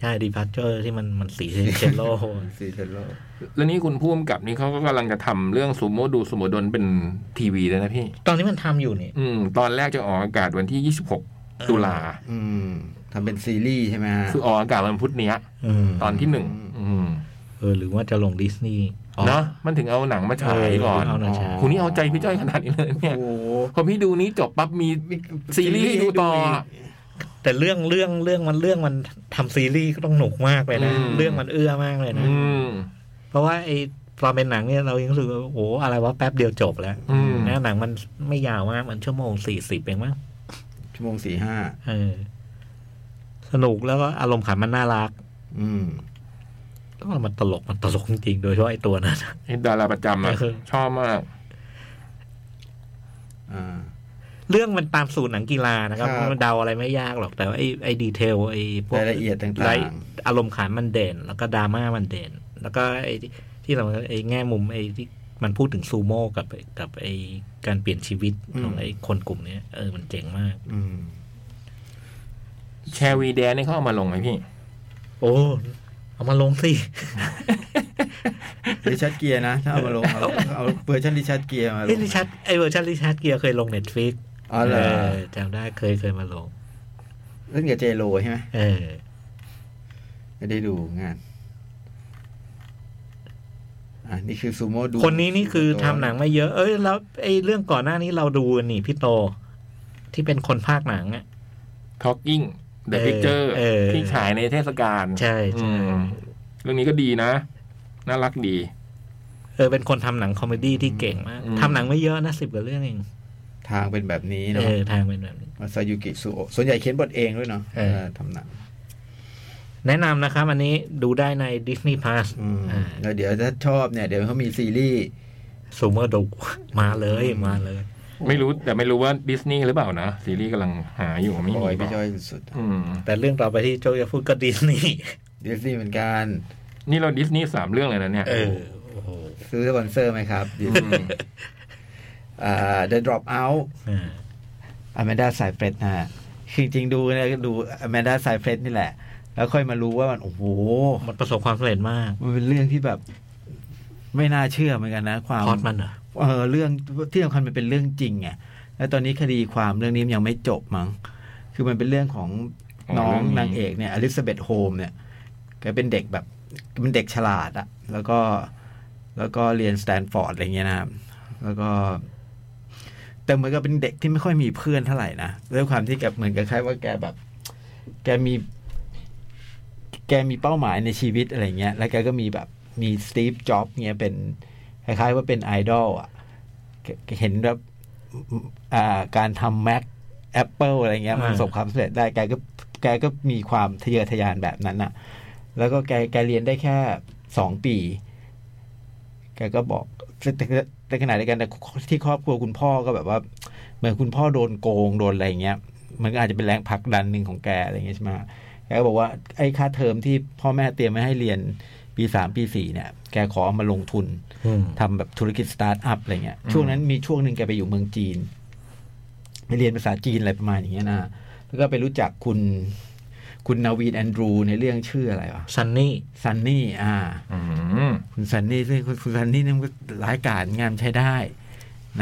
Speaker 4: ใช่ดีพาร์เจอร์ที่มันมันสีเชลโล
Speaker 2: ซีเทโล
Speaker 3: แล้วนี่คุณพ่วงกับนี่เขาก็กำลังจะทำเรื่องซูโม่ดูซูโมดนเป็นทีวีเลยนะพี่
Speaker 4: ตอนนี้มันทำอยู่นี่
Speaker 3: อืม ตอนแรกจะออกอากาศวันที่ 26 ตุลา
Speaker 2: อืมทำเป็นซีรีส์ใช่ไหมฮะ
Speaker 3: คือออกอากาศวันพุธเนี้ย
Speaker 4: เออ
Speaker 3: ตอนที่หนึ่งอืม
Speaker 4: เออหรือว่าจะลงดิสนีย์อ๋อ
Speaker 3: เนาะมันถึงเอาหนังมาฉายก่อน
Speaker 4: เออเอาหนังฉาย
Speaker 3: คุณนี่เอาใจพี่จ้อยขนาดนี้เลย
Speaker 2: โอ้
Speaker 3: เนี่ย
Speaker 2: โห
Speaker 3: พอพี่ดูนี้จบปั๊บมี ซีรีส์ให้ดูต่อ
Speaker 4: แต่เรื่องเรื่องเรื่องมันเรื่องมันทำซีรีส์ก็ต้องหนุกมากเลยนะ
Speaker 3: อืม
Speaker 4: เรื่องมันเอื้อมากเลยนะ
Speaker 3: อืม
Speaker 4: เพราะว่าไอ้ตอนเป็นหนังเนี่ยเรายังรู้สึกว่าโอ้โหอะไรวะแป๊บเดียวจบแล้ว
Speaker 3: อืม
Speaker 4: นะหนังมันไม่ยาวมากมันชั่วโมงสี่สิบเองมั้ง
Speaker 2: ชั่วโมงสี่ห้า
Speaker 4: เออสนุกแล้วก็อารมณ์ขันมันน่ารัก
Speaker 2: อืม
Speaker 4: แล้วก็มันตลกมันตลกจริงๆโดยเฉพาะไอ้ตัวนั้น
Speaker 3: ไอ้ดาราประจำอ่ะ
Speaker 4: เออ
Speaker 3: ชอบมาก
Speaker 2: อ่า
Speaker 4: เรื่องมันตามสูตรหนังกีฬานะครับ
Speaker 2: ครับ
Speaker 4: มันเดาอะไรไม่ยากหรอกแต่ว่าไอ้ไอ้ดีเทลไอ้พวก
Speaker 2: รายละเอียดต่าง
Speaker 4: รายอารมณ์ขันมันเด่น แล้วก็ดราม่ามันเด่น แล้วก็ไอ้ที่ที่เราไอ้แง่มุมไอ้ที่มันพูดถึงซูโม่กับกับไอ้การเปลี่ยนชีวิตของไอ้คนกลุ่มเนี้ยเออมันเจ๋งมาก
Speaker 2: ๆ อืม
Speaker 3: แชร์วีแดนนี่เขาเอามาลงไหมพี่
Speaker 4: โอ้เอามาลงสิ
Speaker 2: ริชาร์ดเกียร์นะ ถ้าเอามาลงเอาเอาเวอร์ชันริช าร์ดเกียร์มาล
Speaker 4: เอ้ย
Speaker 2: ง
Speaker 4: ริชาร์ดไอเวอร์ชันริชาร์ดเกียร์เคยลงเน็ตฟลิก
Speaker 2: อ๋อเหรอ
Speaker 4: จำได้เคยเคยมาลง
Speaker 2: เล่นกับเจโรใช่ไหม
Speaker 4: เออ
Speaker 2: เจ ไม่ได้ดูงาน อ่ะนี่คือซูโม่ดู
Speaker 4: คนนี้นี่คือทำหนังมาเยอะ เอ้ยแล้วไอ้เรื่องก่อนหน้านี้เราดูนี่พี่โต ที่เป็นคนภาคหนังอ่ะ
Speaker 3: Talking The
Speaker 4: เออ
Speaker 3: Picture
Speaker 4: เออ
Speaker 3: ที่ฉายในเทศกาล
Speaker 4: ใช่ใช่
Speaker 3: อืมเรื่องนี้ก็ดีนะ น่ารักดี
Speaker 4: เออเป็นคนทำหนังคอมเมดี้ที่เก่งมาก
Speaker 3: อืม
Speaker 4: ทำหนังไม่เยอะนะสิบกว่าเรื่องเอง
Speaker 2: ทางเป็นแบบนี้
Speaker 4: เอ
Speaker 2: เนาะ
Speaker 4: อทางเป็นแบบนี้
Speaker 2: มาซายุกิสุโอะส่วนใหญ่เขียนบทเองด้วยเนาะ
Speaker 4: เออ
Speaker 2: เออทำหนัง
Speaker 4: แนะนำนะครับ อันนี้ดูได้ใน Disney Plus
Speaker 2: อืมแล้วเดี๋ยวถ้าชอบเนี่ยเดี๋ยวเขามีซีรีส์
Speaker 4: ซูเมอร์ดู มาเลยมาเลย
Speaker 3: ไม่รู้แต่ไม่รู้ว่าดิสนีย์หรือเปล่านะ ซีรีส์กำลังหาอยู่ไม่
Speaker 2: บ
Speaker 3: มี
Speaker 2: อย
Speaker 3: เป
Speaker 2: พี่จ้
Speaker 3: ล่า
Speaker 2: อยสุดๆอะ
Speaker 3: อืม
Speaker 4: แต่เรื่องต่อไปที่โจจะพูดก็ดิสนีย์
Speaker 2: ดิสนีย์เหมือนกัน
Speaker 3: นี่เราดิสนีย์สามเรื่องเลยนะเนี่ย
Speaker 4: เออโอ้โห
Speaker 2: ซื้อสปอนเซอร์ไหมครับดิส
Speaker 3: อื
Speaker 2: นีย์
Speaker 3: ม
Speaker 2: อ่า The Dropout
Speaker 4: อ่า
Speaker 2: อแมนดาสายเฟรดนะฮะคือจริงๆดูเนี่ยก็ดูอแมนดาสายเฟรดนี่แหละ แล้วค่อยมารู้ว่ามัน โอ้โห
Speaker 4: มันประสบความสำเร็จมาก
Speaker 2: มันเป็นเรื่องที่แบบ ไม่น่าเชื่อเหมือนกันนะ ความ
Speaker 4: พล็อดมันเหรอ
Speaker 2: เออเรื่องที่สำคัญมันเป็นเรื่องจริงไงแล้วตอนนี้คดีความเรื่องนี้มันยังไม่จบมั้งคือมันเป็นเรื่องของน้องนางเอกเนี่ยอลิซาเบธโฮมเนี่ยแกเป็นเด็กแบบเป็นเด็กฉลาดอะแล้วก็แล้วก็เรียนสแตนฟอร์ดอะไรเงี้ยนะครับแล้วก็ แต่เหมือนกับเป็นเด็กที่ไม่ค่อยมีเพื่อนเท่าไหร่นะด้วยความที่แกเหมือนกับคล้ายว่าแกแบบ แกมี แกมีเป้าหมายในชีวิตอะไรเงี้ย แล้วแกก็มีแบบมีสตีฟจ็อบเงี้ยเป็นคล้ายๆว่าเป็นไอดอลอ่ะแกแกเห็นแบบอ่าการทำแม็กแอปเปิลอะไรเงี้ยมันประสบความสำเร็จได้แกก็แกก็มีความทะเยอทะยานแบบนั้นอ่ะ แล้วก็แกแกเรียนได้แค่สองปี แกก็บอกแต่แต่แต่ขณะเดียวกันแต่ที่ครอบครัวคุณพ่อก็แบบว่า เหมือนคุณพ่อโดนโกงโดนอะไรอย่างเงี้ย มันก็อาจจะเป็นแรงผลักดันหนึ่งของแกอะไรอย่างเงี้ยใช่ไหมแกก็บอกว่าไอ้ค่าเทอมที่พ่อแม่เตรียมไว้ให้เรียนปีสามปีสี่เนี่ย แกขอเอามาลงทุน
Speaker 4: อืม
Speaker 2: ทำแบบธุรกิจสตาร์ทอัพอะไรเงี้ย ช่วงนั้นมีช่วงหนึ่งแกไปอยู่เมืองจีน ไปเรียนภาษาจีนอะไรประมาณอย่างเงี้ยนะแล้วก็ไปรู้จักคุณ คุณนาวีนแอนดรู ในเรื่องชื่ออะไรวะ
Speaker 4: ซันนี่
Speaker 2: ซันนี่อ่า
Speaker 3: อืม
Speaker 2: คุณซันนี่ซึ่งคุณคุณซันนี่นี่มันก็ร้ายกาจงามใช้ได้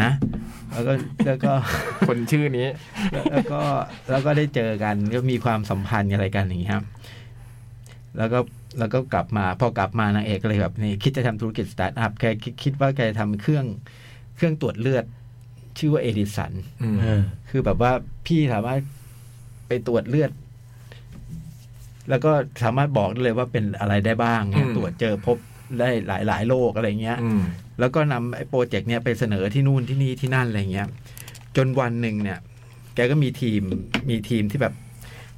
Speaker 2: นะ แล้วก็แล้วก็
Speaker 3: คนชื่อนี้
Speaker 2: แล้วก็แล้วก็ได้เจอกันก็มีความสัมพันธ์อะไรกันอย่างเงี้ยครับ แล้วก็แล้วก็กลับมาพอกลับมานางเอกก็เลยแบบนี่คิดจะทำธุรกิจสตาร์ทอัพแกคิดคิดว่าแกจะทำเครื่องเครื่องตรวจเลือด ชื่อว่าเอดิสัน
Speaker 3: อืม
Speaker 4: เออ
Speaker 2: คือแบบว่าพี่สามารถไปตรวจเลือด แล้วก็สามารถบอกได้เลยว่าเป็นอะไรได้บ้างเนี่ย
Speaker 3: อืม
Speaker 2: ตรวจเจอพบได้หลายหลายๆโรคอะไรเงี้ย
Speaker 3: อืม
Speaker 2: แล้วก็นำไอ้โปรเจกต์เนี้ยไปเสนอที่นู่นที่นี่ที่นั่นอะไรเงี้ย จนวันหนึ่งเนี่ย แกก็มีทีมมีทีมที่แบบ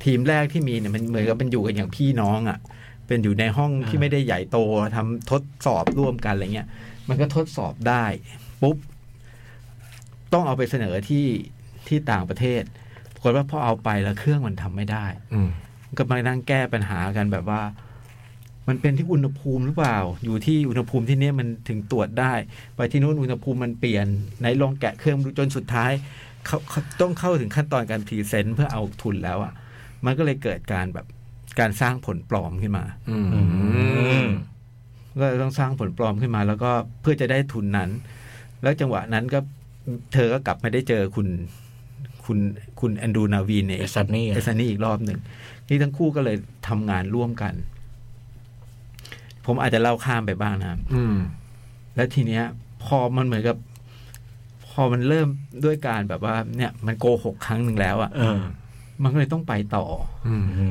Speaker 2: ทีมแรกที่มีเนี่ยมันเหมือนกับเป็นอยู่กันอย่างพี่น้องอะ่ะ เป็นอยู่ในห้องที่
Speaker 4: อ่า
Speaker 2: ไม่ได้ใหญ่โตทำทดสอบร่วมกันอะไรเงี้ย มันก็ทดสอบได้ ปุ๊บ ต้องเอาไปเสนอที่ที่ต่างประเทศปรากฏว่าพอเอาไปแล้วเครื่องมันทำไม่ได้
Speaker 3: อืม
Speaker 2: ก็มานั่งแก้ปัญหากันแบบว่า มันเป็นที่อุณหภูมิหรือเปล่า อยู่ที่อุณหภูมิที่เนี่ยมันถึงตรวจได้ ไปที่นู้นอุณหภูมิมันเปลี่ยนไหนลองแกะเครื่องดูจนสุดท้ายเขาเขาต้องเข้าถึงขั้นตอนการพรีเซนต์เพื่อเอาทุนแล้วอะ่ะ มันก็เลยเกิดการแบบการสร้างผลปลอมขึ้นมา
Speaker 3: อืม
Speaker 2: ก็เลยต้องสร้างผลปลอมขึ้นมา แล้วก็เพื่อจะได้ทุนนั้น แล้วจังหวะนั้นก็เธอก็กลับไม่ได้เจอคุณคุณคุณแอนดรูนาวีนเนี่ย
Speaker 4: ไอ้ซันนี่อะ
Speaker 2: เอซันนี่อีกรอบหนึ่งนี่ทั้งคู่ก็เลยทำงานร่วมกัน ผมอาจจะเล่าข้ามไปบ้างนะครับ
Speaker 3: อืม
Speaker 2: แล้วทีเนี้ย พอมันเหมือนกับ พอมันเริ่มด้วยการแบบว่า เนี่ย มันโกหกครั้งหนึ่งแล้วอะ่ะ
Speaker 4: เออ
Speaker 2: มันก็เลยต้องไปต่อ
Speaker 3: อืม
Speaker 4: อื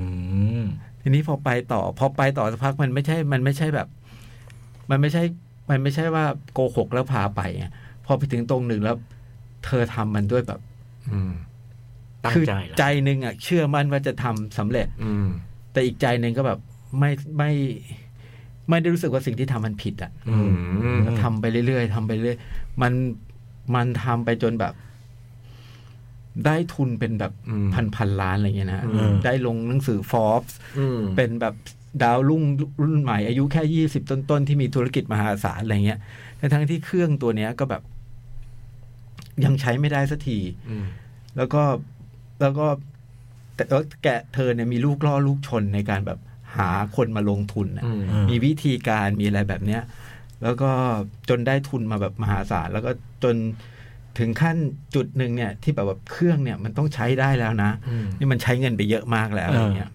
Speaker 4: ม
Speaker 2: ทีนี้พอไปต่อ พอไปต่อสักพักมันไม่ใช่ มันไม่ใช่แบบ มันไม่ใช่ มันไม่ใช่ว่าโกหกแล้วพาไปไงพอไปถึงตรงหนึ่งแล้ว เธอทำมันด้วยแบบ
Speaker 3: อืม
Speaker 4: ตั้ง
Speaker 2: คือ
Speaker 4: ใจเหรอ
Speaker 2: ใจหนึ่งอะ่ะ เชื่อมั่นว่าจะทำสำเร็จ
Speaker 3: อืม
Speaker 2: แต่อีกใจหนึ่งก็แบบไม่ไม่ไม่ได้รู้สึกว่าสิ่งที่ทำมันผิดอ่ะ
Speaker 3: อืม
Speaker 2: ทำไปเรื่อยๆทำไปเรื่อยมันมันทำไปจนแบบ ได้ทุนเป็นแบบ
Speaker 3: อืม
Speaker 2: พันพันล้านอะไรเงี้ยนะฮะ
Speaker 3: อืม
Speaker 2: ได้ลงหนังสือ Forbes
Speaker 3: อืม
Speaker 2: เป็นแบบดาวรุ่งรุ่นใหม่อายุแค่ยี่สิบต้นๆ ที่มีธุรกิจมหาศาลอะไรเงี้ยทั้งๆที่เครื่องตัวเนี้ยก็แบบ ยังใช้ไม่ได้สักที
Speaker 3: อืม
Speaker 2: แล้วก็แล้วก็แต่แล้วแกเธอเนี่ยมีลูกล่อลูกชนในการแบบหาคนมาลงทุนน่ะ
Speaker 3: อืม
Speaker 4: เออ
Speaker 2: มีวิธีการมีอะไรแบบเนี้ย แล้วก็จนได้ทุนมาแบบมหาศาลแล้วก็จนถึงขั้นจุดหนึ่งเนี่ย ที่แบบแบบเครื่องเนี่ยมันต้องใช้ได้แล้วนะ
Speaker 3: อืม
Speaker 2: นี่มันใช้เงินไปเยอะมากแล้วอะไรเงี้ย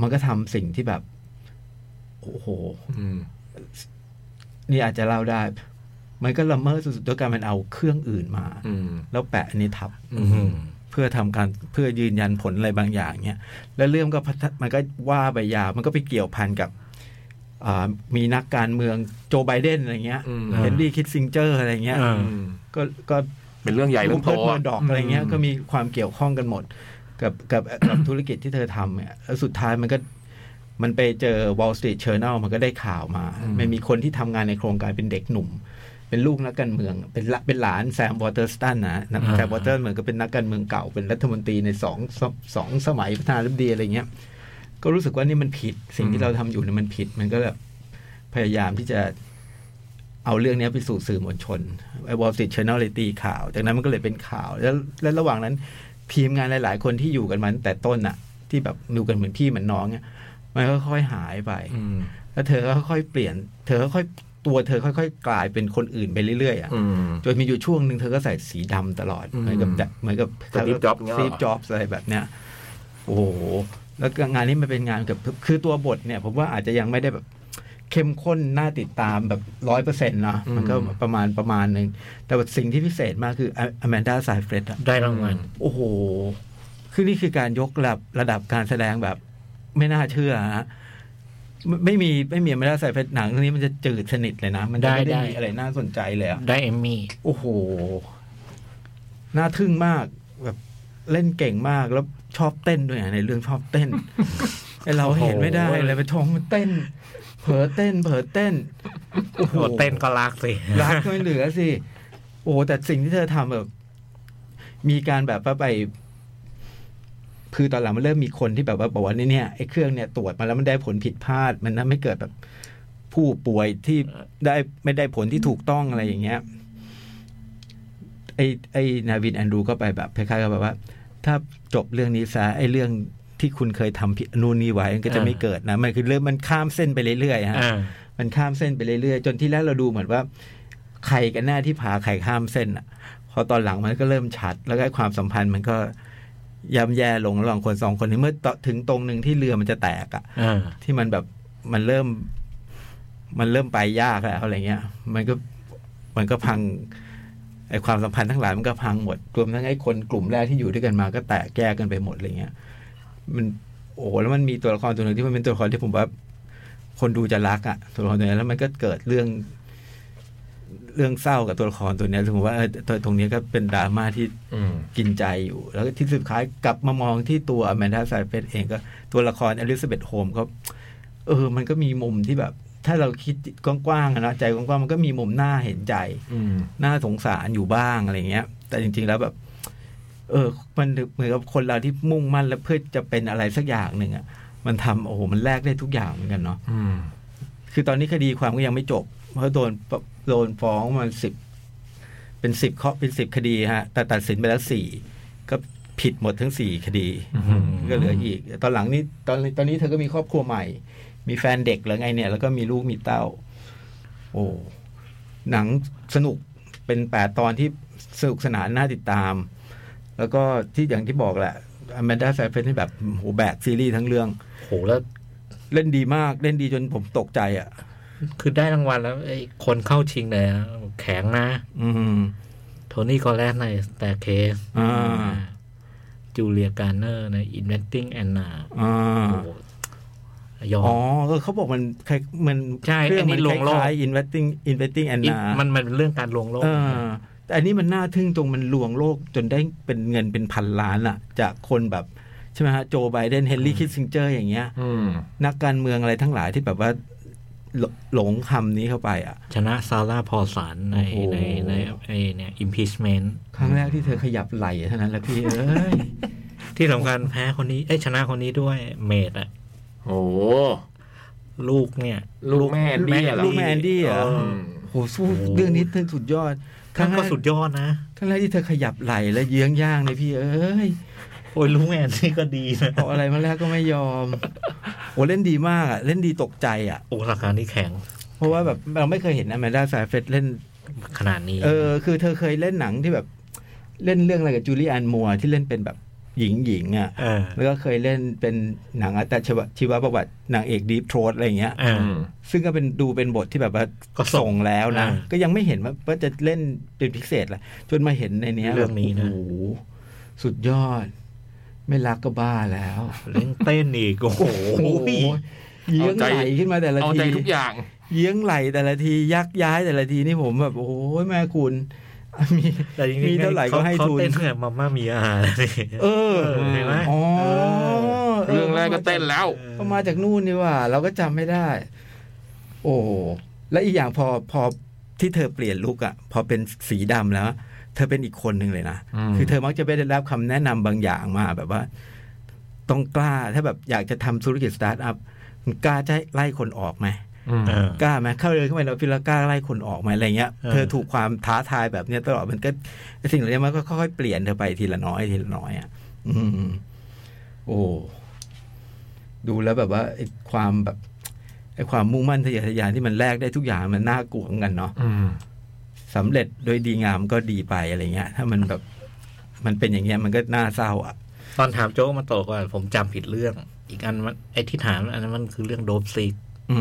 Speaker 2: มันก็ทำสิ่งที่แบบ โอ้โห
Speaker 3: อืม
Speaker 2: นี่อาจจะเล่าได้ มันก็ละเมิดสุดๆด้วยการมันเอาเครื่องอื่นมา
Speaker 3: อืม
Speaker 2: แล้วแปะอันนี้ทับ
Speaker 3: อืม
Speaker 2: เพื่อทำการเพื่อยืนยันผลอะไรบางอย่างเนี่ยแล้วเรื่องก็พัฒมันก็ว่าไปยาวมันก็ไปเกี่ยวพันกับอ่ามีนักการเมืองโจไบเดนอะไรเงี้ย
Speaker 3: อืม
Speaker 2: เฮนรี่คิสซิงเจอร์อะไรเงี้ย
Speaker 4: อ่า
Speaker 3: อืม
Speaker 2: ก็ก็
Speaker 3: เป็นเรื่องใหญ่เรื่องโต
Speaker 2: เพิร์ดเมอร์ดอกอะไรเงี้ย
Speaker 3: ม
Speaker 2: ก็มีความเกี่ยวข้องกันหมด กับกับกับ ธุรกิจที่เธอทำเนี่ยแล้วสุดท้ายมันก็มันไปเจอ Wall Street Journal มันก็ได้ข่าวมามันมีคนที่ทำงานในโครงการเป็นเด็กหนุ่ม เป็นลูกนักการเมือง เป็นละเป็นหลานแซมวอเตอร์สตันนะนะ
Speaker 4: อ่า
Speaker 2: แซมวอเตอร์เหมือนก็เป็นนักการเมืองเก่า เป็นรัฐมนตรีในสองสองสองสมัยประธานาธิบดีอะไรเงี้ย ก็รู้สึกว่านี่มันผิด สิ่งที่เราทำอยู่เนี่ยมันผิด มันก็แบบพยายามที่จะเอาเรื่องเนี้ยไปสู่สื่อมวลชนไอ้วอลสตรีทชแนลเลยตีข่าว จากนั้นมันก็เลยเป็นข่าว แล้วและระหว่างนั้นทีมงานหลาย ๆ คนที่อยู่กันมาตั้งแต่ต้นอะที่แบบดูกันเหมือนพี่เหมือนน้องเนี่ยมันก็ค่อยๆหายไป
Speaker 3: อืม
Speaker 2: แล้วเธอก็ค่อยๆเปลี่ยน เธอก็ค่อยตัวเธอค่อย ๆ กลายเป็นคนอื่นไปเรื่อยๆอ่ะ
Speaker 3: อืม
Speaker 2: จนมีอยู่ช่วงหนึ่งเธอก็ใส่สีดำตลอด
Speaker 3: อืม
Speaker 2: เหมือนกับจะเหมือนกับ
Speaker 3: Steve Jobs เงี้ยเหรอ
Speaker 2: ซีฟจ็อบอะไรแบบเนี้ย โอ้โห แล้วก็งานนี้มันเป็นงานกับคือตัวบทเนี่ย ผมว่าอาจจะยังไม่ได้แบบ เข้มข้นน่าติดตามแบบร้อยเปอร์เซ็นต์นะมันก็ประมาณประมาณหนึ่ง แต่ว่าสิ่งที่พิเศษมากคืออแมนดาไซเฟรดอะ
Speaker 4: ได้รางวัล
Speaker 2: โอ้โห คือนี่คือการยกระดับระดับการแสดงแบบ ไม่น่าเชื่อฮะไม่ไม่มีไม่มีไม่ได้ใส่เพชรหนังเรื่องนี้มันจะจืดสนิทเลยนะ มันจะไม่
Speaker 4: ได้
Speaker 2: ได้
Speaker 4: ได้
Speaker 2: มีอะไรน่าสนใจเลยอะ
Speaker 4: ได้เอมมี่
Speaker 2: โอ้โห น่าทึ่งมากแบบเล่นเก่งมากแล้วชอบเต้นด้วยอะในเรื่องชอบเต้น ไอเราเห็นไม่ได้
Speaker 4: โอ้โห
Speaker 2: เลยไปทองมันเต้น เผลอเต้น เผลอเต้น โอ้โห
Speaker 4: โอ้เต้นก็ลากสิ
Speaker 2: รักไม่เหลือสิ โอ้แต่สิ่งที่เธอทำแบบ มีการแบบว่าไป คือตอนหลังมันเริ่มมีคนที่แบบว่าบอกว่าเนี่ยเนี่ยไอ้เครื่องเนี่ยตรวจมาแล้วมันได้ผลผิดพลาด มันทำให้เกิดแบบผู้ป่วยที่ได้ไม่ได้ผลที่ถูกต้องอะไรอย่างเงี้ย ไอ้ไอ้นาวินแอนดรูก็ไปแบบคล้ายๆกับแบบว่า ถ้าจบเรื่องนี้ซะไอ้เรื่องที่คุณเคยทำผิดนู่นนี่ไว้มันก็จะไม่เกิดนะมันคือเริ่มมันข้ามเส้นไปเรื่อยๆฮะ
Speaker 4: อ่า
Speaker 2: มันข้ามเส้นไปเรื่อยๆ จนที่แรกเราดูเหมือนว่า ใครกันแน่ที่พาใครข้ามเส้นอ่ะ พอตอนหลังมันก็เริ่มชัด แล้วก็ความสัมพันธ์มันก็ย่ำแย่ลงระหว่างคนสองคนนี้เมื่อถึงตรงหนึ่งที่เรือมันจะแตกอ่ะ
Speaker 4: อ่า
Speaker 2: ที่มันแบบมันเริ่ม มันเริ่มไปยากแล้วอะไรเงี้ย มันก็มันก็พังไอความสัมพันธ์ทั้งหลายมันก็พังหมดรวมทั้งไอคนกลุ่มแรกที่อยู่ด้วยกันมาก็แตกแยกกันไปหมดอะไรเงี้ย มันโอ้โหแล้วมันมีตัวละครตัวหนึ่งที่มันเป็นตัวละครที่ผมว่า คนดูจะรักอะตัวละครตัวนี้แล้วมันก็เกิดเรื่อง เรื่องเศร้ากับตัวละครตัวเนี้ยผมว่าเออตัวตรงนี้ก็เป็นดราม่าที่
Speaker 3: อืม
Speaker 2: กินใจอยู่ แล้วก็ที่สุดท้ายกลับมามองที่ตัวแมนดาไซเฟสเองก็ตัวละครอลิซาเบธโฮมก็ เออ มันก็มีมุมที่แบบ ถ้าเราคิดกว้างๆอะนะใจกว้างๆมันก็มีมุมน่าเห็นใจ
Speaker 3: อืม
Speaker 2: น่าสงสารอยู่บ้างอะไรเงี้ย แต่จริงๆแล้วแบบ เออ มันเหมือนกับคนเราที่มุ่งมั่นและเพื่อจะเป็นอะไรสักอย่างหนึ่งอะมันทำโอ้โหมันแลกได้ทุกอย่างเหมือนกันเนาะ
Speaker 3: อืม
Speaker 2: คือตอนนี้คดีความก็ยังไม่จบ เพราะโดนโดนฟ้องมันสิบเป็นสิบข้อเป็นสิบคดีฮะ แต่ตัดสินไปแล้วสี่ก็ผิดหมดทั้งสี่คดี ก็เหลืออีก ตอนหลังนี่ตอนตอนนี้เธอก็มีครอบครัวใหม่ มีแฟนเด็กแล้วไงเนี่ย แล้วก็มีลูกมีเต้า โอ้หนังสนุกเป็นแปดตอนที่สนุกสนานน่าติดตาม แล้วก็ที่อย่างที่บอกแหละแมนด้าแฟร์เฟนที่แบบโหแบกซีรีส์ทั้งเรื่อง
Speaker 4: โหแล้ว
Speaker 2: เล่นดีมากเล่นดีจนผมตกใจอ่ะ
Speaker 4: คือได้รางวัลแล้วไอ้คนเข้าชิงเลยนะแข็งนะ
Speaker 2: อืม
Speaker 4: โทนี่กอลแลสในสแต่เคส
Speaker 2: อ่า
Speaker 4: จูเลียการเนอร์ใน Inventing Anna
Speaker 2: อ่า
Speaker 4: โอ้โหยอม
Speaker 2: อ๋อเออเขาบอกมันคล้ายมัน
Speaker 4: ใช่
Speaker 2: เครื่
Speaker 4: อันนี้
Speaker 2: มั
Speaker 4: ลวงโลก
Speaker 2: คล้ายๆ investing investing
Speaker 4: อิน
Speaker 2: Anna
Speaker 4: มันมันเป็นเรื่องการลวงโลก
Speaker 2: เออแต่อันนี้มันน่าทึ่งตรงมันลวงโลกจนได้เป็นเงินเป็นพันล้านอะจากคนแบบ ใช่ไหมฮะ โจไบเดนเฮนรี่คิสซิงเจอร์อย่างเงี้ย
Speaker 3: อืม
Speaker 2: นักการเมืองอะไรทั้งหลายที่แบบว่าหลหลงคำนี้เข้าไปอะ
Speaker 4: ชนะซาร่าพอลสันใน
Speaker 2: โอ้โห
Speaker 4: ในในไอ้เนี่ย impeachment
Speaker 2: ครั้งแรกที่เธอขยับไหลเท่านั้นแหละพี่เอ้ย
Speaker 4: ที่สำคัญแพ้คนนี้ เอ้ยชนะคนนี้ด้วยเมดอะ
Speaker 3: โอ้โห
Speaker 4: ลูกเนี่ย
Speaker 3: ลูกแม่เบี้ยเหรอ
Speaker 2: ลูกแม่แอนดี้เหรอ
Speaker 4: เออ
Speaker 2: โหสู้เรื่องนี้เธอสุดยอดค
Speaker 4: ท่า
Speaker 2: รั้
Speaker 4: น
Speaker 2: งแร
Speaker 4: ก็
Speaker 2: ก
Speaker 4: สุดยอดนะ
Speaker 2: ครั้งแรกที่เธอขยับไหลและเยื้องย่างเลยพี่เอ้ย
Speaker 4: โอ้ยลูกแอนนี่ก็ดีนะ
Speaker 2: พออะไรมาแล้วก็ไม่ยอม โอ้เล่นดีมากอ่ะ เล่นดีตกใจอ่ะ
Speaker 4: โอ้ราคานี่แข็ง
Speaker 2: เพราะว่าแบบเราไม่เคยเห็นอแมนด้าสายเฟสเล่น
Speaker 4: ขนาดนี้
Speaker 2: เออ คือเธอเคยเล่นหนังที่แบบ เล่นเรื่องอะไรกับจูเลียนมัวร์ที่เล่นเป็นแบบ หญิงหญิงๆอ่ะ
Speaker 4: เออ
Speaker 2: แล้วก็เคยเล่นเป็นหนังอัตชีวะชีวประวัตินางเอกดีฟโทรสอะไรอย่างเงี้ย
Speaker 4: อ่า
Speaker 3: อืม
Speaker 2: ซึ่งก็เป็นดูเป็นบทที่แบบว่า
Speaker 4: ก็ส่ง
Speaker 2: ส่งแล้วนะ
Speaker 4: อ่า
Speaker 2: ก็ยังไม่เห็นว่าว่าจะเล่นเป็นพิเศษแหละจนมาเห็นในเนี้ย
Speaker 4: เรื่องนี้นะ
Speaker 2: โอ้โหสุดยอด ไม่รักก็บ้าแล้ว
Speaker 4: เล่นเต้นอีกโอ้โห
Speaker 2: เยื้อ
Speaker 3: เอา
Speaker 2: ง
Speaker 3: ใจ
Speaker 2: ไหลขึ้นมาแต่ละ
Speaker 3: เอาใจ
Speaker 2: ที
Speaker 3: ทุกอย่าง
Speaker 2: เยื้องไหลแต่ละทียักย้ายแต่ละทีนี่ผมแบบโอ้ยแม่คุณมี
Speaker 4: แต่จริง
Speaker 2: มี
Speaker 4: ๆ
Speaker 2: เท่าไหร่ก็
Speaker 4: ข
Speaker 2: ให้ทุน
Speaker 4: เขาเต้นเนี่ยมาม่ามีอาหารนี่
Speaker 2: เออ
Speaker 4: เออเห็นไหม
Speaker 2: อ๋อ
Speaker 3: เรื่องแรกก็เต้นแล้ว
Speaker 2: ก็มาจากนู่นนี่หว่า เราก็จำไม่ได้ โอ้โหและอีกอย่างพอพอที่เธอเปลี่ยนลุกอะพอเป็นสีดำแล้ว เธอเป็นอีกคนหนึ่งเลยนะ
Speaker 3: อืม
Speaker 2: คือเธอมักจะไปได้รับคำแนะนำบางอย่างมาแบบว่า ต้องกล้าถ้าแบบอยากจะทำธุรกิจสตาร์ทอัพมันกล้าจะไล่คนออกไหม
Speaker 4: เออ
Speaker 2: กล้าไหมเข้าเลยเข้าไปแล้วพี่ละกล้าไล่คนออกไหมอะไรเงี้ย
Speaker 4: เออ
Speaker 2: เธอถูกความท้าทายแบบเนี้ยตลอดมันก็สิ่งเหล่านี้มันก็ค่อยๆเปลี่ยนเธอไปทีละน้อยทีละน้อยอ่ะอืมโอ้ดูแล้วแบบว่าไอ้ความแบบไอ้ความมุ่งมั่นทะเยอทะยานที่มันแลกได้ทุกอย่างมันน่ากลัวเหมือนกันเนาะ
Speaker 3: อืม
Speaker 2: สำเร็จโดยดีงามก็ดีไปอะไรเงี้ย ถ้ามันแบบมันเป็นอย่างเงี้ยมันก็น่าเศร้าอ่ะ
Speaker 4: ตอนถามโจ๊กมาโตกว่าผมจำผิดเรื่อง อีกอันมันไอ้ที่ถามอันนั้นมันคือเรื่องโดบซี
Speaker 2: อื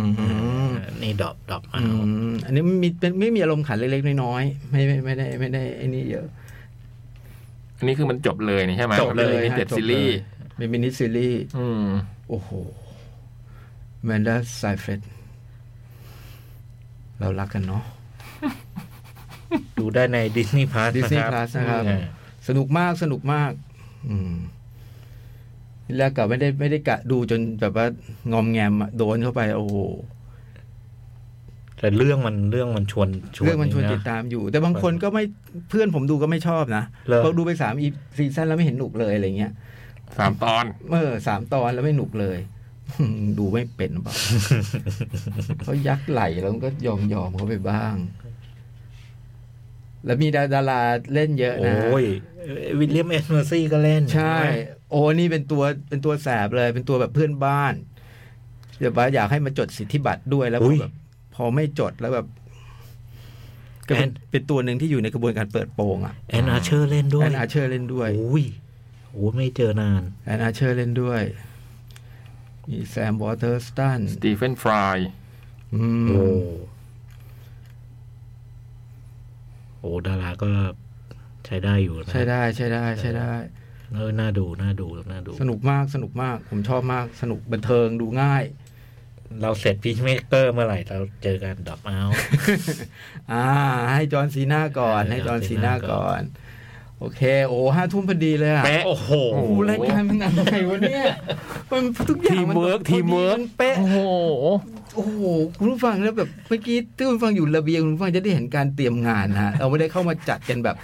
Speaker 2: ม
Speaker 4: นี่ดอบดอบมา
Speaker 2: อืมอันนี้มันมีเป็นไม่มีอารมณ์ขันเล็กๆน้อยๆไม่ไม่ไม่ได้ไม่ได้ไอ้นี่เยอะ
Speaker 3: อันนี้คือมันจบเลยนี่ใช่ไหมมันป็น
Speaker 2: ฮะ
Speaker 3: เด็ด
Speaker 2: จบลย
Speaker 3: ซีรีส์
Speaker 2: เป็นมินิซีรีส์
Speaker 3: อืม
Speaker 2: โอ้โหแมนดาไซเฟรดเรารักกันเนาะ
Speaker 4: ดูได้ในดิสนีย์พาร์ท
Speaker 2: Disney Plus นะครับ สนุกมากสนุกมาก อืมทีแรกกะไม่ได้ไม่ได้กะดูจนแบบว่างอมแงมอะโดนเข้าไปโอ้โห
Speaker 4: แต่เรื่องมันเรื่องมันชวนชวน
Speaker 2: เรื่องมันชวนติด
Speaker 4: ะ
Speaker 2: ตามอยู่ แต่บางคนก็ไม่เพื่อนผมดูก็ไม่ชอบนะ
Speaker 4: เหรอ
Speaker 2: เราดูไปสามอีซีซั่นแล้วไม่เห็นหนุกเลยอะไรเงี้ย
Speaker 3: สามตอน
Speaker 2: เออสามตอนแล้วไม่หนุกเลย ดูไม่เป็นห รือเปล่า เขายักไหลแล้วก็ยอมยอมเขาไปบ้าง แล้วมีดาดาราเล่นเยอะนะ
Speaker 4: โอ้ยวิลเลียมเอสเมอร์ซี่ก็เล่น
Speaker 2: ใช่ โอ้นี่เป็นตัวเป็นตัวแสบเลย เป็นตัวแบบเพื่อนบ้านแบบว่าอยากให้มาจดสิทธิบัตรด้วยแล้วพอแบบพอไม่จดแล้วแบบก็เป็นเป็นตัวหนึ่งที่อยู่ในกระบวนการเปิดโปงอะ
Speaker 4: แอนอาเชอร์เล่นด้วย
Speaker 2: แอนอาเชอร์เล่นด้วย
Speaker 4: โอ้ยโอ้ยไม่เจอนาน
Speaker 2: แอนอาเชอร์เล่นด้วย มีแซมวอเตอร์สตัน
Speaker 3: สตีเฟนฟราย
Speaker 2: อืม
Speaker 4: โอ้โหดาราก็ใช้ได้อยู่นะ
Speaker 2: ใช่ได้ใช่ได้ใช่ได้
Speaker 4: เออน่าดูน่าดูน่าดู
Speaker 2: สนุกมากสนุกมาก ผมชอบมากสนุกบันเทิงดูง่าย
Speaker 4: เราเสร็จพีชเมเกอร์เมื่อไหร่ เราเจอกันดรอปเอา
Speaker 2: อ่า ให้จอห์นซีน่าก่อน ให้จอห์นซีน่าก่อน โอเค โอ้ห้าทุ่มพอดีเลยอะ
Speaker 3: เป๊ะ
Speaker 4: โอ้โห
Speaker 2: โอ้รายการมันอะไรวะเนี่ยมันทุกอย่างน
Speaker 3: ทีมเวิร์กทีมเวิร์ก
Speaker 2: นเป๊ะ
Speaker 3: โอ้โห
Speaker 2: โอ้โหคุณผู้ฟังแล้วแบบเมื่อกี้ที่คุณผู้ฟังอยู่ระเบียงคุณผู้ฟังจะได้เห็นการเตรียมงานนะฮะเราไม่ได้เข้ามาจัดกันแบบ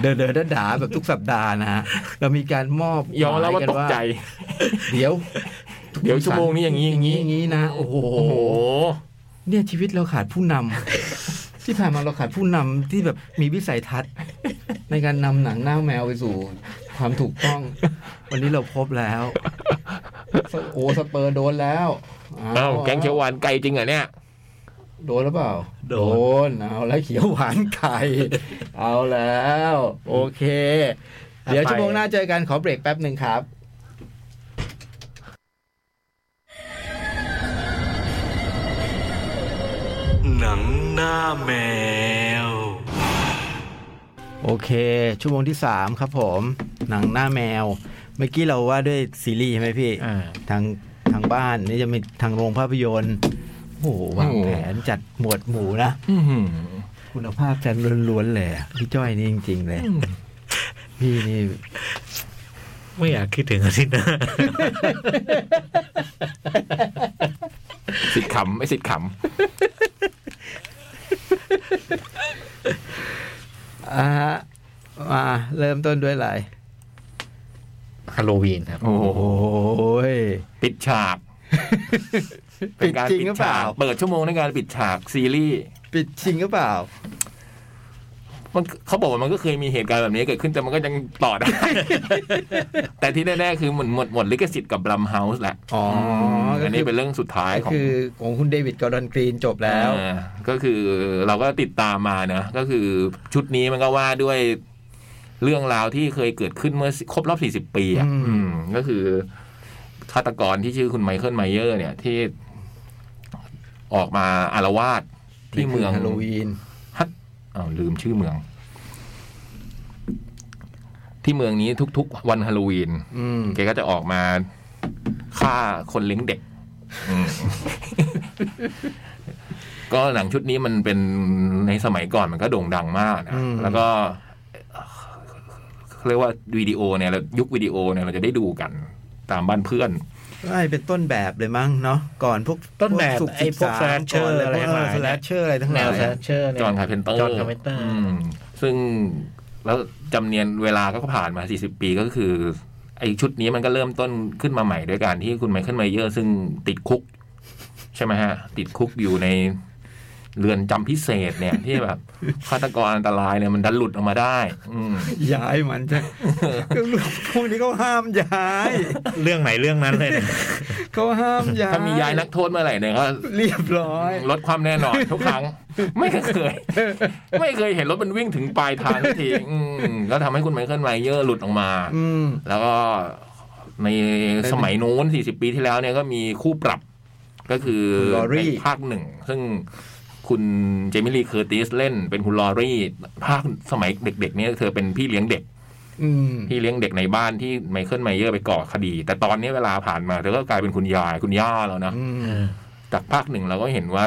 Speaker 2: เดินเดินด่าๆแบบทุกสัปดาห์นะฮะเรามีการมอบ
Speaker 3: ยอมแล้วว่า
Speaker 2: หยน
Speaker 3: ตกใจ
Speaker 2: เดี๋ยว
Speaker 3: เดี๋ยวชั่วโมงนี้อย่างนี้อย่างนี้
Speaker 2: นี้อย่างนี้นะโอ้โห
Speaker 3: โอ้โห
Speaker 2: เนี่ยชีวิตเราขาดผู้นำ ที่ผ่านมาเราขาดผู้นำที่แบบมีวิสัยทัศน์ ในการนำหนังหน้าแมวไปสู่ความถูกต้อง วันนี้เราพบแล้วโอ้สเปอร์โดนแล้ว
Speaker 3: เอ้า
Speaker 2: เอา
Speaker 3: แกงเขียวหวานไกลจริงเหรอเนี่ย
Speaker 2: โดนหรือเปล่า
Speaker 4: โดน
Speaker 2: นเอาแล้วเขียวหวานไข่ เอาแล้ว โอเค เดี๋ยวชั่วโมงหน้าเจอกันขอเบรกแป๊บหนึ่งครับ
Speaker 1: หนังหน้าแมว
Speaker 2: โอเค ชั่วโมงที่ 3 ครับผม หนังหน้าแมว เมื่อกี้เราว่าด้วยซีรีส์ใช่ไหมพี่
Speaker 4: อ่า
Speaker 2: ทางทางบ้านนี่จะมีทางโรงภาพยนตร์โอ้โหวาง
Speaker 3: โอ้
Speaker 2: แผนจัดหมวดหมู่นะ
Speaker 3: อื้อหือ
Speaker 2: คุณภาพกันล้วนๆเลยอะพี่จ้อยนี่จริง ๆ เลย พี่นี่
Speaker 4: ไม่อยากคิดถึงอาทิตย์หน้า
Speaker 3: สิทธิ์ขำไอ้สิทธิ์ข
Speaker 2: อ่าฮะมาเริ่มต้นด้วยอะไร
Speaker 4: ฮาโลวีนครับ
Speaker 3: ำโอ้
Speaker 2: โอ
Speaker 3: โห
Speaker 2: ้ย
Speaker 3: ปิด ฉาก
Speaker 2: ปิดจริงหรือเปล่า
Speaker 3: นกปิดฉกเปิดชั่วโมงในการปิดฉากซีรีส์
Speaker 2: ปิดจริงหรือเปล่า
Speaker 3: มันเขาบอกว่ามันก็เคยมีเหตุการณ์แบบนี้เกิดขึ้นแต่มันก็ยัง ต่อได้ แต่ที่แน่ๆคือหมดหมดหมดลิขสิทธิ์กับบลัมเฮาส์แหละ
Speaker 2: อ๋อ
Speaker 3: ม
Speaker 2: ก็คืออั
Speaker 3: นนี้เป็นเรื่องสุดท้าย
Speaker 2: ก็
Speaker 3: ของ
Speaker 2: คือของคุณเดวิดกอร์ดอนกรีนจบแล้ว
Speaker 3: อ่าก็คือเราก็ติดตามมาเนอะก็คือชุดนี้มันก็ว่าด้วย เรื่องราวที่เคยเกิดขึ้นเมื่อครบรอบ 40 ปีอ่ะ
Speaker 2: อืม
Speaker 3: อืมก็คือฆาตกรที่ชื่อคุณไมเคิลไมเยอร์ เนี่ยที่ออกมาอารวาสที่เมือง
Speaker 2: ฮาโลวีน
Speaker 3: ฮัตอ้าวลืมชื่อเมือง ที่เมืองนี้ทุกๆ วันฮาโลวีน
Speaker 2: อืม
Speaker 3: แกก็จะออกมาฆ่าคนเลี้ยงเด็กอืมก็หนังชุดนี้มันเป็นในสมัยก่อนมันก็โด่งดังมากนะ
Speaker 2: อืม
Speaker 3: แล้วก็เขาเรียกว่าวิดีโอเนี่ยเรายุควิดีโอเนี่ยเราจะได้ดูกันตามบ้านเพื่อน
Speaker 2: ไอ้เป็นต้นแบบเลยมั้งเนาะก่อนพวก
Speaker 4: ต้นแบบ
Speaker 2: พวกสุข
Speaker 4: ไอ้พวก
Speaker 2: ศึษาก่
Speaker 4: slasher
Speaker 2: น
Speaker 4: อะไรทั้งหลาย
Speaker 2: สแลชเชอร์อะไรทั้งห
Speaker 4: แน
Speaker 2: ลา
Speaker 4: วย แซชเชอร์เนี่ย
Speaker 3: จอห์นคาร์เพนเตอร์
Speaker 4: จอห์นคาร์เพนเตอร์
Speaker 3: มซึ่งแล้วจำเนียนเวลาก็ผ่านมา 40 ปีก็คือ ไอชุดนี้มันก็เริ่มต้นขึ้นมาใหม่ด้วยการที่คุณไมเคิลไมเยอร์ซึ่งติดคุก ใช่ไหมฮะ ติดคุกอยู่ในเรือนจำพิเศษเนี่ย ที่แบบฆาตกรอันตรายเนี่ยมันดันหลุดออกมาได้ อืม
Speaker 2: ย้ายมันจะพวกนี้เขาห้ามย้าย
Speaker 4: เรื่องไหนเรื่องนั้นเลยเนี่ย
Speaker 2: เขาห้ามย้าย
Speaker 3: ถ้ามีย้ายนักโทษเมื่อไหร่เนี่ยก็
Speaker 2: เรียบร้อย
Speaker 3: ลดความแน่นอนทุกครั้ง ไม่เคย ไม่เคยเห็นรถมันวิ่งถึงปลายทางสักทีอืมแล้วทำให้คุณไมเคิลไมเยอร์หลุดออกมา
Speaker 2: อืม
Speaker 3: แล้วก็ในสมัยนู้น 40 ปีที่แล้วเนี่ยก็มีคู่ปรับก็คือ
Speaker 2: คุณลอรี่
Speaker 3: ในภาคหนึ่ง ซึ่งคุณเจมิลีเคอร์ติสเล่นเป็นคุณลอรี่ ภาคสมัยเด็ก ๆ เนี่ยเธอเป็นพี่เลี้ยงเด็ก
Speaker 2: อืม
Speaker 3: พี่เลี้ยงเด็กในบ้านที่ไมเคิลไมเยอร์ไปก่อคดี แต่ตอนนี้เวลาผ่านมาเธอก็กลายเป็นคุณยายคุณย่าแล้วนะ
Speaker 2: อืม
Speaker 3: จากภาคหนึ่งเราก็เห็นว่า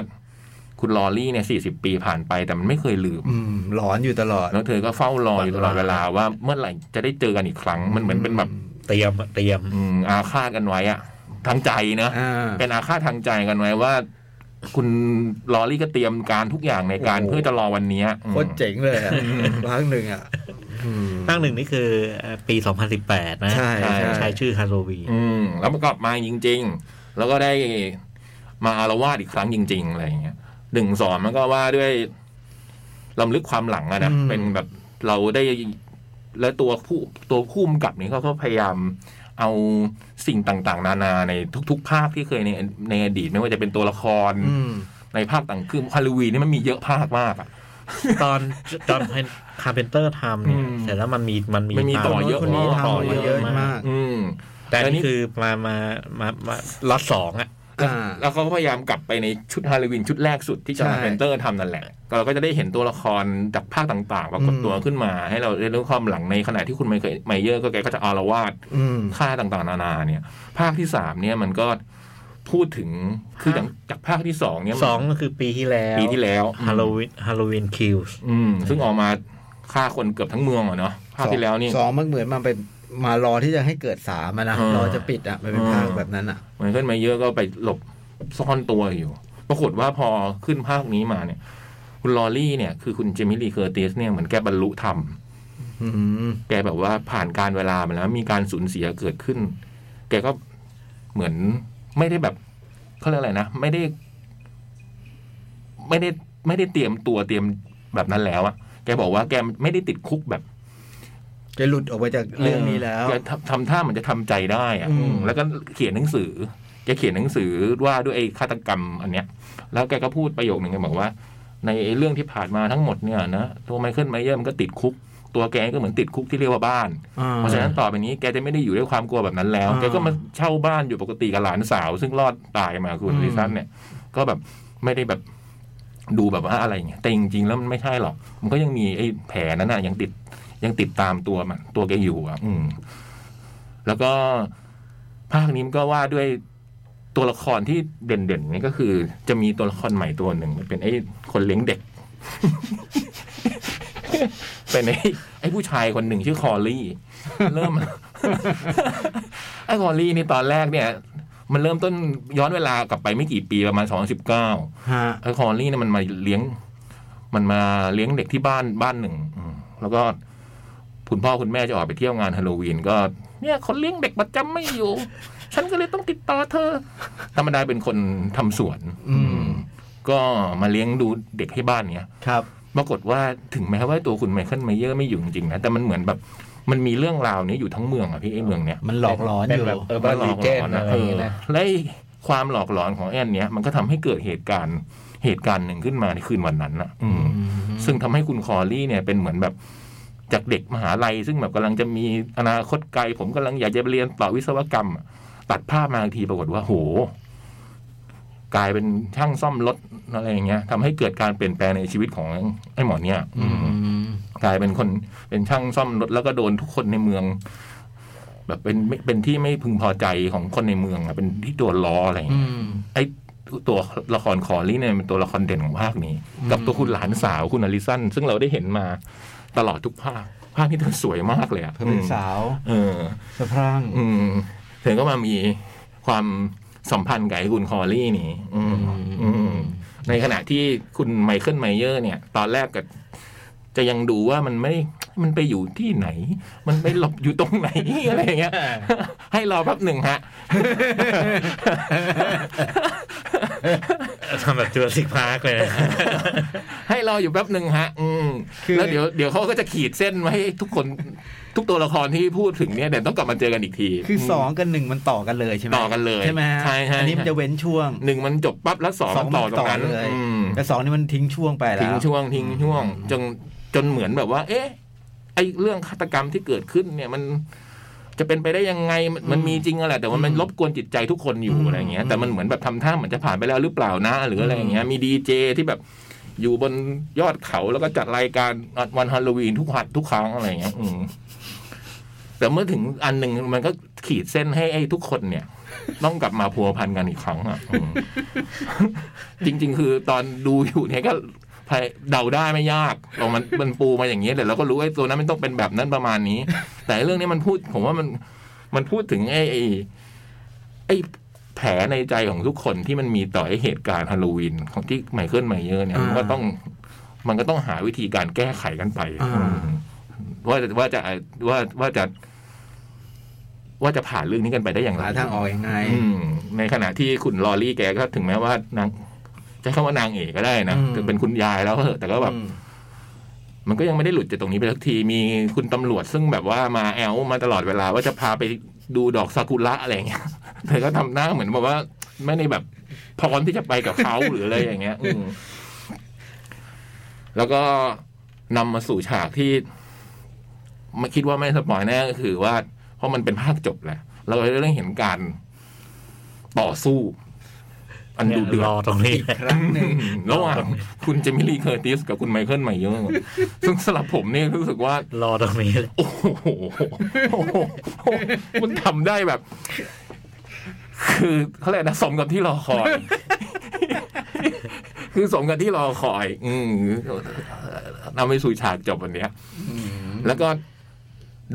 Speaker 3: คุณลอรี่เนี่ย 40 ปีผ่านไปแต่มันไม่เคยลืม
Speaker 2: อืมหลอนอยู่ตลอด
Speaker 3: แล้วเธอก็เฝ้ารออยู่ตลอดเวลาว่าเมื่อไหร่จะได้เจอกันอีกครั้งมันเหมือนเป็นแบบ
Speaker 4: เตรียมอะเตรียม
Speaker 3: อืมอาฆาตกันไว้อะทางใจนะ
Speaker 2: อ่า
Speaker 3: เป็นอาฆาตทางใจกันไว้ว่า คุณลอรี่ก็เตรียมการทุกอย่างในการ
Speaker 2: โอ้โห
Speaker 3: เพื่อจะรอวันเนี้ยอืม
Speaker 2: โคตรเจ๋งเลยอะภาคหนึ่งอ่ะอืม
Speaker 4: ภาคหนึ่งนี่คือเอ่อปี 2018 นะ
Speaker 2: ใช่ใช่
Speaker 4: ใช้ชื่อฮาโลวีน
Speaker 3: อืมแล้วมันก็มาจริง ๆ แล้วก็ได้มาอารวาสอีกครั้งจริง ๆ อะไรอย่างเงี้ยหนึ่งสอนมันก็ว่าด้วยลำลึกความหลังอะนะเป็นแบบเราได้และตัวผู้ตัวผู้กำกับนี่เขาก็พยายาม เอาสิ่งต่างๆ นานาในทุก ๆ ภาคที่เคยในในอดีตไม่ว่าจะเป็นตัวละคร
Speaker 2: อืม
Speaker 3: ในภาคต่างคือฮาโลวีนนี่มันมีเยอะภาคมากอะ
Speaker 4: ตอนจอห์นคาร์เพนเตอร์ทำเนี่ย
Speaker 3: อืม
Speaker 4: เสร็จแล้วมันมีมันมี
Speaker 3: มันมีต่อเยอะ
Speaker 2: คนนี้
Speaker 4: ต่อ
Speaker 2: ทำมาเย
Speaker 4: เย
Speaker 2: อะ
Speaker 4: อะมาม
Speaker 2: าก ก
Speaker 3: อืม
Speaker 4: แต่
Speaker 3: แต่นี่
Speaker 4: นี่คือมามามามาล็อตสองอ่ะ
Speaker 2: อ่า
Speaker 3: แล้วเขาก็พยายามกลับไปในชุดฮาโลวีนชุดแรกสุดที่จอห์น
Speaker 2: ใช่
Speaker 3: เปนเตอร์ทำนั่นแหละก็เราก็จะได้เห็นตัวละครจากภาคต่างๆปรากฏตัวขึ้นมา ให้เราได้รู้ความหลังในขณะที่คุณไมเคิลไมเยอร์ก็แกก็จะอารวาส
Speaker 2: อืม
Speaker 3: ฆ่าต่างๆ นานาเนี่ย ภาคที่สามเนี่ยมันก็พูดถึงคือจากจากภาคที่สองเนี่ยมัน
Speaker 4: สองก็คือปีที่แล้ว
Speaker 3: ปีที่แล้ว
Speaker 4: ฮาโลวีนฮาโลวีนคิวส์
Speaker 3: อืมซึ่งออกมาฆ่าคนเกือบทั้งเมืองอะเนาะภาคที่แล้วนี่
Speaker 2: สองมันเหมือนมันเป็นมารอที่จะให้เกิดสามอะนะ
Speaker 3: อ่าร ร
Speaker 2: อจะปิดอ่ะมันเป็น
Speaker 3: อ่า
Speaker 2: ภาคแบบนั้นอ่ะ
Speaker 3: ไมันขึ้นมาเยอะก็ไปหลบซ่อนตัวอยู่ ปรากฏว่าพอขึ้นภาคนี้มาเนี่ย คุณลอรี่เนี่ยคือคุณเจมิลีเคอร์ติสเนี่ยเหมือนแกบรรลุธรรม
Speaker 2: อืม
Speaker 3: แกแบบว่าผ่านการเวลามาแล้วมีการสูญเสียเกิดขึ้น แกก็เหมือนไม่ได้แบบเขาเรียกอะไรนะไม่ได้ ไม่ได้ไม่ได้เตรียมตัวเตรียมแบบนั้นแล้วอะแกบอกว่าแกไม่ได้ติดคุกแบบ
Speaker 2: จะหลุดออกไปจากเรื่องนี้แล้ว
Speaker 3: จะทำทำท่าเหมันจะทำใจได้อะ
Speaker 2: อืม
Speaker 3: อืมแล้วก็เขียนหนังสือจะเขียนหนังสือว่าด้วยไอ้ฆาตกรรมอันเนี้ย แล้วแกก็พูดประโยคหนึ่งแกบอกว่า ในไอ้เรื่องที่ผ่านมาทั้งหมดเนี่ยนะตัวไมเคิลไมเยอร์มันก็ติดคุก ตัวแกก็เหมือนติดคุกที่เรียกว่าบ้าน
Speaker 2: อ่า
Speaker 3: เพราะฉะนั้นต่อไปนี้แกจะไม่ได้อยู่ด้วยความกลัวแบบนั้นแล้ว
Speaker 2: อ่า
Speaker 3: แกก็มาเช่าบ้านอยู่ปกติกับหลานสาว ซึ่งรอดตายมาคุณ
Speaker 2: อืม
Speaker 3: ลิซันเนี่ย ก็แบบไม่ได้แบบดูแบบว่าอะไรเงี้ยแต่จริงๆแล้วมันไม่ใช่หรอก มันก็ยังมีไอ้แผลนั้นน่ะยังติดยังติดตามตัวมันตัวแกอยู่อ่ะ อืม แล้วก็ภาคนี้มันก็ว่าด้วยตัวละครที่เด่นๆนี่ก็คือ จะมีตัวละครใหม่ตัวหนึ่งมันเป็นไอ้คนเลี้ยงเด็ก เป็นไอ้ไอ้ผู้ชายคนหนึ่งชื่อคอลลี่ เริ่ม ไอ้คอลลี่นี่ตอนแรกเนี่ย มันเริ่มต้นย้อนเวลากลับไปไม่กี่ปีประมาณสองสิบเก้า
Speaker 2: ฮะ
Speaker 3: ไอ้คอลลี่เนี่ยมันมาเลี้ยง มันมาเลี้ยงเด็กที่บ้านบ้านหนึ่งอืมแล้วก็คุณพ่อคุณแม่จะออกไปเที่ยวงานฮาโลวีนก็ เนี่ยคนเลี้ยงเด็กประจำไม่อยู่ ฉันก็เลยต้องติดต่อเธอ ธรรมดาเป็นคนทำสวน
Speaker 2: อืม
Speaker 3: ก็มาเลี้ยงดูเด็กให้บ้านเนี่ย
Speaker 2: ครับ
Speaker 3: ปรากฏว่าถึงแม้ว่าตัวคุณไมเคิลไมเยอร์ไม่อยู่จริงๆนะ แต่มันเหมือนแบบมันมีเรื่องราวนี้อยู่ทั้งเมืองอะพี่ไอ้เมืองเนี้ย
Speaker 2: มันหลอกหลอนอน
Speaker 4: เป็
Speaker 2: ยู่
Speaker 4: แบบเออบ้าน
Speaker 3: หล
Speaker 4: ลี
Speaker 3: อก
Speaker 4: เจ
Speaker 3: หล
Speaker 4: น
Speaker 3: อน
Speaker 4: อะ
Speaker 3: นะ
Speaker 4: ไร
Speaker 3: เอ
Speaker 4: อย่าง
Speaker 3: อ
Speaker 4: เงี้ยนะ
Speaker 3: และไอ้ความหลอกหลอนของแอนเนี้ยมันก็ทำให้เกิดเหตุการณ์เหตุการณ์หนึ่งขึ้นมาในคืนวันนั้นนะอืม
Speaker 2: อืม
Speaker 3: ซึ่งทำให้คุณคอลลี่เนี่ยเป็นเหมือนแบบ จากเด็กมหาลัย ซึ่งแบบกำลังจะมีอนาคตไกล ผมกำลังอยากจะไปเรียนต่อวิศวกรรม ตัดภาพมาอีกทีปรากฏว่าโห กลายเป็นช่างซ่อมรถอะไรอย่างเงี้ยทำให้เกิดการเปลี่ยนแปลงในชีวิตของไอ้หมอเนี่ย อืม กลายเป็นคนเป็นช่างซ่อมรถแล้วก็โดนทุกคนในเมือง แบบเป็นเป็นที่ไม่พึงพอใจของคนในเมืองอะเป็นที่โดนล้ออะไรอย่าง
Speaker 2: อื
Speaker 3: เงี้ย
Speaker 2: ม
Speaker 3: ไอ้ตัวละครคอรี่เนี่ยเป็นตัวละครเด่นของภาคนี้ กับตัวคุณหลานสาวคุณอลิสันซึ่งเราได้เห็นมาตลอดทุกภาค ภาคนี้เธอสวยมากเลยอะ
Speaker 2: เธอเป็นสาว
Speaker 3: เออ
Speaker 2: สะพรั่ง
Speaker 3: อืมเธอก็มามีความสัมพันธ์กับไอ้คุณคอรี่นี่ อืมอืม ในขณะที่คุณไมเคิลไมเยอร์เนี่ย ตอนแรกก็จะยังดูว่ามันไม่ มันไปอยู่ที่ไหน มันไปหลบอยู่ตรงไหน อะไรอย่างเงี้ย ให้รอแป๊บหนึ่งฮะ
Speaker 4: ทำแบบจูราสสิกพาร์คเลยนะ
Speaker 3: ให้รออยู่แป๊บหนึ่งฮะ อืม
Speaker 2: คือ
Speaker 3: แล้วเดี๋ยวเดี๋ยวเขาก็จะขีดเส้นไว้ให้ทุกคนทุกตัวละครที่พูดถึงเนี่ยเดี๋ยวต้องกลับมาเจอกันอีกที
Speaker 2: คือสองกับหนึ่งมันต่อกันเลยใช่ไหม
Speaker 3: ต่อกันเลย
Speaker 2: ใช่ไหมฮะ
Speaker 3: ใช่ใช่
Speaker 2: อันนี้มันจะเว้นช่วง
Speaker 3: หนึ่งมันจบปั๊บแล้วสองมันต่อตรงนั้น
Speaker 2: เลย
Speaker 3: อืม
Speaker 2: แต่สองนี่มันทิ้งช่วงไปแล้
Speaker 3: ทิ้ง
Speaker 2: ว
Speaker 3: ช่วงทิ้งช่วงจนจนเหมือนแบบว่า เอ๊ะ ไอเรื่องฆาตกรรมที่เกิดขึ้นเนี่ยมันจะเป็นไปได้ยังไงมันมันมีจริงอะแหละแต่ว่ามัน
Speaker 2: อืม
Speaker 3: รบกวนจิตใจทุกคนอยู่
Speaker 2: อืม
Speaker 3: อะไรอย่างเงี้ยแต่มันเหมือนแบบทำท่าเหมือนจะผ่านไปแล้วหรือเปล่านะ หรืออะไรอย่างเงี้ย
Speaker 2: อืม
Speaker 3: มีดีเจที่แบบอยู่บนยอดเขาแล้วก็จัดรายการวันฮาโลวีนทุกหัดทุกครั้งอะไรอย่างเงี้ยอืมแต่เมื่อถึงอันหนึ่งมันก็ขีดเส้นให้ไอ้ทุกคนเนี่ย ต้องกลับมาพัวพันกันอีกครั้งอ่ะอืม จริง ๆ คือตอนดูอยู่เนี่ยก็พยเดาได้ไม่ยากเรามันมันปูมาอย่างนี้แต่เราก็รู้ไอ้ตัวนั้นมันต้องเป็นแบบนั้นประมาณนี้ แต่เรื่องนี้มันพูด ผมว่ามันมันพูดถึงไอ้ไอ้ไอ้แผลในใจของทุกคนที่มันมีต่อไอ้เหตุการณ์ฮาโลวีนของที่ไมเคิลไมเยอร์เนี่ย
Speaker 2: อ่ามั
Speaker 3: มันก็ต้อง มันก็ต้องหาวิธีการแก้ไขกันไป
Speaker 2: อ่า
Speaker 3: อืมว่าจะว่าจะว่าว่าจะ ว่าจะผ่านเรื่องนี้กันไปได้อย่างไร
Speaker 2: หาทางออกยังไง
Speaker 3: อืมในขณะที่คุณลอรี่แกก็ถึงแม้ว่านางใช้คำว่านางเอกก็ได้นะ
Speaker 2: อืม
Speaker 3: ถึงเป็นคุณยายแล้วเถอะแต่ก็แบบ
Speaker 2: อืม
Speaker 3: มันก็ยังไม่ได้หลุดจากตรงนี้ไปสักทีมีคุณตำรวจซึ่งแบบว่ามาแอลมาตลอดเวลา ว่าจะพาไปดูดอกซากุระอะไรอย่างเงี้ย เธอก็ทำหน้าเหมือนแบบว่าไม่ได้แบบพร้อมที่จะไปกับเขา หรืออะไรอย่างเงี้ย อืมแล้วก็นำมาสู่ฉากที่ไม่คิดว่าไม่สปอยแน่ก็คือว่า เพราะมันเป็นภาคจบแหละเราได้เรื่องเห็นการต่อสู้ อัน
Speaker 4: เนี่ย
Speaker 3: ดุเดือด
Speaker 4: รอตรงนี้
Speaker 2: ครั้งหนึ่ง
Speaker 3: ระหว่างคุณเจมิลีเคอร์ติสกับคุณไมเคิลไมเยอ ร์ซึ่งสำหรับผมเนี่ยรู้สึกว่า
Speaker 4: รอตรงนี้เลย
Speaker 3: โอ้โหโอ้โหมันทำได้แบบ คือเขาเรียกนะสมกับที่รอคอย คือสมกับที่รอคอย อืมนำไปสู่ฉากจบวันเนี้ย แล้วก็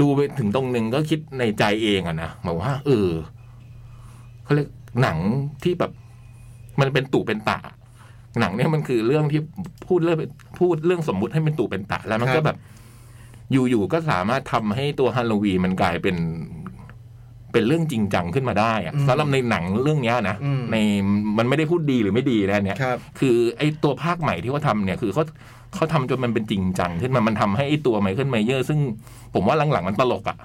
Speaker 3: ดูไปถึงตรงหนึ่งก็คิดในใจเองอะนะบอกว่า เออเขาเรียกหนังที่แบบ มันเป็นตู่เป็นตะ หนังเนี่ยมันคือเรื่องที่พูดเรื่องพูดเรื่องสมมุติให้เป็นตู่เป็นตะ แล้วมัน
Speaker 2: ครั
Speaker 3: ก็
Speaker 2: บ
Speaker 3: แบบ อยู่ๆก็สามารถทำให้ตัวฮาโลวีนมันกลายเป็น เป็นเรื่องจริงจังขึ้นมาได้อะ
Speaker 2: อืม
Speaker 3: สำหรับในหนังเรื่องเนี้ยนะ
Speaker 2: อืม
Speaker 3: ในมันไม่ได้พูดดีหรือไม่ดีนะอันเนี่ย
Speaker 2: ครับ
Speaker 3: คือไอ้ตัวภาคใหม่ที่เขาทำเนี่ยคือเขาเขาทำจนมันเป็นจริงจังขึ้นมา มันทำให้ไอ้ตัวไมเคิลไมเยอร์ ซึ่งผมว่าหลังๆมันตลกอะ่ะ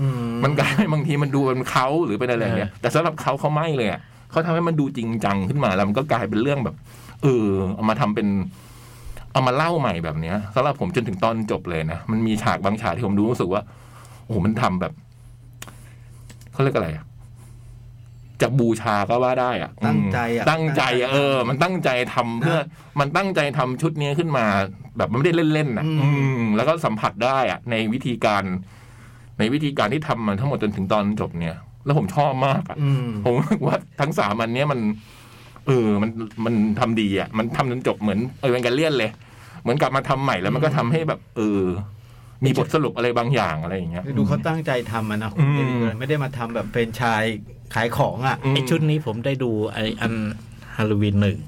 Speaker 2: อื
Speaker 3: มันกลายเป็นบางทีมันดูเป็นเขาหรือเป็นอะไรเนี่ย แต่สำหรับเขาเขาไม่เลยอะเขาทำให้มันดูจริงจังขึ้นมาแล้วมันก็กลายเป็นเรื่องแบบ เออเอามาทำเป็น เอามาเล่าใหม่แบบเนี้ยสำหรับผมจนถึงตอนจบเลยนะมันมีฉากบางฉากที่ผมดูรู้สึกว่าโอ้โหมันทำแบบเขาเรียกอะไรอะจะบูชาก็ว่าได้อะ
Speaker 2: ตั้งใจอะ
Speaker 3: ตั้งใจอะเออ มันตั้งใจทำเพื่อ มันตั้งใจทำชุดเนี้ยขึ้นมา แบบมันไม่ได้เล่นๆนะ
Speaker 2: อืม
Speaker 3: อืมแล้วก็สัมผัสได้อะในวิธีการ ในวิธีการที่ทำมันทั้งหมดจนถึงตอนจบเนี่ย แล้วผมชอบมากอะ
Speaker 2: อืม
Speaker 3: ผมรู้สึกว่าทั้งสามอันเนี้ยมัน เออ มันมันทำดีอ่ะ มันทำจนจบเหมือนเออเป็นการเลี่ยนเลย เหมือนกลับมาทำใหม่แล้วมันก็ทำให้แบบ เออ มีบทสรุปอะไรบางอย่างอะไรอย่างเงี้ย
Speaker 2: ดูเขาตั้งใจทำอะนะคุ
Speaker 3: อื
Speaker 2: ณ
Speaker 3: ม
Speaker 2: เดวิดเกิร์นไม่ได้มาทำแบบเป็นชายขายของอ่ะ
Speaker 3: ม
Speaker 4: ไอชุดนี้ผมได้ดูไออันฮาโลวีนหนึ่ง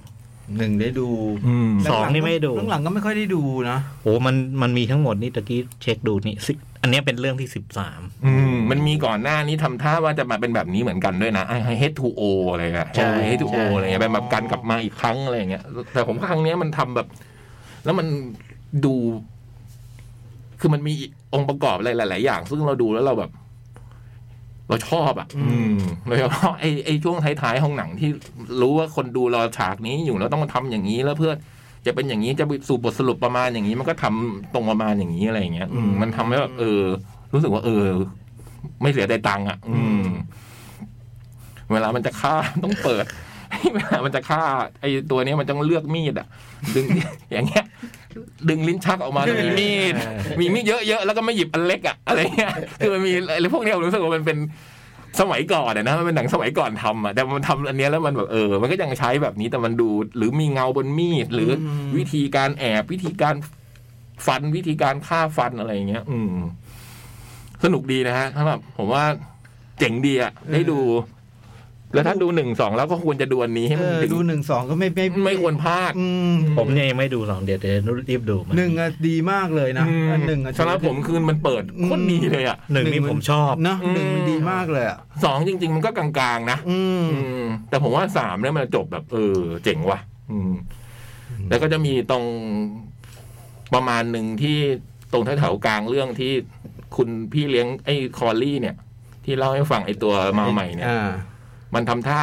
Speaker 2: หนึ่งได้ดู
Speaker 3: อืม
Speaker 4: สองนี่ไม่ดู
Speaker 2: หลังๆก็ไม่ค่อยได้ดูนะ
Speaker 4: โอ้มันมันมีทั้งหมดนี่ตะกี้เช็คดูนี่สิอันเนี้ยเป็นเรื่องที่สิบสาม
Speaker 3: อืมมันมีก่อนหน้านี้ทำท่าว่าจะมาเป็นแบบนี้เหมือนกันด้วยนะไอ้ H2O อะไรอะ
Speaker 4: ใช่
Speaker 3: H2O
Speaker 4: ใช่
Speaker 3: อะไรเงี้ยเป็นแบบการกลับมาอีกครั้งอะไรอย่างเงี้ยแต่ผมว่าครั้งเนี้ยมันทำแบบ แล้วมันดู คือมันมีองค์ประกอบอะไรหลาย ๆ อย่าง ซึ่งเราดูแล้วเราแบบ เราชอบอ่ะ
Speaker 2: อืม
Speaker 3: อืมโดยเฉพาะไอ้ไอ้ช่วงท้าย ๆ ห้องหนังที่รู้ว่าคนดูรอฉากนี้อยู่แล้วต้องมาทำอย่างนี้แล้วเพื่อ จะเป็นอย่างนี้จะไปสู่บทสรุปประมาณอย่างนี้ มันก็ทำตรงประมาณอย่างนี้อะไรอย่างเงี้ย อืมมันทำให้แบบเออ รู้สึกว่า เออ ไม่เสียใจตังค์อ่ะ อืม เวลามันจะฆ่า ต้องเปิด เวลามันจะฆ่า ไอ้ตัวเนี้ยมันต้องเลือกมีดอ่ะ ดึง อย่างเงี้ย ดึงลิ้นชักออกมาแล้วมีมีด มีมีดเยอะๆ แล้วก็ไม่หยิบอันเล็กอ่ะ อะไรเงี้ย คือมันมีอะไรพวกเนี้ยผมรู้สึกว่ามันเป็นสมัยก่อนอะนะ มันเป็นหนังสมัยก่อนทำอะแต่มันทำอันเนี้ยแล้วมันแบบเออ มันก็ยังใช้แบบนี้ แต่มันดู หรือมีเงาบนมีด หรืออ
Speaker 2: ม
Speaker 3: วิธีการแอบ วิธีการฟัน วิธีการฆ่าฟันอะไรอย่างเงี้ย อืม สนุกดีนะฮะสำหรับผมว่าเจ๋งดีอะได้ดู แล้วถ้าดูหนึ่งสองแล้วก็ควรจะดูอันนี้ให้
Speaker 2: เอ
Speaker 3: มัน
Speaker 2: อ
Speaker 3: ถึง
Speaker 2: ดูหนึ่งสองก็ไม่ไม่
Speaker 3: ไม่ควรพลาด
Speaker 2: อืม
Speaker 4: ผมเนี่ยยังไม่ดูหรอกเดี๋ยวเดี๋ยวรีบดูมัน
Speaker 2: หนึ่งอะดีมากเลยนะ
Speaker 3: อืม
Speaker 2: อันหนึ่งอะ
Speaker 3: สำหรับผมคือมันเปิด
Speaker 2: อืม
Speaker 3: โคตรดีเลยอ่ะ
Speaker 4: หนึ่งนี่ผมชอบ
Speaker 2: เนอะหนึ่งมันดีมากเลยอ่ะ
Speaker 3: สองจริง ๆ มันก็กลางๆนะ
Speaker 2: อืม
Speaker 3: อืม แต่ผมว่าสามเนี่ยมันจบแบบเออ เจ๋งว่ะ อืม แล้วก็จะมีตรงประมาณหนึ่งที่ตรงแถวๆกลางเรื่องที่คุณพี่เลี้ยงไอ้คอลลี่เนี่ย ที่เล่าให้ฟังไอ้ตัวมาใหม่เนี่ย
Speaker 2: อ่า
Speaker 3: มันทำท่า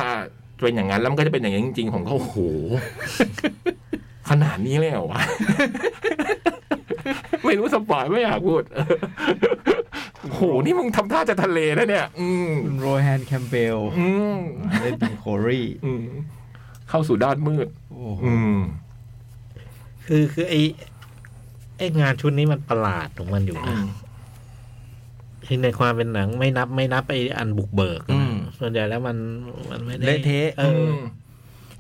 Speaker 3: เป็นอย่างนั้นแล้วมันก็จะเป็นอย่างนี้นจริงๆ ผมก็โอ้โห ขนาดนี้เลยเหรอวะ ไม่รู้สปอยไม่อยากพูด โอ้โห นี่มึงทำท่าจะทะเลนะเนี่ย อืม
Speaker 2: คุณโรแฮนแคมเบล
Speaker 3: อืม
Speaker 2: เล่นเป็นโครี
Speaker 3: อืม เข้าสู่ด้านมืด
Speaker 2: โอ้โห
Speaker 3: อืม
Speaker 4: คือคือไอไองานชุดนี้มันประหลาดของมันอยู่
Speaker 3: อื
Speaker 4: นะ
Speaker 3: ม
Speaker 4: คือในความเป็นหนังไม่นับไม่นับไออันบุกเบิก
Speaker 2: อื
Speaker 4: นะ
Speaker 2: ม
Speaker 4: ส่วนใหญ่แล้วมันมันไม่ได้
Speaker 2: เละเทะ
Speaker 4: เอออ
Speaker 3: ม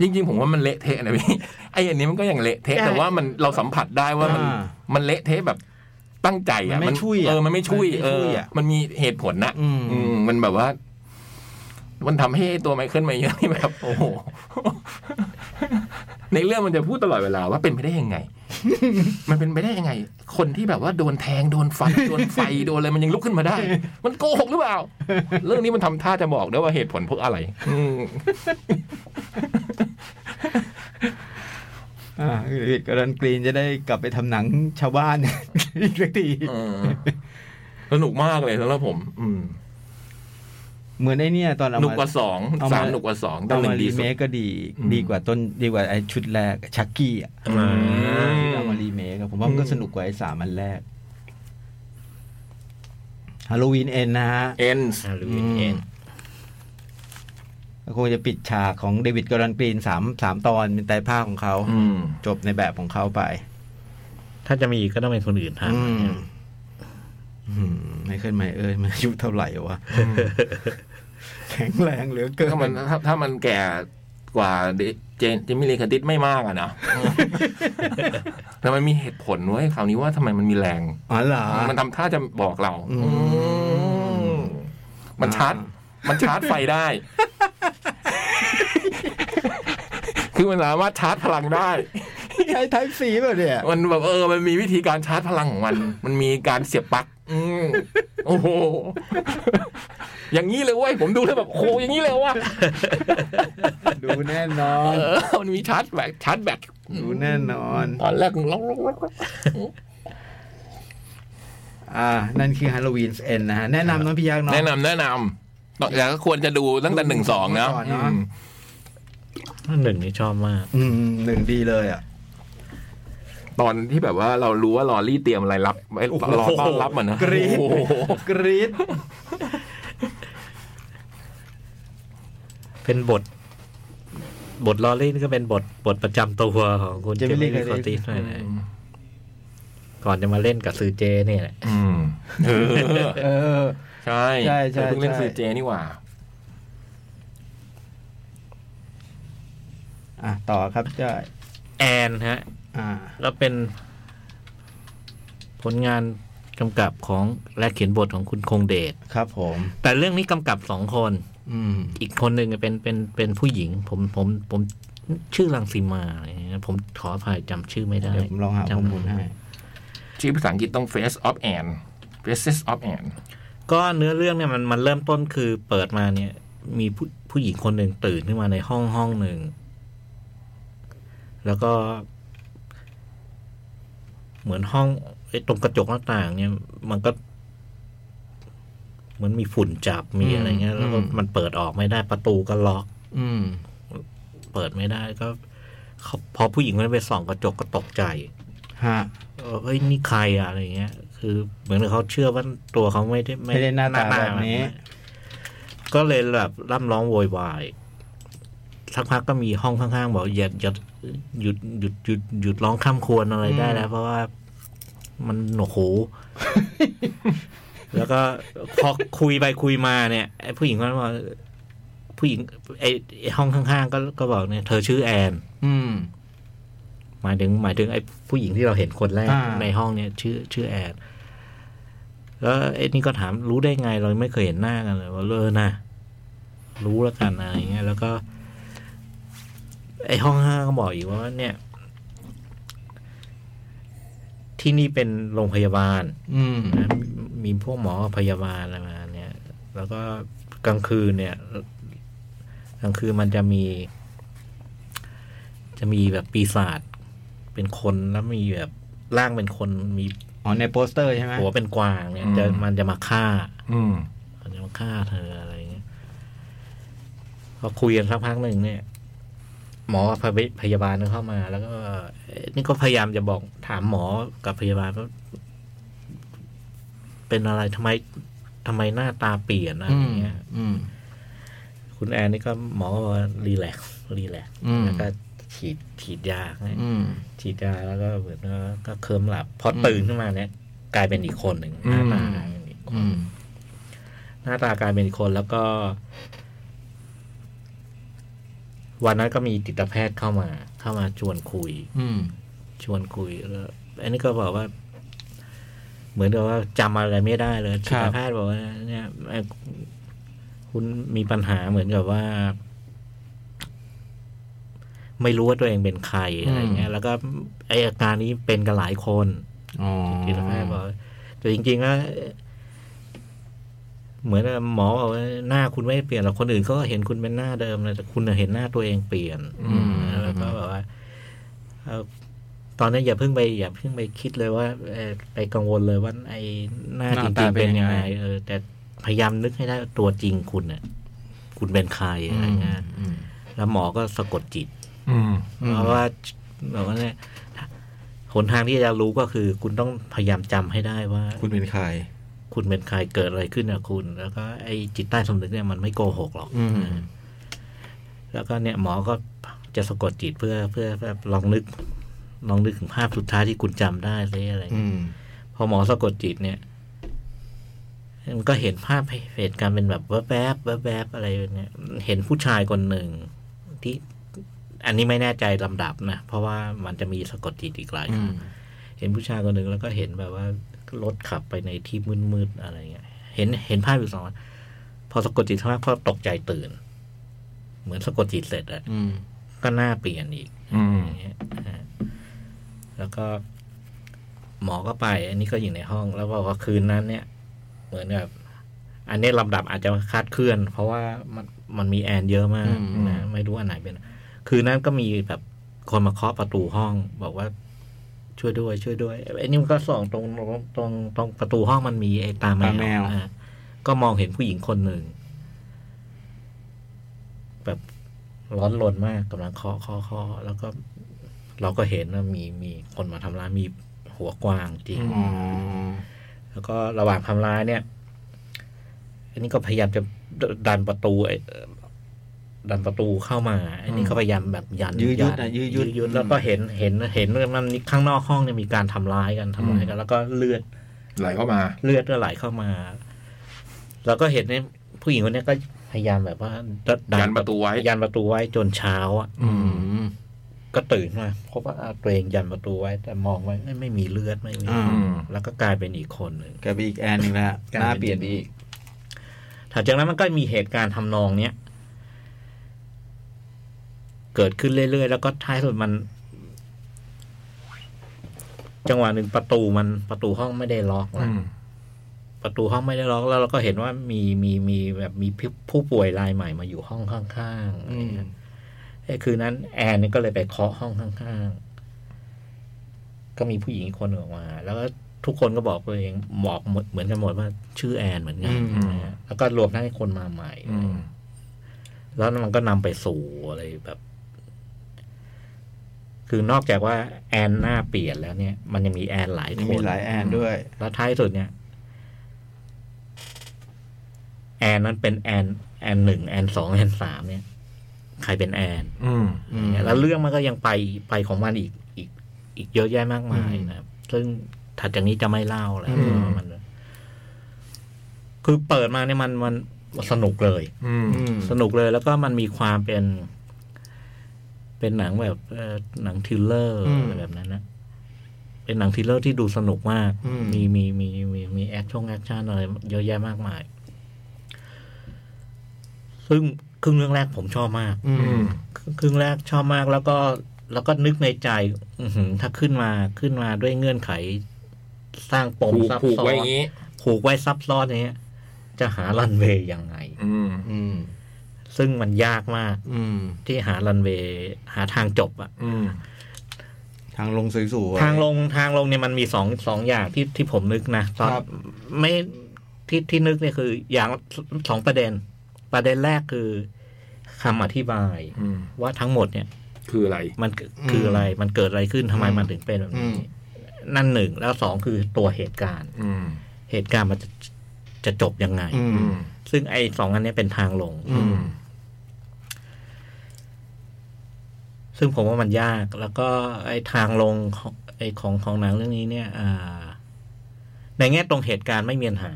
Speaker 3: จริงๆ ผมว่ามันเละเทะนะพี่ ไอ้อันนี้มันก็ยังเละเทะ
Speaker 4: ใช่
Speaker 3: แต่ว่ามันเราสัมผัสได้ว่ามัน
Speaker 2: อ่า
Speaker 3: มันเละเทะแบบตั้งใจอะ
Speaker 2: มันไม่ช่วยอะ
Speaker 3: เออ มันไม่ช่วย
Speaker 2: มันไม่
Speaker 3: เอ
Speaker 2: ช่
Speaker 3: อ
Speaker 2: วยอะ
Speaker 3: มันมีเหตุผลนะ
Speaker 2: อืม
Speaker 3: อืม มันแบบว่า มันทำให้ตัวไมเคิลไมาเยอะนี่แบบ โอ้โห ในเรื่องมันจะพูดตลอดเวลาว่าเป็นไปได้ยังไง มันเป็นไปได้ยังไง คนที่แบบว่าโดนแทงโดนฟัน โดนไฟโดนอะไรมันยังลุกขึ้นมาได้ มันโกหกหรือเปล่า เรื่องนี้มันทำท่าจะบอกด้วยว่าเหตุผลเพราะอะไร อืม
Speaker 2: อ่าวิดกรันกรีนจะได้กลับไปทำหนังชาวบ้าน อีกสักที
Speaker 3: เออสนุกมากเลยสำหรับผม อืม
Speaker 2: เหมือนไอ้เนี่ยตอน
Speaker 3: ส
Speaker 2: เอา
Speaker 3: นุกก
Speaker 2: มา
Speaker 3: ว่าสอง
Speaker 2: เอามา
Speaker 3: สามหนุกกว่าสองแต่
Speaker 2: เอา
Speaker 3: หนึ่
Speaker 2: มาง
Speaker 3: ดี
Speaker 2: รี
Speaker 3: สุ
Speaker 2: เม
Speaker 3: ด
Speaker 2: คก็ดี
Speaker 3: อืม
Speaker 2: ดีกว่าต้นดีกว่าไอ้ชุดแรกชักกี้อ่ะ
Speaker 4: อืม
Speaker 2: ที่เอามารีเมคอะผมว่ามันก็สนุกกว่าไอ้สามอันแรกฮาโลวีนเอ็นนะฮะ
Speaker 3: เอ็น
Speaker 4: ฮาโลวีนเอ็น
Speaker 2: ก็คงจะปิดฉากของเดวิดกรันกรีนสามสามตอนเป็นไตรภาคของเขา
Speaker 3: อืม
Speaker 2: จบในแบบของเขาไป
Speaker 4: ถ้าจะมีอีกก็ต้องเป็นคนอื่นท
Speaker 2: อืมอืมไม่เคยไม่เอ้ยมันอายุเท่าไหร่วะแข็งแรงเหลือเกิน
Speaker 3: ถ้ามันถ้าถ้ามันแก่กว่าเจนจิมมี่ลีคาติสไม่มากอะนะแต่มันมีเหตุผลเว้ยคราวนี้ว่าทำไมมันมีแรง
Speaker 2: อ๋อเหรอ
Speaker 3: มันทำท่าจะบอกเรา
Speaker 2: อืม
Speaker 3: อืมมันชาร์จ มันชาร์จไฟ ได้ คือมันสามารถชาร์จพลังได้
Speaker 2: ใช้ไทป์สีเปล่าเนี่ย
Speaker 3: มันแบบเออ มันมีวิธีการชาร์จพลังของมัน มันมีการเสียบปลั๊กอืมโอ้โห อย่างนี้เลยเว้ย ผมดูแล้วแบบโอ้โหอย่างนี้เลยว่ะ
Speaker 2: ดูแน่นอ
Speaker 3: เอน อ มันมีชาร์จแบตชาร์จแบต
Speaker 2: ดูแน่นอน
Speaker 3: ตอนแรกล็อกล็อกล็อกล็อก
Speaker 2: อ่า นั่นคือฮาโลวีนเอ็นนะฮะ แนะนำน้องพี่ยักษ์เนาะ
Speaker 3: แนะนำแนะนำแต่ก็ควรจะดูตั้งแต่หนึ่งสองนะ
Speaker 2: ดูก่อนเนอะ
Speaker 3: อืม
Speaker 4: ำหนึ่งนี่ชอบมาก
Speaker 2: อืมหนึ่งดีเลยอ่ะ
Speaker 3: ตอนที่แบบว่าเรารู้ว่าลอรี่เตรียมอะไรรับไว้
Speaker 2: โอ้โห
Speaker 3: รอต้อนรับมันนะ
Speaker 2: กรี๊ด
Speaker 3: โอ้โห
Speaker 2: กรี๊ด
Speaker 4: เป็นบท บทลอรี่นี่ก็เป็นบทบทประจำตัวของคุณเจมี่ลีคอร์ติสเลยนะก่อนจะมาเล่นกับซือเจเนี่ยแหละ
Speaker 3: อืมเออ
Speaker 2: เออ
Speaker 3: ใช่
Speaker 2: ใช่ใช่
Speaker 3: เพิ่งเล่น
Speaker 2: ใช่
Speaker 3: ซีเจนี่หว่า
Speaker 2: อ่ะ ต่อครับจ้อย
Speaker 4: แอนฮะ
Speaker 2: อ่า
Speaker 4: แล้วเป็น ผลงานกำกับของและเขียนบทของคุณคงเดช
Speaker 2: ครับผม
Speaker 4: แต่เรื่องนี้กำกับสองคน
Speaker 2: อืม
Speaker 4: อีกคนหนึ่งเป็นเป็นเป็นผู้หญิง ผมผมผมชื่อลังสีมาอะไรอย่างเงี้ยผมขออภัยจำชื่อไม่ได้
Speaker 2: เดี๋ยวผมลองหาข้อมูลให้
Speaker 3: ชื่อภาษาอังกฤษต้อง face of a n faces of a n
Speaker 4: ก็เนื้อเรื่องเนี่ยมันมันเริ่มต้นคือเปิดมาเนี่ย มีผู้ผู้หญิงคนหนึ่งตื่นขึ้นมาในห้องห้องหนึ่ง แล้วก็ เหมือนห้องไอ้ตรงกระจกหน้าต่างเนี่ย มันก็เหมือนมีฝุ่นจับมีอะไรเงี้ย แล้วก็
Speaker 2: อืม
Speaker 4: มันเปิดออกไม่ได้ประตูก็ล็อก
Speaker 2: อืม
Speaker 4: เปิดไม่ได้ก็ เขาพอผู้หญิงคนนั้นไปส่องกระจกก็ตกใจ
Speaker 2: ฮะ
Speaker 4: เออเอ้ยนี่ใครอะอะไรเงี้ย คือเหมือนเขาเชื่อว่าตัวเขาไม่ได้
Speaker 2: ไม่ได้หน้าตาแบบนี้
Speaker 4: ก็เลยแบบร่ำร้องโวยวาย สักพักก็มีห้องข้างๆบอกอย่าอย่าหยุดหยุดหยุดหยุดร้องข้ามควรอะไรได้แล้ว เพราะว่ามันโอ้โห แล้วก็พอคุยไปคุยมาเนี่ยไอ้ผู้หญิงคนนั้นบอกผู้หญิงไอ้ไอ้ห้องข้างๆก็ก็บอกเนี่ยเธอชื่อแอน
Speaker 2: อืม
Speaker 4: หมายถึงหมายถึงไอ้ผู้หญิงที่เราเห็นคนแรก
Speaker 2: อ่า
Speaker 4: ในห้องเนี่ยชื่อชื่อแอนแล้วไอ้นี่ก็ถามรู้ได้ไงเราไม่เคยเห็นหน้ากันเลยว่าเลอนะรู้แล้วกันอะไรเงี้ยแล้วก็ ไอ้ห้องห้าก็บอกอีกว่าเนี่ย ที่นี่เป็นโรงพยาบาล
Speaker 2: อืม
Speaker 4: นะมีพวกหมอกับพยาบาลอะไรมาเนี่ย แล้วก็กลางคืนเนี่ย กลางคืนมันจะมี จะมีแบบปีศาจเป็นคนแล้วมีแบบร่างเป็นคนมี
Speaker 2: อ๋อในโปสเตอร์ใช่ไหม
Speaker 4: หัวเป็นกวางเนี่ย
Speaker 3: อืม
Speaker 4: จะมันจะมาฆ่า
Speaker 3: อืม
Speaker 4: มันจะมาฆ่าเธออะไรอย่างเงี้ยพอคุยกันสักพักหนึ่งเนี่ย หมอกับพยพยาบาลก็เข้ามา แล้วก็เอ่อนี่ก็พยายามจะบอกถามหมอกับพยาบาลว่าเป็นอะไรทำไมทำไมหน้าตาเปลี่ยนอะไร
Speaker 2: อื
Speaker 4: อ
Speaker 2: ม
Speaker 4: ย่างเงี้ย
Speaker 2: อืม
Speaker 4: คุณแอนนี่ก็หมอก็บอกว่ารีแลกซ์รีแลกซ์
Speaker 2: อืม
Speaker 4: แล้วก็ฉีดฉีดยาให้
Speaker 2: อืม
Speaker 4: ฉีดยาแล้วก็เหมือนว่าก็เคลิมหลับพอตื่นขึ้นมาเนี่ย กลายเป็นอีกคนหนึ่งหน้าตา
Speaker 3: อืม
Speaker 4: กลายเป็นอีกคน
Speaker 2: อืม
Speaker 4: หน้าตากลายเป็นอีกคนแล้วก็ วันนั้นก็มีจิตแพทย์เข้ามา เข้ามาชวนคุย
Speaker 2: อืม
Speaker 4: ชวนคุยแล้วอันนี้ก็บอกว่า เหมือนกับว่าจำอะไรไม่ได้เลย
Speaker 2: ค
Speaker 4: จิ
Speaker 2: รับ
Speaker 4: ตแพทย์บอกว่า เนี่ยเอ่อคุณมีปัญหาเหมือนกับว่า ไม่รู้ว่าตัวเองเป็นใครอะไรเงี้ยแล้วก็ไออาการนี้เป็นกันหลายคน
Speaker 2: อ๋อ
Speaker 4: จิตแพทย์บอกแต่จริงๆแล้วเหมือนกับหมอบอกว่าหน้าคุณไม่ได้เปลี่ยนหรอกคนอื่นเขาก็เห็นคุณเป็นหน้าเดิมเลยแต่คุณน่ะเห็นหน้าตัวเองเปลี่ยน
Speaker 3: อืม
Speaker 4: แล้วก็แบบว่าเอ่อตอนนี้อย่าเพิ่งไป อย่าเพิ่งไปคิดเลยว่าเอ่อไปกังวลเลยว่าไอ้หน้าจริงๆเป็นยังไงเออแต่พยายามนึกให้ได้ว่าตัวจริงคุณน่ะคุณเป็นใครอะไรเงี้ย
Speaker 2: อืม
Speaker 4: แล้วหมอก็สะกดจิต
Speaker 3: อืม
Speaker 2: อืม
Speaker 4: เพราะว่าบอกว่าเนี่ยหนทางที่จะรู้ก็คือ คุณต้องพยายามจำให้ได้ว่า
Speaker 2: คุณเป็นใคร
Speaker 4: คุณเป็นใครเกิดอะไรขึ้นกับคุณ แล้วก็ไอ้จิตใต้สำนึกเนี่ยมันไม่โกหกหรอก
Speaker 2: อืม
Speaker 4: แล้วก็เนี่ยหมอก็จะสะกดจิตเพื่อเพื่อแบบลองนึก ลองนึกถึงภาพสุดท้ายที่คุณจำได้ซิอะไร
Speaker 2: อืม
Speaker 4: พอหมอสะกดจิตเนี่ยมันก็เห็นภาพเหตุการณ์เป็นแบบแวบๆแวบๆอะไรแบบเนี่ยเห็นผู้ชายคนหนึ่งที่ อันนี้ไม่แน่ใจลำดับนะเพราะว่ามันจะมีสะกดจิตอีกหลายค
Speaker 2: อื
Speaker 4: รั้ง
Speaker 2: ม
Speaker 4: เห็นผู้ชายคนหนึ่งแล้วก็เห็นแบบว่ารถขับไปในที่มืดๆอะไรเงี้ย เห็นเห็นภาพอยู่สองอันพอสะกดจิตทักพักพอตกใจตื่น เหมือนสะกดจิตเสร็จอะ
Speaker 2: อืม
Speaker 4: ก็หน้าเปลี่ยนอีก
Speaker 3: อืม
Speaker 4: อย่างเงี้ยอ่าแล้วก็ หมอก็ไป อันนี้ก็อยู่ในห้อง แล้วบอกว่าคืนนั้น เนี่ย เหมือนแบบอันนี้ลำดับอาจจะคลาดเคลื่อน เพราะว่ามันมันมีแอนเยอะมาก
Speaker 2: อืม
Speaker 4: นะไม่รู้อันไหนเป็น คืนนั้นก็มีแบบคนมาเคาะประตูห้อง บอกว่า ช่วยด้วย ช่วยด้วยไอ้นี่มันก็ส่องตรงตรงตรงตรงประตูห้องมันมีไอ้ตาแมว
Speaker 2: ตาแมว
Speaker 4: อ่ะก็มองเห็นผู้หญิงคนหนึ่ง แบบร้อนรนมากกำลังเคาะเคาะเคาะแล้วก็ เราก็เห็นว่ามีมีคนมาทำร้ายมีหัวกวางจริง
Speaker 2: อ๋อ
Speaker 4: แล้วก็ระหว่างทำร้ายเนี่ย อันนี้ก็พยายามจะดดันประตูไอ้เอ่อดันประตูเข้ามา อันนี้ก็พยายามแบบยัน
Speaker 2: ยื้อยุด
Speaker 4: น
Speaker 2: นะยื้อยุด
Speaker 4: ยืด
Speaker 2: อืม
Speaker 4: แล้วก็เห็นเห็นเห็นว่ามันข้างนอกห้องเนี่ยมีการทำร้ายกันทำร้ายกัน แล้วก็เลือด
Speaker 3: ไหลเข้ามา
Speaker 4: เลือดก็ไหลเข้ามา แล้วก็เห็นเนี่ยผู้หญิงคนเนี้ยก็พยายามแบบว่าดั
Speaker 3: ยันประตูไว้
Speaker 4: ยันประตูไว้จนเช้าอ่ะ
Speaker 2: อืม
Speaker 4: ก็ตื่นมาพบว่าอ่าตัวเองยันประตูไว้ แต่มองไว้ไม่ไม่มีเลือดไม่มี
Speaker 2: อ่า
Speaker 3: อืม
Speaker 4: แล้วก็กลายเป็นอีกคนหนึ่ง
Speaker 2: กลับไปอีกแอนหนึ่งละ
Speaker 4: กลับ
Speaker 2: ห
Speaker 4: ไป
Speaker 2: น้าเปลี่ยนไปอีก
Speaker 4: ถัดจากนั้นมันก็มีเหตุการณ์ทำนองเนี้ย เกิดขึ้นเรื่อยๆ แล้วก็ท้ายสุดมัน จังหวะหนึ่งประตูมันประตูห้องไม่ได้ล็อกนะ
Speaker 3: อืม
Speaker 4: ประตูห้องไม่ได้ล็อกแล้วเราก็เห็นว่ามีมีมีแบบมีผู้ป่วยรายใหม่มาอยู่ห้องข้างๆอะไร
Speaker 2: อืม
Speaker 4: เงี้ยไอ้คืนนั้น แอนเนี่ยก็เลยไปเคาะห้องข้างๆ ก็มีผู้หญิงอีกคนหนึ่งออกมา แล้วก็ทุกคนก็บอกตัวเองบอกหมดเหมือนกันหมดว่าชื่อแอนเหมือนกัน
Speaker 2: อืม
Speaker 4: นะฮะแล้วก็รวมทั้งไอ้คนมาใหม่
Speaker 3: อืม
Speaker 4: แล้วมันก็นำไปสู่อะไรแบบ คือนอกจากว่าแอนหน้าเปลี่ยนแล้วเนี่ย มันยังมีแอนหลายคน
Speaker 2: มีหลายแอนด้วย
Speaker 4: แล้วท้ายสุดเนี่ย แอนนั้นเป็นแอน แอนหนึ่งแอนสองแอนสามเนี่ย ใครเป็นแอน
Speaker 3: อืม
Speaker 2: อืม
Speaker 4: แล้วเรื่องมันก็ยังไปไปของมันอีกอีกอีกเยอะแยะมากมายนะครับซึ่งถัดจากนี้จะไม่เล่าแล้ว
Speaker 3: อืม
Speaker 4: มัน คือเปิดมาเนี่ยมันมันสนุกเลย
Speaker 3: อืม
Speaker 2: อืม
Speaker 4: สนุกเลยแล้วก็มันมีความเป็น เป็นหนังแบบเอ่อหนังทริลเลอร์
Speaker 2: อืม
Speaker 4: อะไรแบบนั้นนะเป็นหนังทริลเลอร์ที่ดูสนุกมาก
Speaker 2: อืม
Speaker 4: มีมีมีมีมีแอคชั่นแอคชั่นอะไรเยอะแยะมากมาย ซึ่งครึ่งเรื่องแรกผมชอบมาก
Speaker 2: อื
Speaker 3: อื
Speaker 2: ม
Speaker 3: ม
Speaker 4: ครึ่งแรกชอบมากแล้วก็แล้วก็นึกในใจ อื้อหือถ้าขึ้นมาขึ้นมาด้วยเงื่อนไข สร้างปม
Speaker 3: ผูก
Speaker 4: ซับ
Speaker 3: ผูก
Speaker 4: ซ้อ
Speaker 3: ไว้
Speaker 4: น
Speaker 3: อย่างนี้
Speaker 4: ผูกไว้ซับซ้อนอย่างเนี้ย จะหารันเวย์ยังไง
Speaker 3: อืม
Speaker 2: อืม
Speaker 4: ซึ่งมันยากมาก
Speaker 2: อืม
Speaker 4: ที่หารันเวย์หาทางจบอะ
Speaker 3: อืม
Speaker 2: ทางลงสวยๆ
Speaker 4: ทางลงทางลงเนี่ยมันมีสองสองอย่างที่ที่ผมนึกนะตอน
Speaker 2: ครับ
Speaker 4: ไม่ที่ที่นึกเนี่ยคืออย่างสองประเด็น ประเด็นแรกคือคำอธิบาย
Speaker 3: อืม
Speaker 4: ว่าทั้งหมดเนี่ย
Speaker 3: คืออะไร
Speaker 4: มันคือคืออะไร มันเกิดอะไรขึ้น ทำไม
Speaker 2: อืม
Speaker 4: มันถึงเป็นแบบ
Speaker 2: อืม
Speaker 4: นี้นั่นหนึ่ง แล้วสองคือตัวเหตุการณ์
Speaker 3: อืม
Speaker 4: เหตุการณ์มันจะจะจบยังไง
Speaker 2: อื
Speaker 3: อื
Speaker 2: ม
Speaker 3: ม
Speaker 4: ซึ่งไอ้สองอันเนี้ยเป็นทางลง
Speaker 2: อื
Speaker 3: อื
Speaker 2: ม
Speaker 3: ม
Speaker 4: ซึ่งผมว่ามันยาก แล้วก็ไอ้ทางลงของไอ้ของของหนังเรื่องนี้เนี่ย อ่า ในแง่ตรงเหตุการณ์ไม่มีปัญหา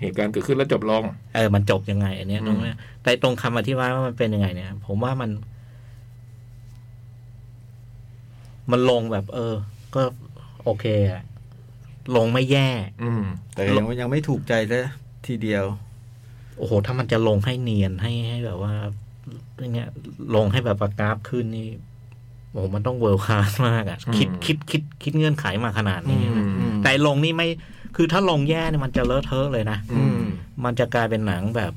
Speaker 3: เหตุการณ์เกิดขึ้นแล้วจบลง
Speaker 4: เออ มันจบยังไง อันเนี้ยตรงเนี้ยแต่ตรงคำอธิบายว่ามันเป็นยังไงเนี่ย ผมว่ามัน มันลงแบบ เออ ก็โอเคอะลงไม่แย่
Speaker 3: อืม
Speaker 2: แต่ยังยังไม่ถูกใจเลยทีเดียว
Speaker 4: โอ้โห ถ้ามันจะลงให้เนียนให้ให้แบบว่าเนี่ยลงให้แบบประกราฟขึ้นนี่โอ้โหมันต้องเวิร์คคลาสมากอะ่ะ
Speaker 3: อืม
Speaker 4: คิดคิดคิดคิดเงื่อนไขมาขนาดนี้นะ
Speaker 2: อืม
Speaker 4: แต่ลงนี่ไม่ คือถ้าลงแย่เนี่ยมันจะเลอะเทอะเลยนะ
Speaker 2: อืม
Speaker 4: มันจะกลายเป็นหนังแบบ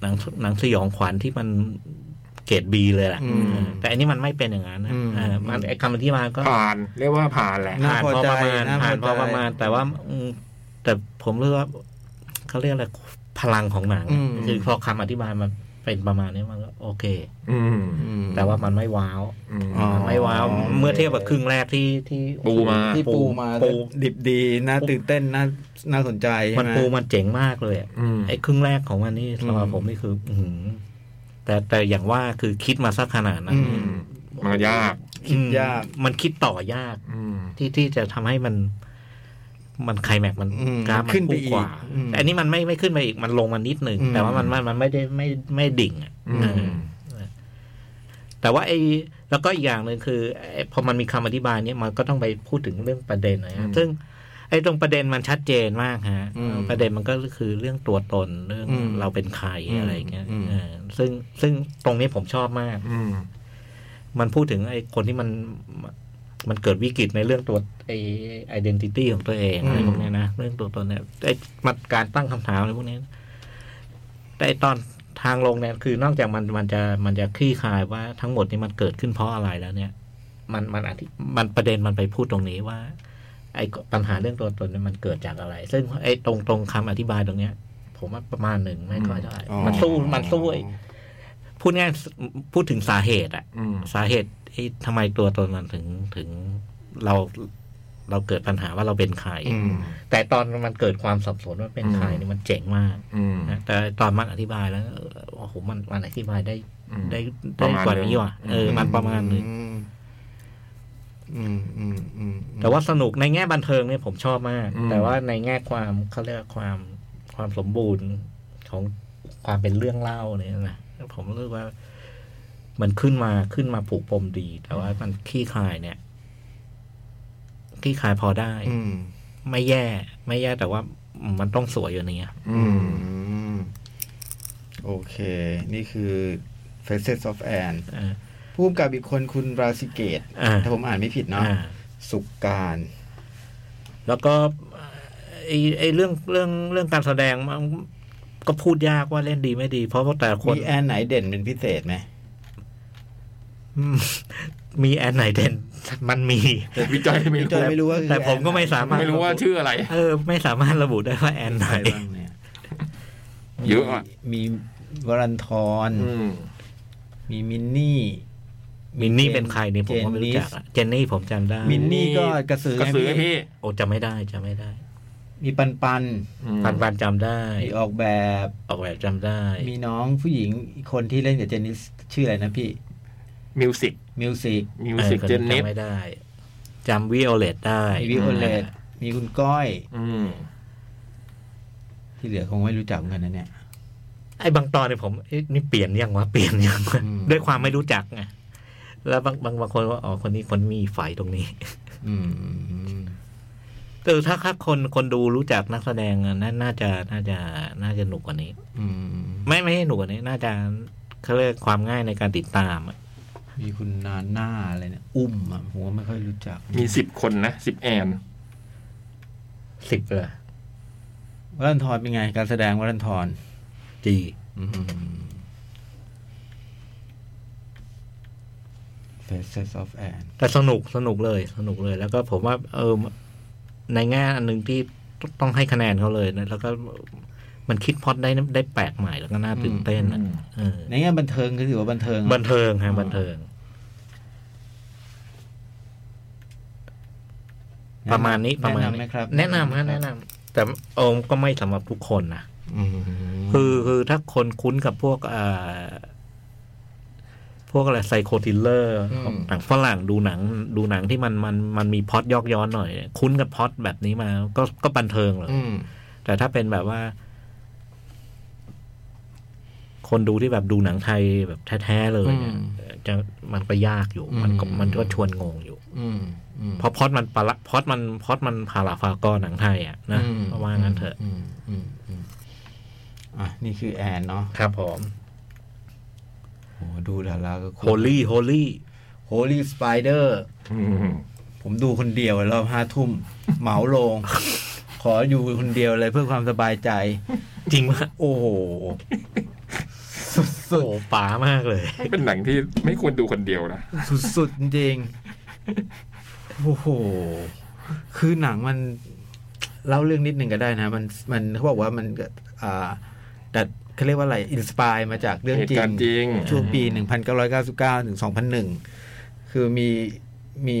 Speaker 4: หนังหนังสยองขวัญที่มันเกรดบีเลยแหละ
Speaker 2: อืม
Speaker 4: เออแต่อันนี้มันไม่เป็นอย่างนั้นนะ
Speaker 2: อืม
Speaker 4: เออมันไอ้คำอธิบายก็
Speaker 3: ผ่านเรียกว่าผ่านแหละ
Speaker 2: น่า
Speaker 4: ผ่าน
Speaker 2: พอ
Speaker 4: พอ
Speaker 2: ใจ
Speaker 4: ประมาณ
Speaker 2: น่า
Speaker 4: ผ่าน
Speaker 2: พ
Speaker 4: พ
Speaker 2: อ
Speaker 4: อ
Speaker 2: ใจ
Speaker 4: ประมาณ แต่ว่าอืมแต่ผมเรียกว่าเขาเรียกอะไรพลังของหนัง
Speaker 2: อืม
Speaker 4: คือพอคำอธิบายมันเป็นประมาณนี้มันก็โอเค
Speaker 3: อืม
Speaker 2: อืม
Speaker 4: แต่ว่ามันไม่ว้าว
Speaker 3: อืม
Speaker 2: อ๋อ
Speaker 4: มันไม่ว้าว เมื่อเทียบกับครึ่งแรกที่ที่
Speaker 3: ปูมา
Speaker 2: ที่ปูมา
Speaker 4: ปู
Speaker 2: ดิบดีน่าตื่นเต้นน่าน่าสนใจใช่
Speaker 4: มัน
Speaker 2: ไหม
Speaker 4: ปูมันเจ๋งมากเลยอะ
Speaker 3: อืม
Speaker 4: ไอ้ครึ่งแรกของมันนี่สำหรับ
Speaker 2: อืม
Speaker 4: ผมนี่คือ อือหือแต่แต่อย่างว่าคือคิดมาสักขนาดนั้น
Speaker 2: อื
Speaker 3: อื
Speaker 2: ม
Speaker 3: มมันก็ยาก
Speaker 2: คิดยาก
Speaker 4: อืมมันคิดต่อยาก
Speaker 3: อืม
Speaker 4: ที่ที่จะทำให้มัน มันไคลแม็กซ์มัน
Speaker 2: อืม
Speaker 4: กราฟมั
Speaker 2: ขึ้
Speaker 4: น
Speaker 2: นไป
Speaker 4: พุ่ง
Speaker 2: อีก
Speaker 4: กว่า
Speaker 2: อืม
Speaker 4: แต่อันนี้มันไม่ไม่ขึ้นไปอีกมันลงมานิดหนึ่ง
Speaker 2: อืม
Speaker 4: แต่ว่ามันมันมันไม่ได้ไม่ไม่ดิ่งอะ
Speaker 3: อื
Speaker 4: เอ
Speaker 3: ม
Speaker 4: อแต่ว่าไอ้แล้วก็อีกอย่างหนึ่งคือไอ้พอมันมีคำอธิบายเนี้ยมันก็ต้องไปพูดถึงเรื่องประเด็นนะ
Speaker 3: อื
Speaker 4: ฮะ
Speaker 3: ม
Speaker 4: ซึ่ง ไอ้ตรงประเด็นมันชัดเจนมากฮะ
Speaker 2: อืม
Speaker 4: ประเด็นมันก็คือเรื่องตัวตนเรื่อง
Speaker 2: อืม
Speaker 4: เราเป็นใคร
Speaker 2: อืม
Speaker 4: อะไรอย่างเงี้ย
Speaker 2: อืม
Speaker 4: เออซึ่งซึ่งตรงนี้ผมชอบมาก
Speaker 3: อืม
Speaker 4: มันพูดถึงไอ้คนที่มันมันเกิดวิกฤตในเรื่องตัวไอ้ไอดีนิตี้ของตัวเอง
Speaker 2: อืม
Speaker 4: อะไรพวกเนี้ยนะเรื่องตัวตนเนี่ยไอ้มันการตั้งคำถามอะไรพวกเนี้ยแต่ไอ้ตอนทางลงเนี่ยคือนอกจากมันมันจะมันจะคลี่คลายว่าทั้งหมดนี่มันเกิดขึ้นเพราะอะไรแล้วเนี่ย มันมันอธิมันประเด็นมันไปพูดตรงนี้ว่า ไอ้ปัญหาเรื่องตัวตนเนี่ยมันเกิดจากอะไร ซึ่งไอ้ตรงตรงคำอธิบายตรงเนี้ย ผมว่าประมาณหนึ่งไม่ค่อยเท่าไหร่
Speaker 2: อ๋อ
Speaker 4: มันสู้มันสู้ไอ้พูดง่ายพูดถึงสาเหตุอะ
Speaker 3: อืม
Speaker 4: สาเหตุไอ้ทำไมตัวตนมันถึงถึงเราเราเกิดปัญหาว่าเราเป็นใคร
Speaker 2: อืม
Speaker 4: แต่ตอนมันเกิดความสับสนว่าเป็นใคร
Speaker 3: อืม
Speaker 4: นี่มันเจ๋งมาก
Speaker 3: อืม
Speaker 4: นะแต่ตอนมันอธิบายแล้วเออโอ้โหมันมันอธิบายได้
Speaker 3: อืม
Speaker 4: ได้
Speaker 3: ป
Speaker 4: ได้
Speaker 3: ระมาณ
Speaker 4: กว่า
Speaker 3: หนึ่ง
Speaker 4: นี้ว่ะเออมันประมาณหนึง
Speaker 2: อืมอืมอืมอืม
Speaker 4: แต่ว่าสนุกในแง่บันเทิงเนี่ยผมชอบมาก
Speaker 3: อืม
Speaker 4: แต่ว่าในแง่ความเขาเรียกว่าความความสมบูรณ์ของความเป็นเรื่องเล่าเนี่ยนะผมรู้สึกว่า มันขึ้นมาขึ้นมาผูกปมดี แต่ว่ามันขี้คลายเนี่ยขี้คลายพอได้
Speaker 2: อืม
Speaker 4: ไม่แย่ ไม่แย่แต่ว่ามันต้องสวยอยู่เนี่ย
Speaker 3: อืม
Speaker 2: อืมโอเค นี่คือ Faces of Anne
Speaker 4: เออ
Speaker 2: ผู้กำกับอีกคนคุณราสิเกต
Speaker 4: อ่า
Speaker 2: ถ้าผมอ่านไม่ผิดเนาะ
Speaker 4: อ่า
Speaker 2: สุการ
Speaker 4: แล้วก็ไอ้ไอ้เรื่องเรื่องเรื่องการแสดงมันก็พูดยากว่าเล่นดีไม่ดี เพราะว่าแต่ละคน
Speaker 2: มีแอนไหนเด่นเป็นพิเศษไหม
Speaker 4: อืม มีแอนไหนเด่นมันมี
Speaker 3: วิจัยไม่
Speaker 2: จน
Speaker 3: รู้
Speaker 2: ไม่รู้ว่าคือ
Speaker 4: แต่ผมก็ไม่สามารถ
Speaker 3: ไม่รู้ว่าชื่ออะไร
Speaker 4: เออ ไม่สามารถระบุได้ว่าแอนไหน
Speaker 2: ใครบ้างเนี่ย
Speaker 3: เยอะอะ
Speaker 2: มีมีวรันทร
Speaker 3: อืม
Speaker 2: มีมินนี่
Speaker 4: มินนี่เป็นใครนี่ผมก็ไม่รู้จักอะเจนนี่ผมจำได้
Speaker 2: มิน นี่ก็กระสือไง
Speaker 3: กระสือ
Speaker 2: พี่
Speaker 3: พี่
Speaker 4: โอ้จำไม่ได้จำไม่ได้
Speaker 2: มีปันปัน
Speaker 4: ปันปันจำได้
Speaker 2: มีออกแบบ
Speaker 4: ออกแบบจำได้
Speaker 2: มีน้องผู้หญิงอีกคนที่เล่นกับเจนนิสชื่ออะไรนะพี่
Speaker 3: มิวสิก
Speaker 2: มิวสิก
Speaker 3: มิวสิก
Speaker 4: ออ
Speaker 3: เจนเน็ต
Speaker 4: จำไม่ได้จำวิโอเลตได้
Speaker 2: มีวิโอเลตมีคุณก้อย
Speaker 3: อืม
Speaker 2: ที่เหลือคงไม่รู้จักเหมือนกันนะเนี่ย
Speaker 4: ไอ้บางตอนเนี่ยผมเอ๊ะนี่เปลี่ยนยังวะเปลี่ยนยังวะ
Speaker 2: อืม
Speaker 4: ด้วยความไม่รู้จักไงแล้วบางบางบางคนว่าอ๋อคนนี้คนมีฝ่ายตรงนี้
Speaker 2: อืม
Speaker 4: แต่ถ้าถ้าคนคนดูรู้จักนักแสดงอะน่าน่าจะน่าจะน่าจะหนุกกว่านี้
Speaker 2: อืม
Speaker 4: ไม่ไม่ให้หนุกกว่านี้ น่าจะเขาเรียกความง่ายในการติดตามอะ
Speaker 2: มีคุณนาน่าอะไรเนี่ย อุ้มอ่ะผมก็ไม่ค่อยรู้จัก
Speaker 3: มีสิบคนนะสิบแอน
Speaker 4: สิบเลย
Speaker 2: วรันทรเป็นไง การแสดงวรันทร
Speaker 4: จี
Speaker 2: เฟสเซสออฟแอน
Speaker 4: แต่สนุกสนุกเลย สนุกเลย แล้วก็ผมว่า เออในแง่อันหนึ่งที่ต้องให้คะแนนเขาเลยนะแล้วก็มันคิดพล็อดได้ได้แปลกใหม่แล้วก็น่าตื่นเต้นอะเออ
Speaker 2: ในแง่บันเทิงก็ถือว่าบันเทิงอะ
Speaker 4: บันเทิงฮะบันเทิง ประมาณนี้ประมาณ
Speaker 2: แนำไหมครับ
Speaker 4: แนะนำฮะแนะนำแต่โอมก็ไม่สำหรับทุกคนนะ
Speaker 2: อืม
Speaker 4: คือคือถ้าคนคุ้นกับพวกอ่าพวกอะไรไซโคทิลเลอร์หนังฝรั่งดูหนัง ดูหนังที่มันมันมันมีพล็อดยอกย้อนหน่อย คุ้นกับพล็อดแบบนี้มา ก็ก็บันเทิงเลย
Speaker 2: อืม
Speaker 4: แต่ถ้าเป็นแบบว่า คนดูที่แบบดูหนังไทยแบบแท้ๆเลยเนี่ยจะมันก็ยากอยู่ มันก็มันก็ชวนงงอยู่
Speaker 2: อืมอืม
Speaker 4: เพราะพล็อดมันปะละพล็อดมันพล็อดมันพาราฟากอหนังไทยอ่ะนะ
Speaker 2: อืม
Speaker 4: เพราะว่างั้นเถอะ
Speaker 2: มอืมอืมอ่ะนี่คือแอนเนาะ
Speaker 4: ครับผม
Speaker 2: โหดูแล้วแล้วก็
Speaker 4: โฮลี่โฮลี่
Speaker 2: โฮลี่สไปเดอร์
Speaker 3: อืม
Speaker 2: ผมดูคนเดียวรอบห้าทุ่ม เหมาโรงขออยู่คนเดียวเลยเพื่อความสบายใจ
Speaker 4: จริงว่า
Speaker 2: โอ้โห
Speaker 4: โอ้ป๋ามากเลย
Speaker 3: เป็นหนังที่ไม่ควรดูคนเดียวนะ
Speaker 2: สุดๆจริงโอ้โห คือหนังมัน เล่าเรื่องนิดหนึ่งก็ได้นะ มันมันเขาบอกว่ามันก็อ่าดัดเขาเรียกว่าอะไรอินสปายมาจากเรื่อง
Speaker 3: เหตุ
Speaker 2: จริ
Speaker 3: การ
Speaker 2: ง
Speaker 3: ณ์จริง
Speaker 2: ช่วงปี 1999 ถึง 2001 คือมีมี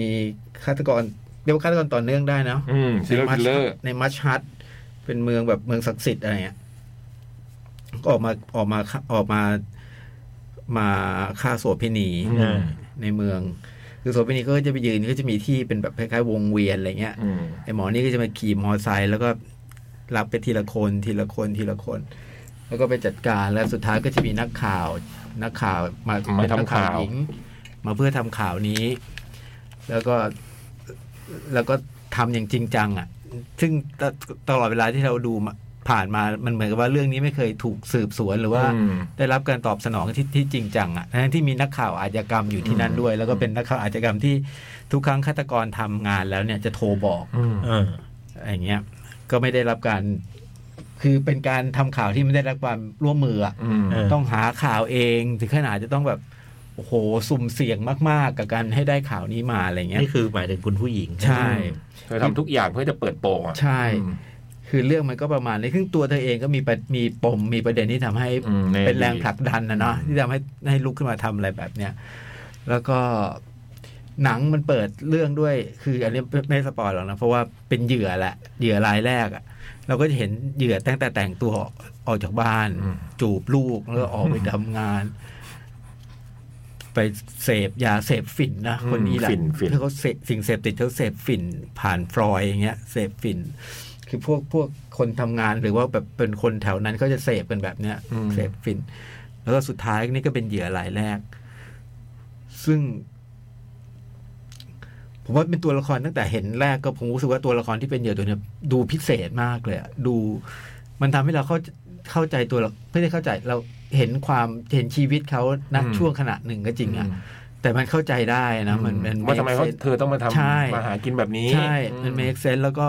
Speaker 2: ฆาตกรเรียกว่าฆาตกรต่อเนื่องได้เนอะ
Speaker 3: อืมซีรีส์
Speaker 2: มั
Speaker 3: พิลเลอร์
Speaker 2: ในมัชฮัดเป็นเมืองแบบเมืองศักดิ์สิทธิ์อะไรเงี้ยก็ออกมาออกมาออกมามาฆ่าโสเภณี
Speaker 3: อืม
Speaker 2: ในเมือง คือโสเภณีก็จะไปยืนก็จะมีที่เป็นแบบคล้ายๆวงเวียนอะไรเงี้ย
Speaker 3: อืม
Speaker 2: ไอหมอนี่ก็จะมาขี่มอไซค์แล้วก็รับไปทีละคนทีละคนทีละคน แล้วก็ไปจัดการแล้วสุดท้ายก็จะมีนักข่าว นักข่าวมา
Speaker 3: า
Speaker 2: เป็น
Speaker 3: ทำ
Speaker 2: นักข่าว
Speaker 3: ข่าว
Speaker 2: หญิง มาเพื่อทำข่าวนี้ แล้วก็ แล้วก็ทำอย่างจริงจังอ่ะ ซึ่งตตลอดเวลาที่เราดูมาผ่านมามันเหมือนกับว่าเรื่องนี้ไม่เคยถูกสืบสวนหรือว่า
Speaker 3: อืม
Speaker 2: ได้รับการตอบสนองที่ที่จริงจังอ่ะทั้งที่มีนักข่าวอาชญากรรมอยู่ที่นั่นด้วย แล้วก็เป็นนักข่าวอาชญากรรมที่ทุกครั้งฆาตกรทำงานแล้วเนี่ยจะโทรบอก
Speaker 3: อืม
Speaker 4: เออ
Speaker 2: อะไรเงี้ย ก็ไม่ได้รับการ คือเป็นการทำข่าวที่ไม่ได้รับความร่วมมืออะ
Speaker 3: อืม
Speaker 4: เออ
Speaker 2: ต้องหาข่าวเองถึงขนาดจะต้องแบบ โอ้โห สุ่มเสี่ยงมาก ๆ กับการให้ได้ข่าวนี้มาอะไรเงี้ย
Speaker 4: นี่คือหมายถึงคุณผู้หญิง
Speaker 2: ใช่
Speaker 3: เธอทำทุกอย่างเพื่อจะเปิดโปงอะ
Speaker 2: ใช่ คือเรื่องมันก็ประมาณนี้ซึ่งตัวเธอเองก็มีประมีปมมีประเด็นที่ทำให้
Speaker 3: อืมใ
Speaker 2: เป็นแรงผลักดันนะเนาะที่ทำให้ให้ลุกขึ้นมาทำอะไรแบบเนี้ยแล้วก็หนังมันเปิดเรื่องด้วย คืออันนี้ไม่ไม่สปอยหรอกนะเพราะว่าเป็นเหยื่อแหละเหยื่อรายแรกอะเราก็จะเห็นเหยื่อตั้งแต่แต่งตัวออกจากบ้าน
Speaker 3: อืม
Speaker 2: จูบลูกแล้วก็ออกไปทำงาน ไปเสพยาเสพฝิ่นนะ คนนี้แหละ
Speaker 3: ฝิ่นฝิ่น
Speaker 2: ถ้าเขาเสพสิ่งเสพติดเขาเสพฝิ่น ผ่านฟลอยด์อย่างเงี้ยเสพฝิ่น คือพวกพวกคนทำงานหรือว่าแบบเป็นคนแถวนั้นก็จะเสพกันแบบเนี้ย
Speaker 3: อืม
Speaker 2: เสพฝิ่น แล้วก็สุดท้ายนี่ก็เป็นเหยื่อรายแรก ซึ่ง ผมว่าเป็นตัวละครตั้งแต่เห็นแรกก็ผมรู้สึกว่าตัวละครที่เป็นเหยื่อตัวเนี้ยดูพิเศษมากเลยอะดู มันทำให้เราเข้าเข้าใจตัวเราไม่ได้เข้าใจเราเห็นความเห็นชีวิตเขาณ
Speaker 3: อืม
Speaker 2: ช่วงขณะหนึ่งก็จริงอะแต่มันเข้าใจได้นะมันมัน
Speaker 3: ว่าทำไมเขา
Speaker 2: make sense
Speaker 3: เธอต้องมาท
Speaker 2: ใช่
Speaker 3: ำมาหากินแบบนี้
Speaker 2: ใช่
Speaker 3: อื
Speaker 2: มัน make sense แล้วก็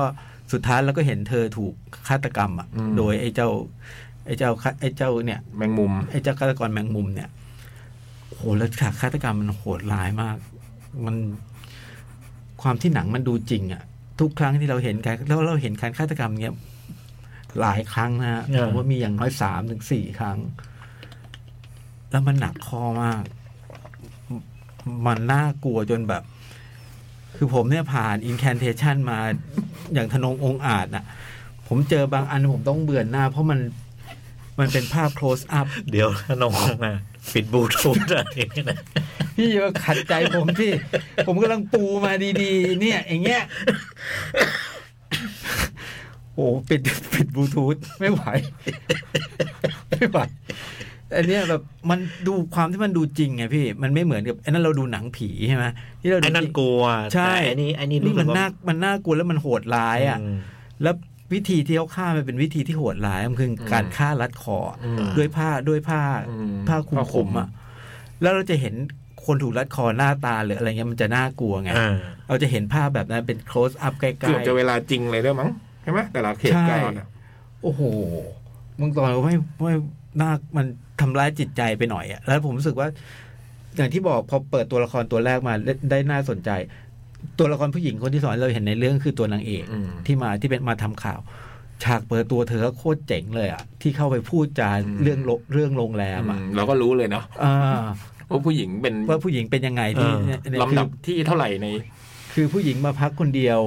Speaker 2: สุดท้ายเราก็เห็นเธอถูกฆาตกรรมอ่ะ
Speaker 3: อืม
Speaker 2: โดยไอ้เจ้า ไอ้เจ้าฆาไอ้เจ้าเนี่ย
Speaker 3: แมงมุม
Speaker 2: ไอ้เจ้าฆาตกรแมงมุมเนี่ยโหแล้วฉากฆาตกรรมมันโหดร้ายมาก มันความที่หนังมันดูจริงอะทุกครั้งที่เราเห็นการแล้วเราเห็นการฆาตกรรมเนี้ยหลายครั้งนะฮะ
Speaker 4: อ่า
Speaker 2: ผมว่ามีอย่างน้อยสามถึงสี่ครั้ง แล้วมันหนักคอมาก มันน่ากลัวจนแบบ คือผมเนี่ยผ่านอินแคนเทชันมาอย่างทนงองค์อาจน่ะ ผมเจอบางอันผมต้องเบื่อนหน้า เพราะมันมันเป็นภาพ close up
Speaker 4: เดี๋ยวถ้าน้องมาปิดบลูทูธอะไรนี่นะ
Speaker 2: พี่อย่าขัดใจผมที่ ผมกำลังปูมาดีๆ เนี่ยอย่างเงี้ยโอ้ปิดปิดบลูทูธไม่ไหว ไม่ไหวอันเนี้ยแบบมันดูความที่มันดูจริงไงพี่ มันไม่เหมือนกับไอ้นั่นเราดูหนังผีใช่ไหมที่เราดู
Speaker 4: ไอ้นั่น
Speaker 2: จริง
Speaker 4: กลัว
Speaker 2: ใช่
Speaker 4: แต่อันนี้อันนี้
Speaker 2: นี่มัน
Speaker 4: รู้สึกว่
Speaker 2: น่ามันน่ากลัวแล้วมันโหดร้ายอ่ะ
Speaker 4: อืม
Speaker 2: แล้ววิธีที่เขาฆ่ามันเป็นวิธีที่โหดร้ายมันคือการฆ่ารัดคออ
Speaker 3: ม
Speaker 2: ด้วยผ้าด้วยผ้า
Speaker 3: อืม
Speaker 2: ผ้าคลุม
Speaker 3: ผ้าค
Speaker 2: ผ
Speaker 3: ลุม
Speaker 2: มอ่ะ แล้วเราจะเห็นคนถูกรัดคอหน้าตาหรืออะไรเงี้ยมันจะน่ากลัวไง
Speaker 4: อ่า
Speaker 2: เราจะเห็นภาพแบบนั้นเป็น close up ใกล้
Speaker 3: เกือบจะเวลาจริงเลยด้วยมั้งใช่ไหมแต่ละเขตใกล้น่ะ
Speaker 2: ๆโอ้โหมึงตอนไม่ไม่น่ามันทำร้ายจิตใจไปหน่อยอ่ะแล้วผมรู้สึกว่า อย่างที่บอกพอเปิดตัวละครตัวแรกมาได้ได้น่าสนใจ ตัวละครผู้หญิงคนที่สอนเราเห็นในเรื่องคือตัวนางเอก
Speaker 3: อืม
Speaker 2: ที่มาที่เป็นมาทำข่าว ฉากเปิดตัวเธอก็โคตรเจ๋งเลยอ่ะ ที่เข้าไปพูดจา
Speaker 3: อืม
Speaker 2: เรื่องโรเรื่องโรงแรมอ่ะ
Speaker 3: อืมเราก็รู้เลยเนาะ
Speaker 2: อ่า
Speaker 3: ว่าผู้หญิงเป็น
Speaker 2: ว่าผู้หญิงเป็นยังไงที่เนี่ยเนี่ยคื
Speaker 3: ลำดั
Speaker 2: อบ
Speaker 3: ที่เท่าไหร่ใน
Speaker 2: คือผู้หญิงมาพักคนเดียว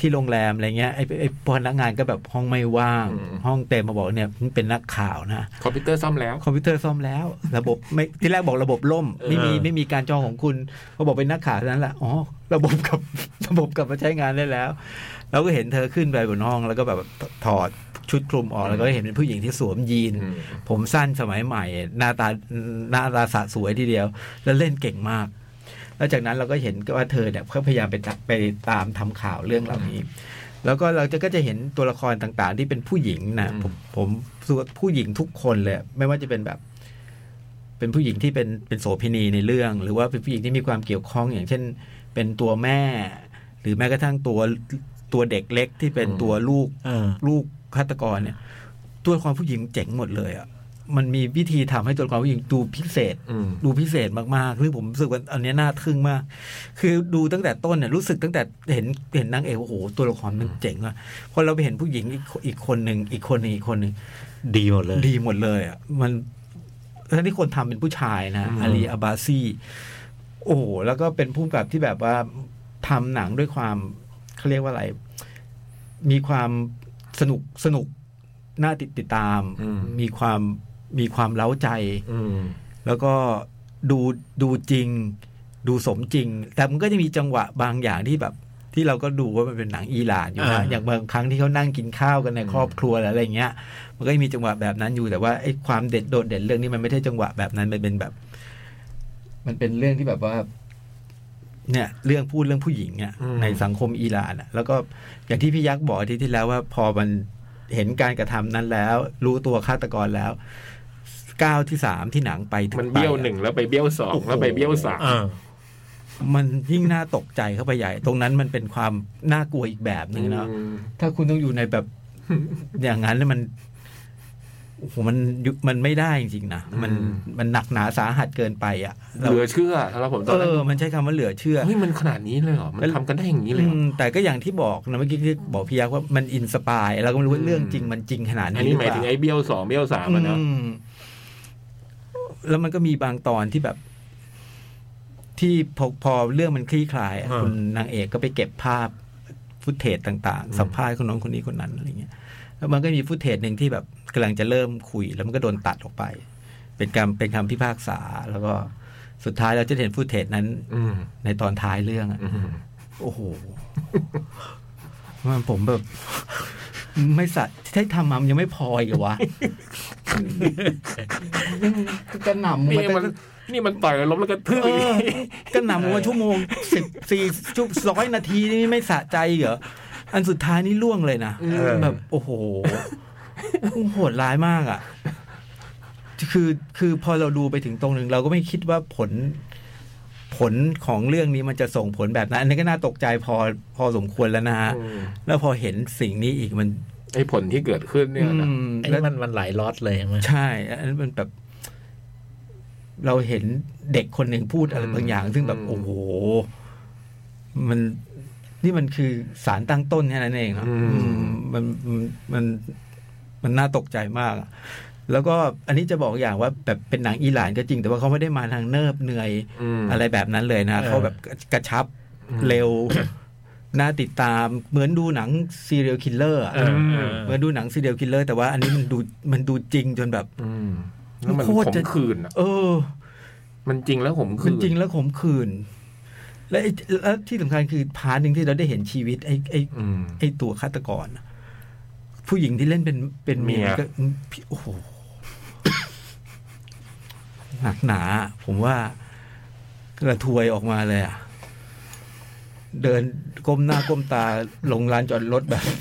Speaker 2: ที่โรงแรมอะไรเงี้ยไอ้ไอ้พนักงานก็แบบห้องไม่ว่าง
Speaker 3: อืม
Speaker 2: ห้องเต็มมาบอกเนี่ยเป็นนักข่าวนะ
Speaker 3: คอมพิวเตอร์ซ่อมแล้ว
Speaker 2: คอมพิวเตอร์ซ่อมแล้ว ระบบ ไม่ที่แรกบอกระบบล่ม ไม่มีไม่มีการจองของคุณเขาบอกเป็นนักข่าวเท่านั้นแหละอ๋อระบบกลับ ระบบกลับมาใช้งานได้แล้วเราก็เห็นเธอขึ้นไปบนห้องแล้วก็แบบถอดชุดคลุมออกแล้วก็เห็นเป็นผู้หญิงที่สวมยีน
Speaker 3: อืม
Speaker 2: ผมสั้นสมัยใหม่ หน้าตาหน้าตาสะสวยทีเดียว แล้วเล่นเก่งมาก แล้วจากนั้นเราก็เห็นว่าเธอเนี่ยเขาพยายามไปตะไปตามทำข่าวเรื่องเหล่านี้ แล้วก็เราจะก็จะเห็นตัวละครต่างๆ ที่เป็นผู้หญิงนะ
Speaker 3: อืม
Speaker 2: ผมผมรู้สึกว่าผู้หญิงทุกคนเลย ไม่ว่าจะเป็นแบบ เป็นผู้หญิงที่เป็นเป็นโสเภณีในเรื่อง หรือว่าเป็นผู้หญิงที่มีความเกี่ยวข้องอย่างเช่น เป็นตัวแม่ หรือแม้กระทั่งตัวตัวเด็กเล็กที่เป็นตัวลูก
Speaker 4: อ่า
Speaker 2: ลูกฆาตกรเนี่ย ตัวละครผู้หญิงเจ๋งหมดเลยอ่ะมันมีวิธีทำให้ตัวละครผู้หญิงดูพิเศษ
Speaker 3: อืม
Speaker 2: ดูพิเศษมากๆคือผมรู้สึกว่าอันเนี้ยน่าทึ่งมาก คือดูตั้งแต่ต้นเนี่ยรู้สึกตั้งแต่เห็นเห็นนางเอกโอ้โหตัวละครมันเจ๋งอ่ะพอเราไปเห็นผู้หญิงอีกอีกคนหนึ่งอีกคนหนึ่งอีกคนหนึ่ง
Speaker 4: ดีหมดเลย
Speaker 2: ดีหมดเลยอ่ะมันทั้งที่คนทำเป็นผู้ชายนะ
Speaker 3: อืม
Speaker 2: อาลีอาบาซีโอ้โหแล้วก็เป็นผู้กำกับที่แบบว่าทำหนังด้วยความเขาเรียกว่าอะไร มีความสนุกสนุกน่าติดติดตาม
Speaker 3: อืม
Speaker 2: มีความมีความเล้าใจ
Speaker 3: อืม
Speaker 2: แล้วก็ดูดูจริง ดูสมจริง แต่มันก็จะมีจังหวะบางอย่างที่แบบ ที่เราก็ดูว่ามันเป็นหนังอิหร่านอยู่นะ
Speaker 4: อ่า
Speaker 2: อย่างบางครั้งที่เขานั่งกินข้าวกันใน
Speaker 3: อืม
Speaker 2: ครอบครัวอะไรอย่างเงี้ย มันก็จะมีจังหวะแบบนั้นอยู่แต่ว่าไอ้ความเด็ดโดดเด่นเรื่องนี้มันไม่ใช่จังหวะแบบนั้นมันเป็นแบบ มันเป็นเรื่องที่แบบว่า เนี่ย เรื่องพูดเรื่องผู้หญิงอะ
Speaker 3: อืม
Speaker 2: ในสังคมอิหร่านอะแล้วก็อย่างที่พี่ยักษ์บอกอาที่ที่แล้วว่าพอมันเห็นการกระทำนั้นแล้ว รู้ตัวฆาตกรแล้วก้าวที่สามที่หนังไปถึง
Speaker 3: มันเบี้ยว
Speaker 2: ไปอะ
Speaker 3: หนึ่งแล้วไปเบี้ยวสอง
Speaker 2: โอ้โห
Speaker 3: แล้วไปเบี้ยวสาม
Speaker 4: อ่า
Speaker 2: มันยิ่งน่าตกใจเข้าไปใหญ่ ตรงนั้นมันเป็นความน่ากลัวอีกแบบหนึ่งเนอะถ้าคุณต้องอยู่ในแบบ อย่างนั้นเนี่ยมันโอ้โหมันยุมันไม่ได้จริงๆนะมัน
Speaker 3: อืม
Speaker 2: มันหนักหนาสาหัสเกินไปอ่ะ
Speaker 3: เห
Speaker 2: เรา
Speaker 3: ลือเชื่อแล้วผมตอน
Speaker 2: เอ
Speaker 3: นั้น
Speaker 2: อ มันใช้คำว่าเหลือเชื่อ
Speaker 3: เฮ้ยมันขนาดนี้เลยเหรอ มัน
Speaker 2: แล้ว
Speaker 3: ทำกันได้อย่างนี้เลยเหรอ
Speaker 2: อื
Speaker 3: อ
Speaker 2: มแต่ก็อย่างที่บอกนะเมื่อกี้ที่บอกพี่ยักษ์ว่ามันอินสปายเราก็ไม่รู้
Speaker 3: อื
Speaker 2: ว่าม เรื่องจริงมันจริงขนาด
Speaker 3: อัน
Speaker 2: นี้
Speaker 3: นี้
Speaker 2: หรือ
Speaker 3: ห
Speaker 2: เป
Speaker 3: มาย
Speaker 2: ล่า
Speaker 3: ถึงไอ้เบี้ยวสองเบี้ยวสามอะเนอะ
Speaker 2: อืมแล้วมันก็มีบางตอนที่แบบ ที่พอพอเรื่องมันคลี่คลายอะ
Speaker 4: อ่า
Speaker 2: คุณนางเอกก็ไปเก็บภาพฟุตเทจต่างๆ สัมภาษณ์คนน้องคนนี้คนนั้นอะไรเงี้ยแล้วมันก็มีฟุตเทจหนึ่งที่แบบกำลังจะเริ่มคุย แล้วมันก็โดนตัดออกไป เป็นการเป็นคำพิพากษา แล้วก็สุดท้ายเราจะเห็นฟุตเทจนั้น
Speaker 3: อืม
Speaker 2: ในตอนท้ายเรื่องอะ
Speaker 3: อืม
Speaker 2: โอ้โห มันผมแบบ ไม่สัตว์ที่ทำมามันยังไม่พออีกเหรอวะยังกระหน่ำ
Speaker 3: นี่
Speaker 2: มา
Speaker 3: มันนี่มันต่อยแล้วล้มแล้วก็ทื่อ
Speaker 2: เอ
Speaker 3: อี
Speaker 2: อก กระหน่ำมาชั่วโมงสิบสี่ชั่วร้อยนาทีนี่ไม่สะใจเหรอ อันสุดท้ายนี่ล่วงเลยนะ
Speaker 4: เออ
Speaker 2: แบบ โอ้โห โหดร้ายมากอ่ะ คือคือพอเราดูไปถึงตรงหนึ่งเราก็ไม่คิดว่าผล ผลของเรื่องนี้มันจะส่งผลแบบนั้น อันนี้ก็น่าตกใจพอพอสมควรแล้วนะฮะ
Speaker 3: อืม
Speaker 2: แล้วพอเห็นสิ่งนี้อีกมัน
Speaker 3: ไอ้ผลที่เกิดขึ้นเนี่ยนะ
Speaker 2: อืม
Speaker 4: ไอ้
Speaker 2: แล้
Speaker 4: นี่
Speaker 2: ว
Speaker 4: มันมันหลายล็อตเลยใช่ไหม
Speaker 2: ใช่ อันนั้นมันแบบ เราเห็นเด็กคนหนึ่งพูดอะไรบางอย่าง ซึ่งแบบโอ้โห มันนี่มันคือสารตั้งต้นแค่นั้นเองอะอืมมันมันมันมันน่าตกใจมากอะ แล้วก็อันนี้จะบอกอย่างว่าแบบเป็นหนังอิหร่านก็จริง แต่ว่าเขาไม่ได้มาทางเนิบเหนื่อย
Speaker 3: อืม
Speaker 2: อะไรแบบนั้นเลยนะ
Speaker 4: เออ
Speaker 2: เขาแบบกระชับ
Speaker 3: อืม
Speaker 2: เร็ว น่าติดตามเหมือนดูหนังซีเรียลคิลเลอร์
Speaker 4: เออเออ
Speaker 2: เหมือนดูหนังซีเรียลคิลเลอร์แต่ว่าอันนี้มันดูมันดูจริงจนแบบ
Speaker 3: อืมแล้วมัน
Speaker 2: โค
Speaker 3: ข
Speaker 2: ตรจะ
Speaker 3: มขืนอ่ะ
Speaker 2: เออ
Speaker 3: มันจริงแล้วขม
Speaker 2: มั
Speaker 3: ขื
Speaker 2: น
Speaker 3: น
Speaker 2: จริงแล้วขมขื่นและไอ้แล้วที่สำคัญคือพาร์ทหนึ่งที่เราได้เห็นชีวิตไอ้ไอ้
Speaker 3: อืม
Speaker 2: ไอ้ตัวฆาตกรน่ะผู้หญิงที่เล่นเป็นเป็นเมีย
Speaker 3: เมีย
Speaker 2: ก็พี่โอ้โห หนักหนา ผมว่ากระถวยออกมาเลยอ่ะ เดินก้มหน้าก้มตาลงลานจอดรถแบบ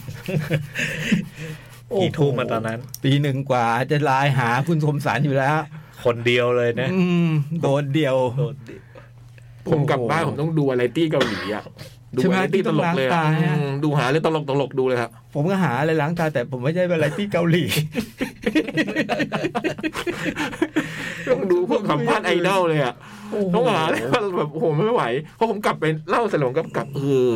Speaker 4: กี่ทุ่มมาตอนนั้น
Speaker 2: ตีหนึ่งกว่าจะไลน์หาคุณสมสารอยู่แล้ว
Speaker 4: คนเดียวเลยนะ
Speaker 2: อืมโดดเดียว
Speaker 4: โดดเดี่ยว
Speaker 3: ผมกลับ
Speaker 2: โอ้โห
Speaker 3: บ้านผมต้องดูอะไรตี้เกาหลีอ่ะ ดู
Speaker 2: ใช่ไหม
Speaker 3: อะไรตี้ตลกเลย
Speaker 2: ที่ต้อง
Speaker 3: อะ
Speaker 2: ล้างตาเนี่ย
Speaker 3: อืมดูหาเรื่องตลกตลกๆดูเลยครับ
Speaker 2: ผมก็หาอะไรล้างตาแต่ผมไม่ใช่อะไรที่เกาหลี
Speaker 3: ต้องดูพวกสัมภาษณ์ไอดอลเลยอ่ะ ต้องหาเลยว่าแบบโอ้โหไม่ไหวเพราะผมกลับไปเล่าเสร็จแล้วผมก็กลับเออ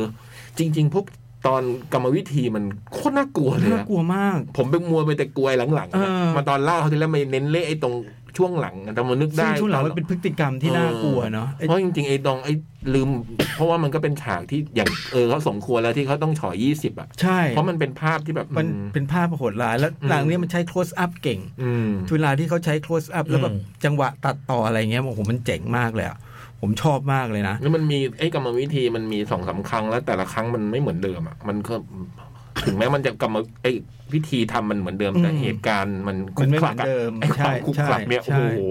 Speaker 3: จริง ๆ พวกตอนกรรมวิธีมันโคตรน่ากลัวเลย
Speaker 2: น่า
Speaker 3: อะ
Speaker 2: กลัวมาก
Speaker 3: ผมไปมัวไปแต่กลัวไอ้หลังๆ
Speaker 2: เอ
Speaker 3: อะ
Speaker 2: อ
Speaker 3: มาตอนเล่าเขาวที่แล้วไม่เน้นเละไอ้ตรงช่วงหลังอะแต่มานึก
Speaker 2: ซึ่
Speaker 3: ได้
Speaker 2: งช่วงหลังมันเป็นพฤติกรรมที่น่ากลัวเนาะไอ้
Speaker 3: เพราะจริงๆไอ้ตรงไอ้ลืม เพราะว่ามันก็เป็นฉากที่อย่างเออเขาสมควรแล้วที่เขาต้องฉอยยี่สิบอ่ะ
Speaker 2: ใช่
Speaker 3: เพราะมันเป็นภาพที่แบบ
Speaker 2: มัน
Speaker 3: อืม
Speaker 2: เป็นภาพโหดร้าย แล้ว
Speaker 3: อืม
Speaker 2: หลังนี้มันใช้ close up เก่ง
Speaker 3: อืม
Speaker 2: เวลาที่เขาใช้ close up แล้วแบบจังหวะตัดต่ออะไรเงี้ยโอ้โหมันเจ๋งมากเลยอะผมชอบมากเลยนะ
Speaker 3: แล้วมันมีไอ้กรรมวิธีมันมีสองสามครั้งแล้วแต่ละครั้งมันไม่เหมือนเดิมอ่ะมันก็ถึงแม้มันจะกรรมไอ้พิธีทำมันเหมือนเดิม
Speaker 2: อืม
Speaker 3: แต่เหตุการณ์มัน
Speaker 2: มันไม่
Speaker 3: คลักะ
Speaker 2: เหมือนเดิม
Speaker 3: ไอ้ค
Speaker 2: ใช่
Speaker 3: วามคุกคลัก
Speaker 2: ใช่
Speaker 3: เนี่ย
Speaker 2: ใช่
Speaker 3: โอ้โห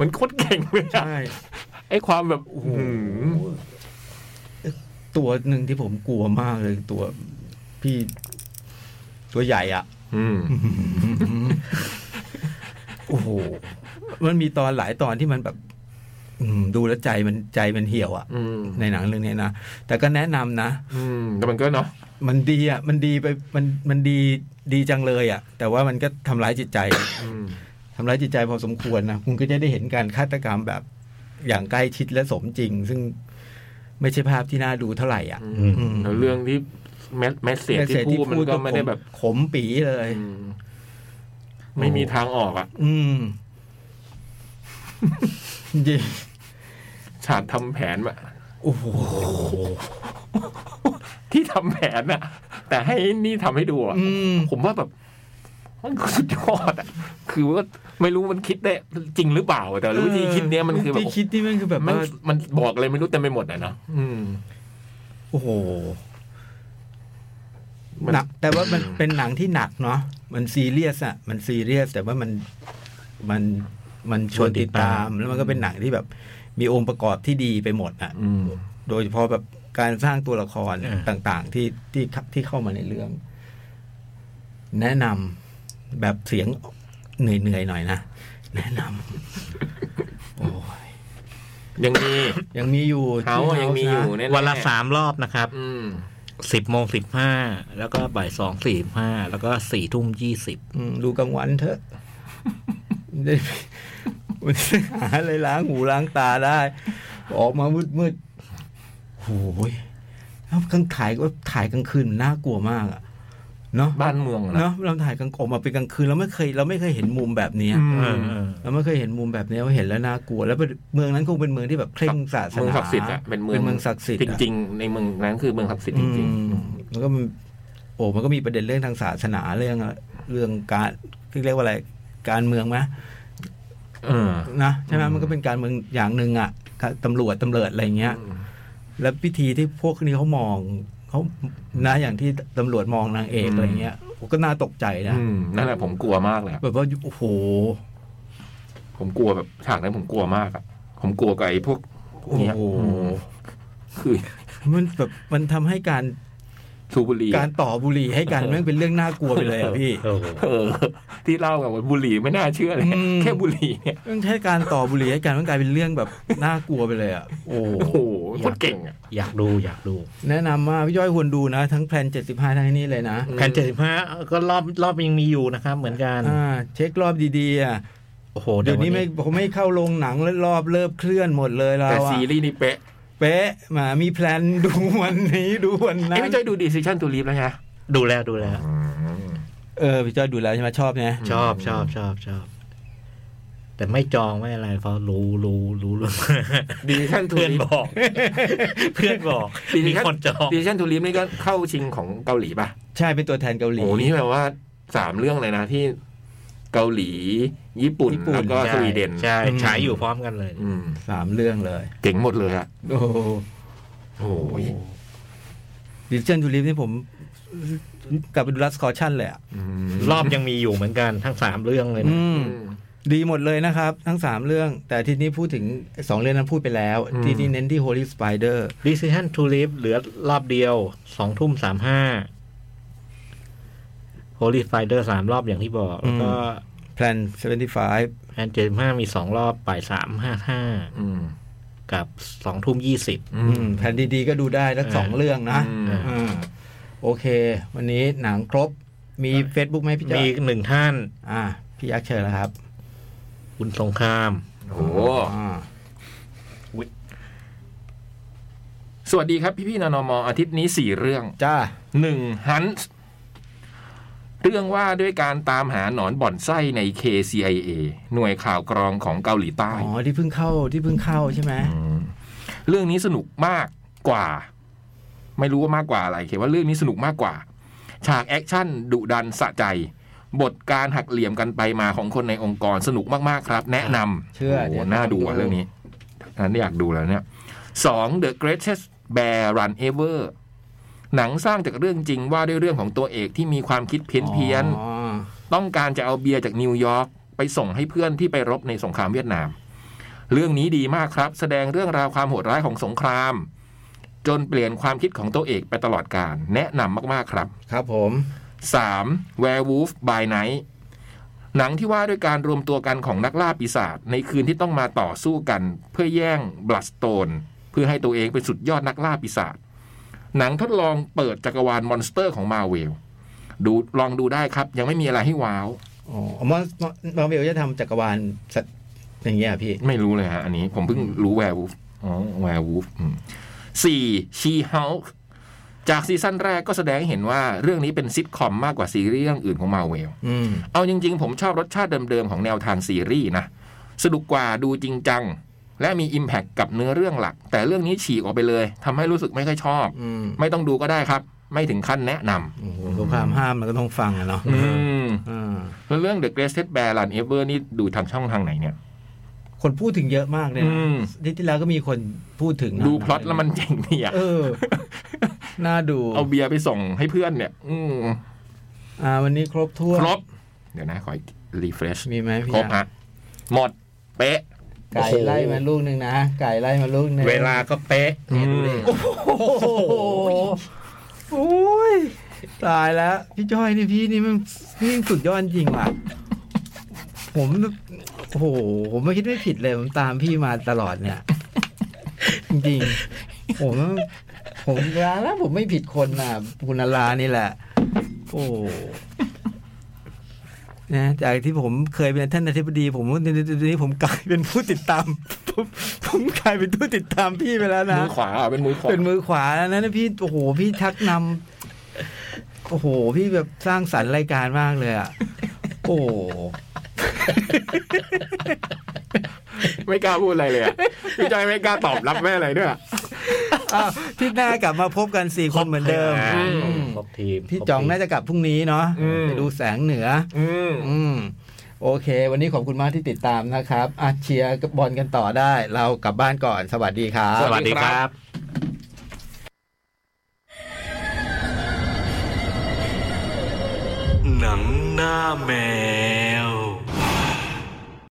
Speaker 3: มันโคตรเก่งเลยอะ
Speaker 2: ใช่
Speaker 3: ไอ้ความแบบโอ้โห
Speaker 2: ตัวหนึ่งที่ผมกลัวมากเลยตัวพี่ตัวใหญ่อะ
Speaker 3: อืม
Speaker 2: โอ้โห มันมีตอนหลายตอนที่มันแบบ อืมดูแล้วใจมันใจมันเหี่ยวอะ
Speaker 3: อืม
Speaker 2: ในหนังเรื่องนี้นะ แต่ก็แนะนำนะ
Speaker 3: อืมแต่มันก็เนาะ
Speaker 2: มันดีอ่ะ มันดีไป มัน มันดี ดีจังเลยอ่ะ แต่ว่ามันก็ทำร้ายจิตใจ
Speaker 3: อืม
Speaker 2: ทำร้ายจิตใจพอสมควรนะ คุณก็จะได้เห็นการฆาตกรรมแบบอย่างใกล้ชิดและสมจริง ซึ่งไม่ใช่ภาพที่น่าดูเท่าไหร่อ่ะ
Speaker 4: อืม
Speaker 2: อืม
Speaker 3: แล้วเรื่องที่แมสแมสเสจที่
Speaker 2: message
Speaker 3: พูดมันก็ไม่ได้แบบ
Speaker 2: ขมปีเลย
Speaker 3: อืมไม่มีทางออกอ่ะ
Speaker 2: อืม จริง
Speaker 3: ฉากทำแผนแบบ
Speaker 2: โอ้โห
Speaker 3: ที่ทำแผนน่ะ แต่ให้นี่ทำให้ดูอ่ะ
Speaker 2: อืม
Speaker 3: ผมว่าแบบ มันสุดยอดอ่ะ คือว่าไม่รู้มันคิดได้จริงหรือเปล่า แต่รู้วิธีคิดเนี้ยมันคือแบบ
Speaker 2: วิธีคิดนี่มันคือแบบ
Speaker 3: มัน
Speaker 2: ว่า
Speaker 3: มันบอกอะไรไม่รู้เต็มไปหมดอ่ะเนอะอืม
Speaker 2: โอ้โห
Speaker 3: มัน
Speaker 2: หนักแต่ว่ามัน
Speaker 3: อืม
Speaker 2: เป็นหนังที่หนักเนาะมันซีเรียสอะมันซีเรียส แต่ว่ามันมันมันชวนติดตาม แล้วมันก็เป็นหนังที่แบบ มีองค์ประกอบที่ดีไปหมดอะ
Speaker 3: อืม
Speaker 2: โดยเฉพาะแบบการสร้างตัวละคร
Speaker 4: อ่า
Speaker 2: ต่างๆ ที่ที่ที่เข้ามาในเรื่อง แนะนำแบบเสียงเหนื่อยๆหน่อยนะแนะนำโอ้ย
Speaker 3: ยังมี
Speaker 2: ยังมีอยู่
Speaker 3: เขา
Speaker 2: ที่
Speaker 3: อะ
Speaker 2: House
Speaker 3: ยังมีอยู่
Speaker 2: นะ
Speaker 3: แน่ๆ
Speaker 4: วันละสามรอบนะครับ
Speaker 3: อืม
Speaker 4: สิบโมงสิบห้าแล้วก็บ่ายสองสี่ห้าแล้วก็สี่ทุ่มยี่สิบ
Speaker 2: อืมดูกลางวันเถอะได้มันหาอะไรล้างหูล้างตาได้ ออกมามืดมืดๆโอ้ยแล้วกลางถ่ายก็ถ่ายกลางคืนมันน่ากลัวมากอะเนาะ
Speaker 3: บ้านเมืองอะนะ
Speaker 2: เนาะเราถ่ายกลางออกมาเป็นกลางคืนเราไม่เคย เราไม่เคยเห็นมุมแบบเนี้ย
Speaker 3: อืม
Speaker 4: เออเออ
Speaker 2: เราไม่เคยเห็นมุมแบบเนี้ยเราเห็นแล้วน่ากลัว แล้วเป็นเมืองนั้นคงเป็นเมืองที่แบบเคร่งศาส
Speaker 3: เมือง
Speaker 2: นา
Speaker 3: ศักดิ์สิทธิ์อ่ะเป็นเมือง
Speaker 2: เมืองศักดิ์สิทธิ์
Speaker 3: จ
Speaker 2: อะ
Speaker 3: ริงๆในเมืองนั้นคือเมืองศักดิ์สิทธิ์จริง
Speaker 2: อืมแล้วก็มันโอ้มันก็มีประเด็นเรื่องทางศาสนาเรื่องเรื่องการเรียกว่าอะไรการเมืองไหม
Speaker 3: ๆ เออ
Speaker 2: นะใช่ไหม
Speaker 3: อืม
Speaker 2: มันก็เป็นการเมืองอย่างหนึ่งอ่ะตำรวจตำรวจอะไรเงี้ย แล้วพิธีที่พวกนี้เขามองเขานะอย่างที่ตำรวจมองนางเอกอะไรเงี้ยก็น่าตกใจนะ
Speaker 3: อืมนั่นแหละผมกลัวมากเลยอะ
Speaker 2: แบบว่าโอ้โห
Speaker 3: ผมกลัวแบบฉากนั้นผมกลัวมากอะผมกลัวกับไอ้พวกพวกเนี้ย
Speaker 2: โอ้โห
Speaker 3: มคือ
Speaker 2: มันแบบมันทำให้การ
Speaker 3: สูบบุหรี่
Speaker 2: การต่อบุหรี่ให้กันแม่งเป็นเรื่องน่ากลัวไปเลยอะพี่
Speaker 4: โอ้โห
Speaker 3: เออ ที่เล่ากันว่าบุหรี่ไม่น่าเชื่อเลย
Speaker 2: อืม
Speaker 3: แค่บุหรี่เนี่ย
Speaker 2: เรื่องแค่การต่อบุหรี่ให้กันมันกลายเป็นเรื่องแบบน่ากลัวไปเลยอ่ะโอ้
Speaker 3: โอ้โหโคตรเก่งอ่ะ
Speaker 4: อยากดูอยากดู
Speaker 2: แนะนำว่าพี่ย้อยควรดูนะ ทั้งแพลน 75 ทั้งนี้เลยนะ
Speaker 4: แผ่นเจ็ดสิบห้าก็รอบรอบยังมีอยู่นะครับ เหมือนกัน
Speaker 2: อ่าเช็ครอบดีๆอ่ะ
Speaker 4: โอ้โห
Speaker 2: เดี๋ยวนี้ไม่
Speaker 4: แต่
Speaker 2: ผมไม่เข้าโรงหนังแล้วรอบเริ่มเคลื่อนหมดเลยเรา
Speaker 3: แต่
Speaker 2: อ่ะ
Speaker 3: ซีรีส์นี่เป๊ะ
Speaker 2: เป๊ะหมามีแพลน ดูวันนี้ดูวันนั้
Speaker 3: ไอ้
Speaker 2: น
Speaker 3: ไม่ใช่ดูดีซิชั่นตูลีฟแล้วไง
Speaker 4: ดูแลดูแล
Speaker 2: เ เออพี่จ้อยดูแล้วใช่ไหมชอบใช่ไหม
Speaker 4: ชอบชอบชอบชอบ แต่ไม่จองไม่อะไรเพราะรู้รู้รู้รู้
Speaker 3: ดีขั้นทู
Speaker 4: เพื่อน
Speaker 3: ลิป
Speaker 4: บอก เพื่อนบอก
Speaker 3: ดี
Speaker 4: มี
Speaker 3: ขั้น
Speaker 4: คนจอง
Speaker 3: ดีขั้นทูลิปนี่ก็เข้าชิงของเกาหลีป่ะ
Speaker 2: ใช่เป็นตัวแทนเกาหลี
Speaker 3: โอ้โหนี่แบบว่าสามเรื่องเลยนะที่เกาหลี ญี่ปุ่น
Speaker 2: ญี่ปุ่น
Speaker 3: แล้วก็สวีเดน
Speaker 4: ใช่
Speaker 2: อืม
Speaker 4: ฉายอยู่พร้อมกันเลย
Speaker 3: อืม
Speaker 2: สามเรื่องเลย
Speaker 3: เจ๋งหมดเลยอะ
Speaker 2: โอ้โห
Speaker 3: โอ้ย
Speaker 2: ดิจิทัลทูลิฟนี่ผมกลับไปดูรัสคอชั่นเลยอ่ะ
Speaker 4: รอบยังมีอยู่เหมือนกันทั้งสามเรื่องเลยนะ
Speaker 2: อืม ดีหมดเลยนะครับ ทั้ง 3 เรื่อง แต่ทีนี้พูดถึง 2 เรื่องนั้นพูดไปแล้ว ที่นี่เน้นที่ Holy Spider
Speaker 4: Decision to Live เหลือรอบเดียวสองทุ่มสามห้า Holy Spider สามรอบอย่างที่บอก แล้วก็
Speaker 2: Plan 75
Speaker 4: แอนเจห้ามีสองรอบป่ายสามห้าห้า
Speaker 3: อืม
Speaker 4: กับสองทุ่มยี่สิบ
Speaker 3: อื
Speaker 2: อื
Speaker 3: ม
Speaker 2: มแผ่นดีๆก็ดูได้ทั้งสอง
Speaker 4: เออ
Speaker 2: เรื่องนะ
Speaker 3: อืม
Speaker 2: อ่าโอเค วันนี้หนังครบมี Facebook ไหมพี่จ๋า
Speaker 4: มีหนึ่งท่าน
Speaker 2: อ่า พี่ยักษ์เชิญนะครับ
Speaker 4: คุณสงคราม
Speaker 3: โอ้โห
Speaker 2: อ่า
Speaker 3: สวัสดีครับพี่พี่ๆนนมอาทิตย์นี้สี่เรื่อง
Speaker 2: จ้า
Speaker 3: หนึ่งฮันส์เรื่องว่าด้วยการตามหาหนอนบ่อนไส้ใน KCIA หน่วยข่าวกรองของเกาหลีใต้
Speaker 2: อ๋อที่เพิ่งเข้าที่เพิ่งเข้าใช่ไหม
Speaker 3: อืมเรื่องนี้สนุกมากกว่า ไม่รู้ว่ามากกว่าอะไรเขียนว่าเรื่องนี้สนุกมากกว่า ฉากแอคชั่นดุดันสะใจ บทการหักเหลี่ยมกันไปมาของคนในองค์กรสนุกมาก ๆ ครับ แนะนำ
Speaker 2: เชื่อ
Speaker 3: โโห
Speaker 2: เดี๋ยว
Speaker 3: น่าดูอ่ะเรื่องนี้อันนี้อยากดูแล้วเนี่ยสอง The Greatest Bear Run Ever หนังสร้างจากเรื่องจริงว่าด้วยเรื่องของตัวเอกที่มีความคิดเพี้ยนเพี้ยนๆ
Speaker 2: อ๋อ
Speaker 3: ต้องการจะเอาเบียร์จากนิวยอร์กไปส่งให้เพื่อนที่ไปรบในสงครามเวียดนาม เรื่องนี้ดีมากครับ แสดงเรื่องราวความโหดร้ายของสงคราม จนเปลี่ยนความคิดของตัวเอกไปตลอดการ แนะนำมาก ๆ ครับ
Speaker 2: ครับผม
Speaker 3: 3. Werewolf by Night หนังที่ว่าด้วยการรวมตัวกันของนักล่าปีศาจในคืนที่ต้องมาต่อสู้กัน เพื่อแย่งบลัสโตนเพื่อให้ตัวเองเป็นสุดยอดนักล่าปีศาจหนังทดลองเปิดจักรวาลมอนสเตอร์ของมาเวลดูลองดูได้ครับ ยังไม่มีอะไรให้ว้าว
Speaker 2: อ๋อมอนมอนเวลจะทำจักรวาลสัตว์อย่างเงี้ยเหรอพี่
Speaker 3: ไม่รู้เลยฮะ อันนี้ผมเพิ่งรู้แวร์วูฟอ๋อแวร์วูฟสี่ชีเฮาจากซีซั่นแรกก็แสดงให้เห็นว่าเรื่องนี้เป็นซิทคอมมากกว่าซีรีส์เรื่องอื่นของมาเวล
Speaker 2: อืม
Speaker 3: เอาจริง ๆ ผมชอบรสชาติเดิม ๆ ของแนวทางซีรีส์นะ สนุกกว่าดูจริงจัง และมีอิมแพคกับเนื้อเรื่องหลัก แต่เรื่องนี้ฉีกออกไปเลยทำให้รู้สึกไม่ค่อยชอบ
Speaker 2: อืม
Speaker 3: ไม่ต้องดูก็ได้ครับ ไม่ถึงขั้นแนะนำ
Speaker 2: โอ้โหก็ความห้ามมันก็ต้องฟังอะเนาะ
Speaker 3: อืม
Speaker 2: อ่า
Speaker 3: แล้วเรื่อง The Greatest Bear Run Ever นี่ดูทางช่องทางไหนเนี่ย
Speaker 2: คนพูดถึงเยอะมากเลย
Speaker 3: อื
Speaker 2: นะ
Speaker 3: ม
Speaker 2: ที่ที่แล้วก็มีคนพูดถึงนะ
Speaker 3: ดูพล็อตแล้วมันเจ๋งดีอะ
Speaker 2: เออ น่าดู
Speaker 3: เอาเบียร์ไปส่งให้เพื่อนเนี่ย อืม
Speaker 2: อ่าวันนี้ครบทั่ว
Speaker 3: ครบ เดี๋ยวนะ ขออีกรีเฟรช
Speaker 2: มีไหมพี่
Speaker 3: ครบฮะ หมด เป๊ะ
Speaker 2: ไก่ไล่มาลูกหนึ่งนะ ไก่ไล่มาลูกหนึ่ง
Speaker 4: เวลาก็เป๊ะ
Speaker 3: อืม
Speaker 4: เนี่ยดูดิ
Speaker 2: โอ้โหโอ้ยตายแล้ว พี่จ้อยนี่พี่นี่มันนี่สุดยอดจริงว่ะ ผมโอ้โหผมไม่คิดไม่ผิดเลย ผมตามพี่มาตลอดเนี่ย จริงๆผมผมลาแล้วผมไม่ผิดคนน่ะคุณลานี่แหละ โอ้นะจากที่ผมเคยเป็นท่านอธิบดี ผมตอนนี้ผมกลายเป็นผู้ติดตาม ผมผมกลายเป็นผู้ติดตามพี่ไปแล้วนะ
Speaker 3: มือขวาอ่ะเป็นมือขวา
Speaker 2: เป็นมือขวาแล้วนะพี่โอ้โหพี่ชักนำโอ้โห พี่แบบสร้างสรรค์รายการมากเลยอ่ะ โอ้โห
Speaker 3: ไม่กล้าพูดอะไรเลยอะ พี่จอยไม่กล้าตอบรับแม่อะไรด้วยอะ
Speaker 2: อ้าวที่หน้ากลับมาพบกันสี่คนเหมือนเดิม
Speaker 4: อ่า
Speaker 3: อืม
Speaker 4: ครบทีม
Speaker 2: พี่จ่องน่าจะกลับพรุ่งนี้เนาะ
Speaker 3: อืม
Speaker 2: ไปดูแสงเหนือ
Speaker 3: อืม
Speaker 2: อืม โอเค วันนี้ขอบคุณมากที่ติดตามนะครับอาเชียร์บอลกันต่อได้ เรากลับบ้านก่อนสวัสดีครับ
Speaker 4: สวัสดีครับ
Speaker 1: หนังหน้าแมว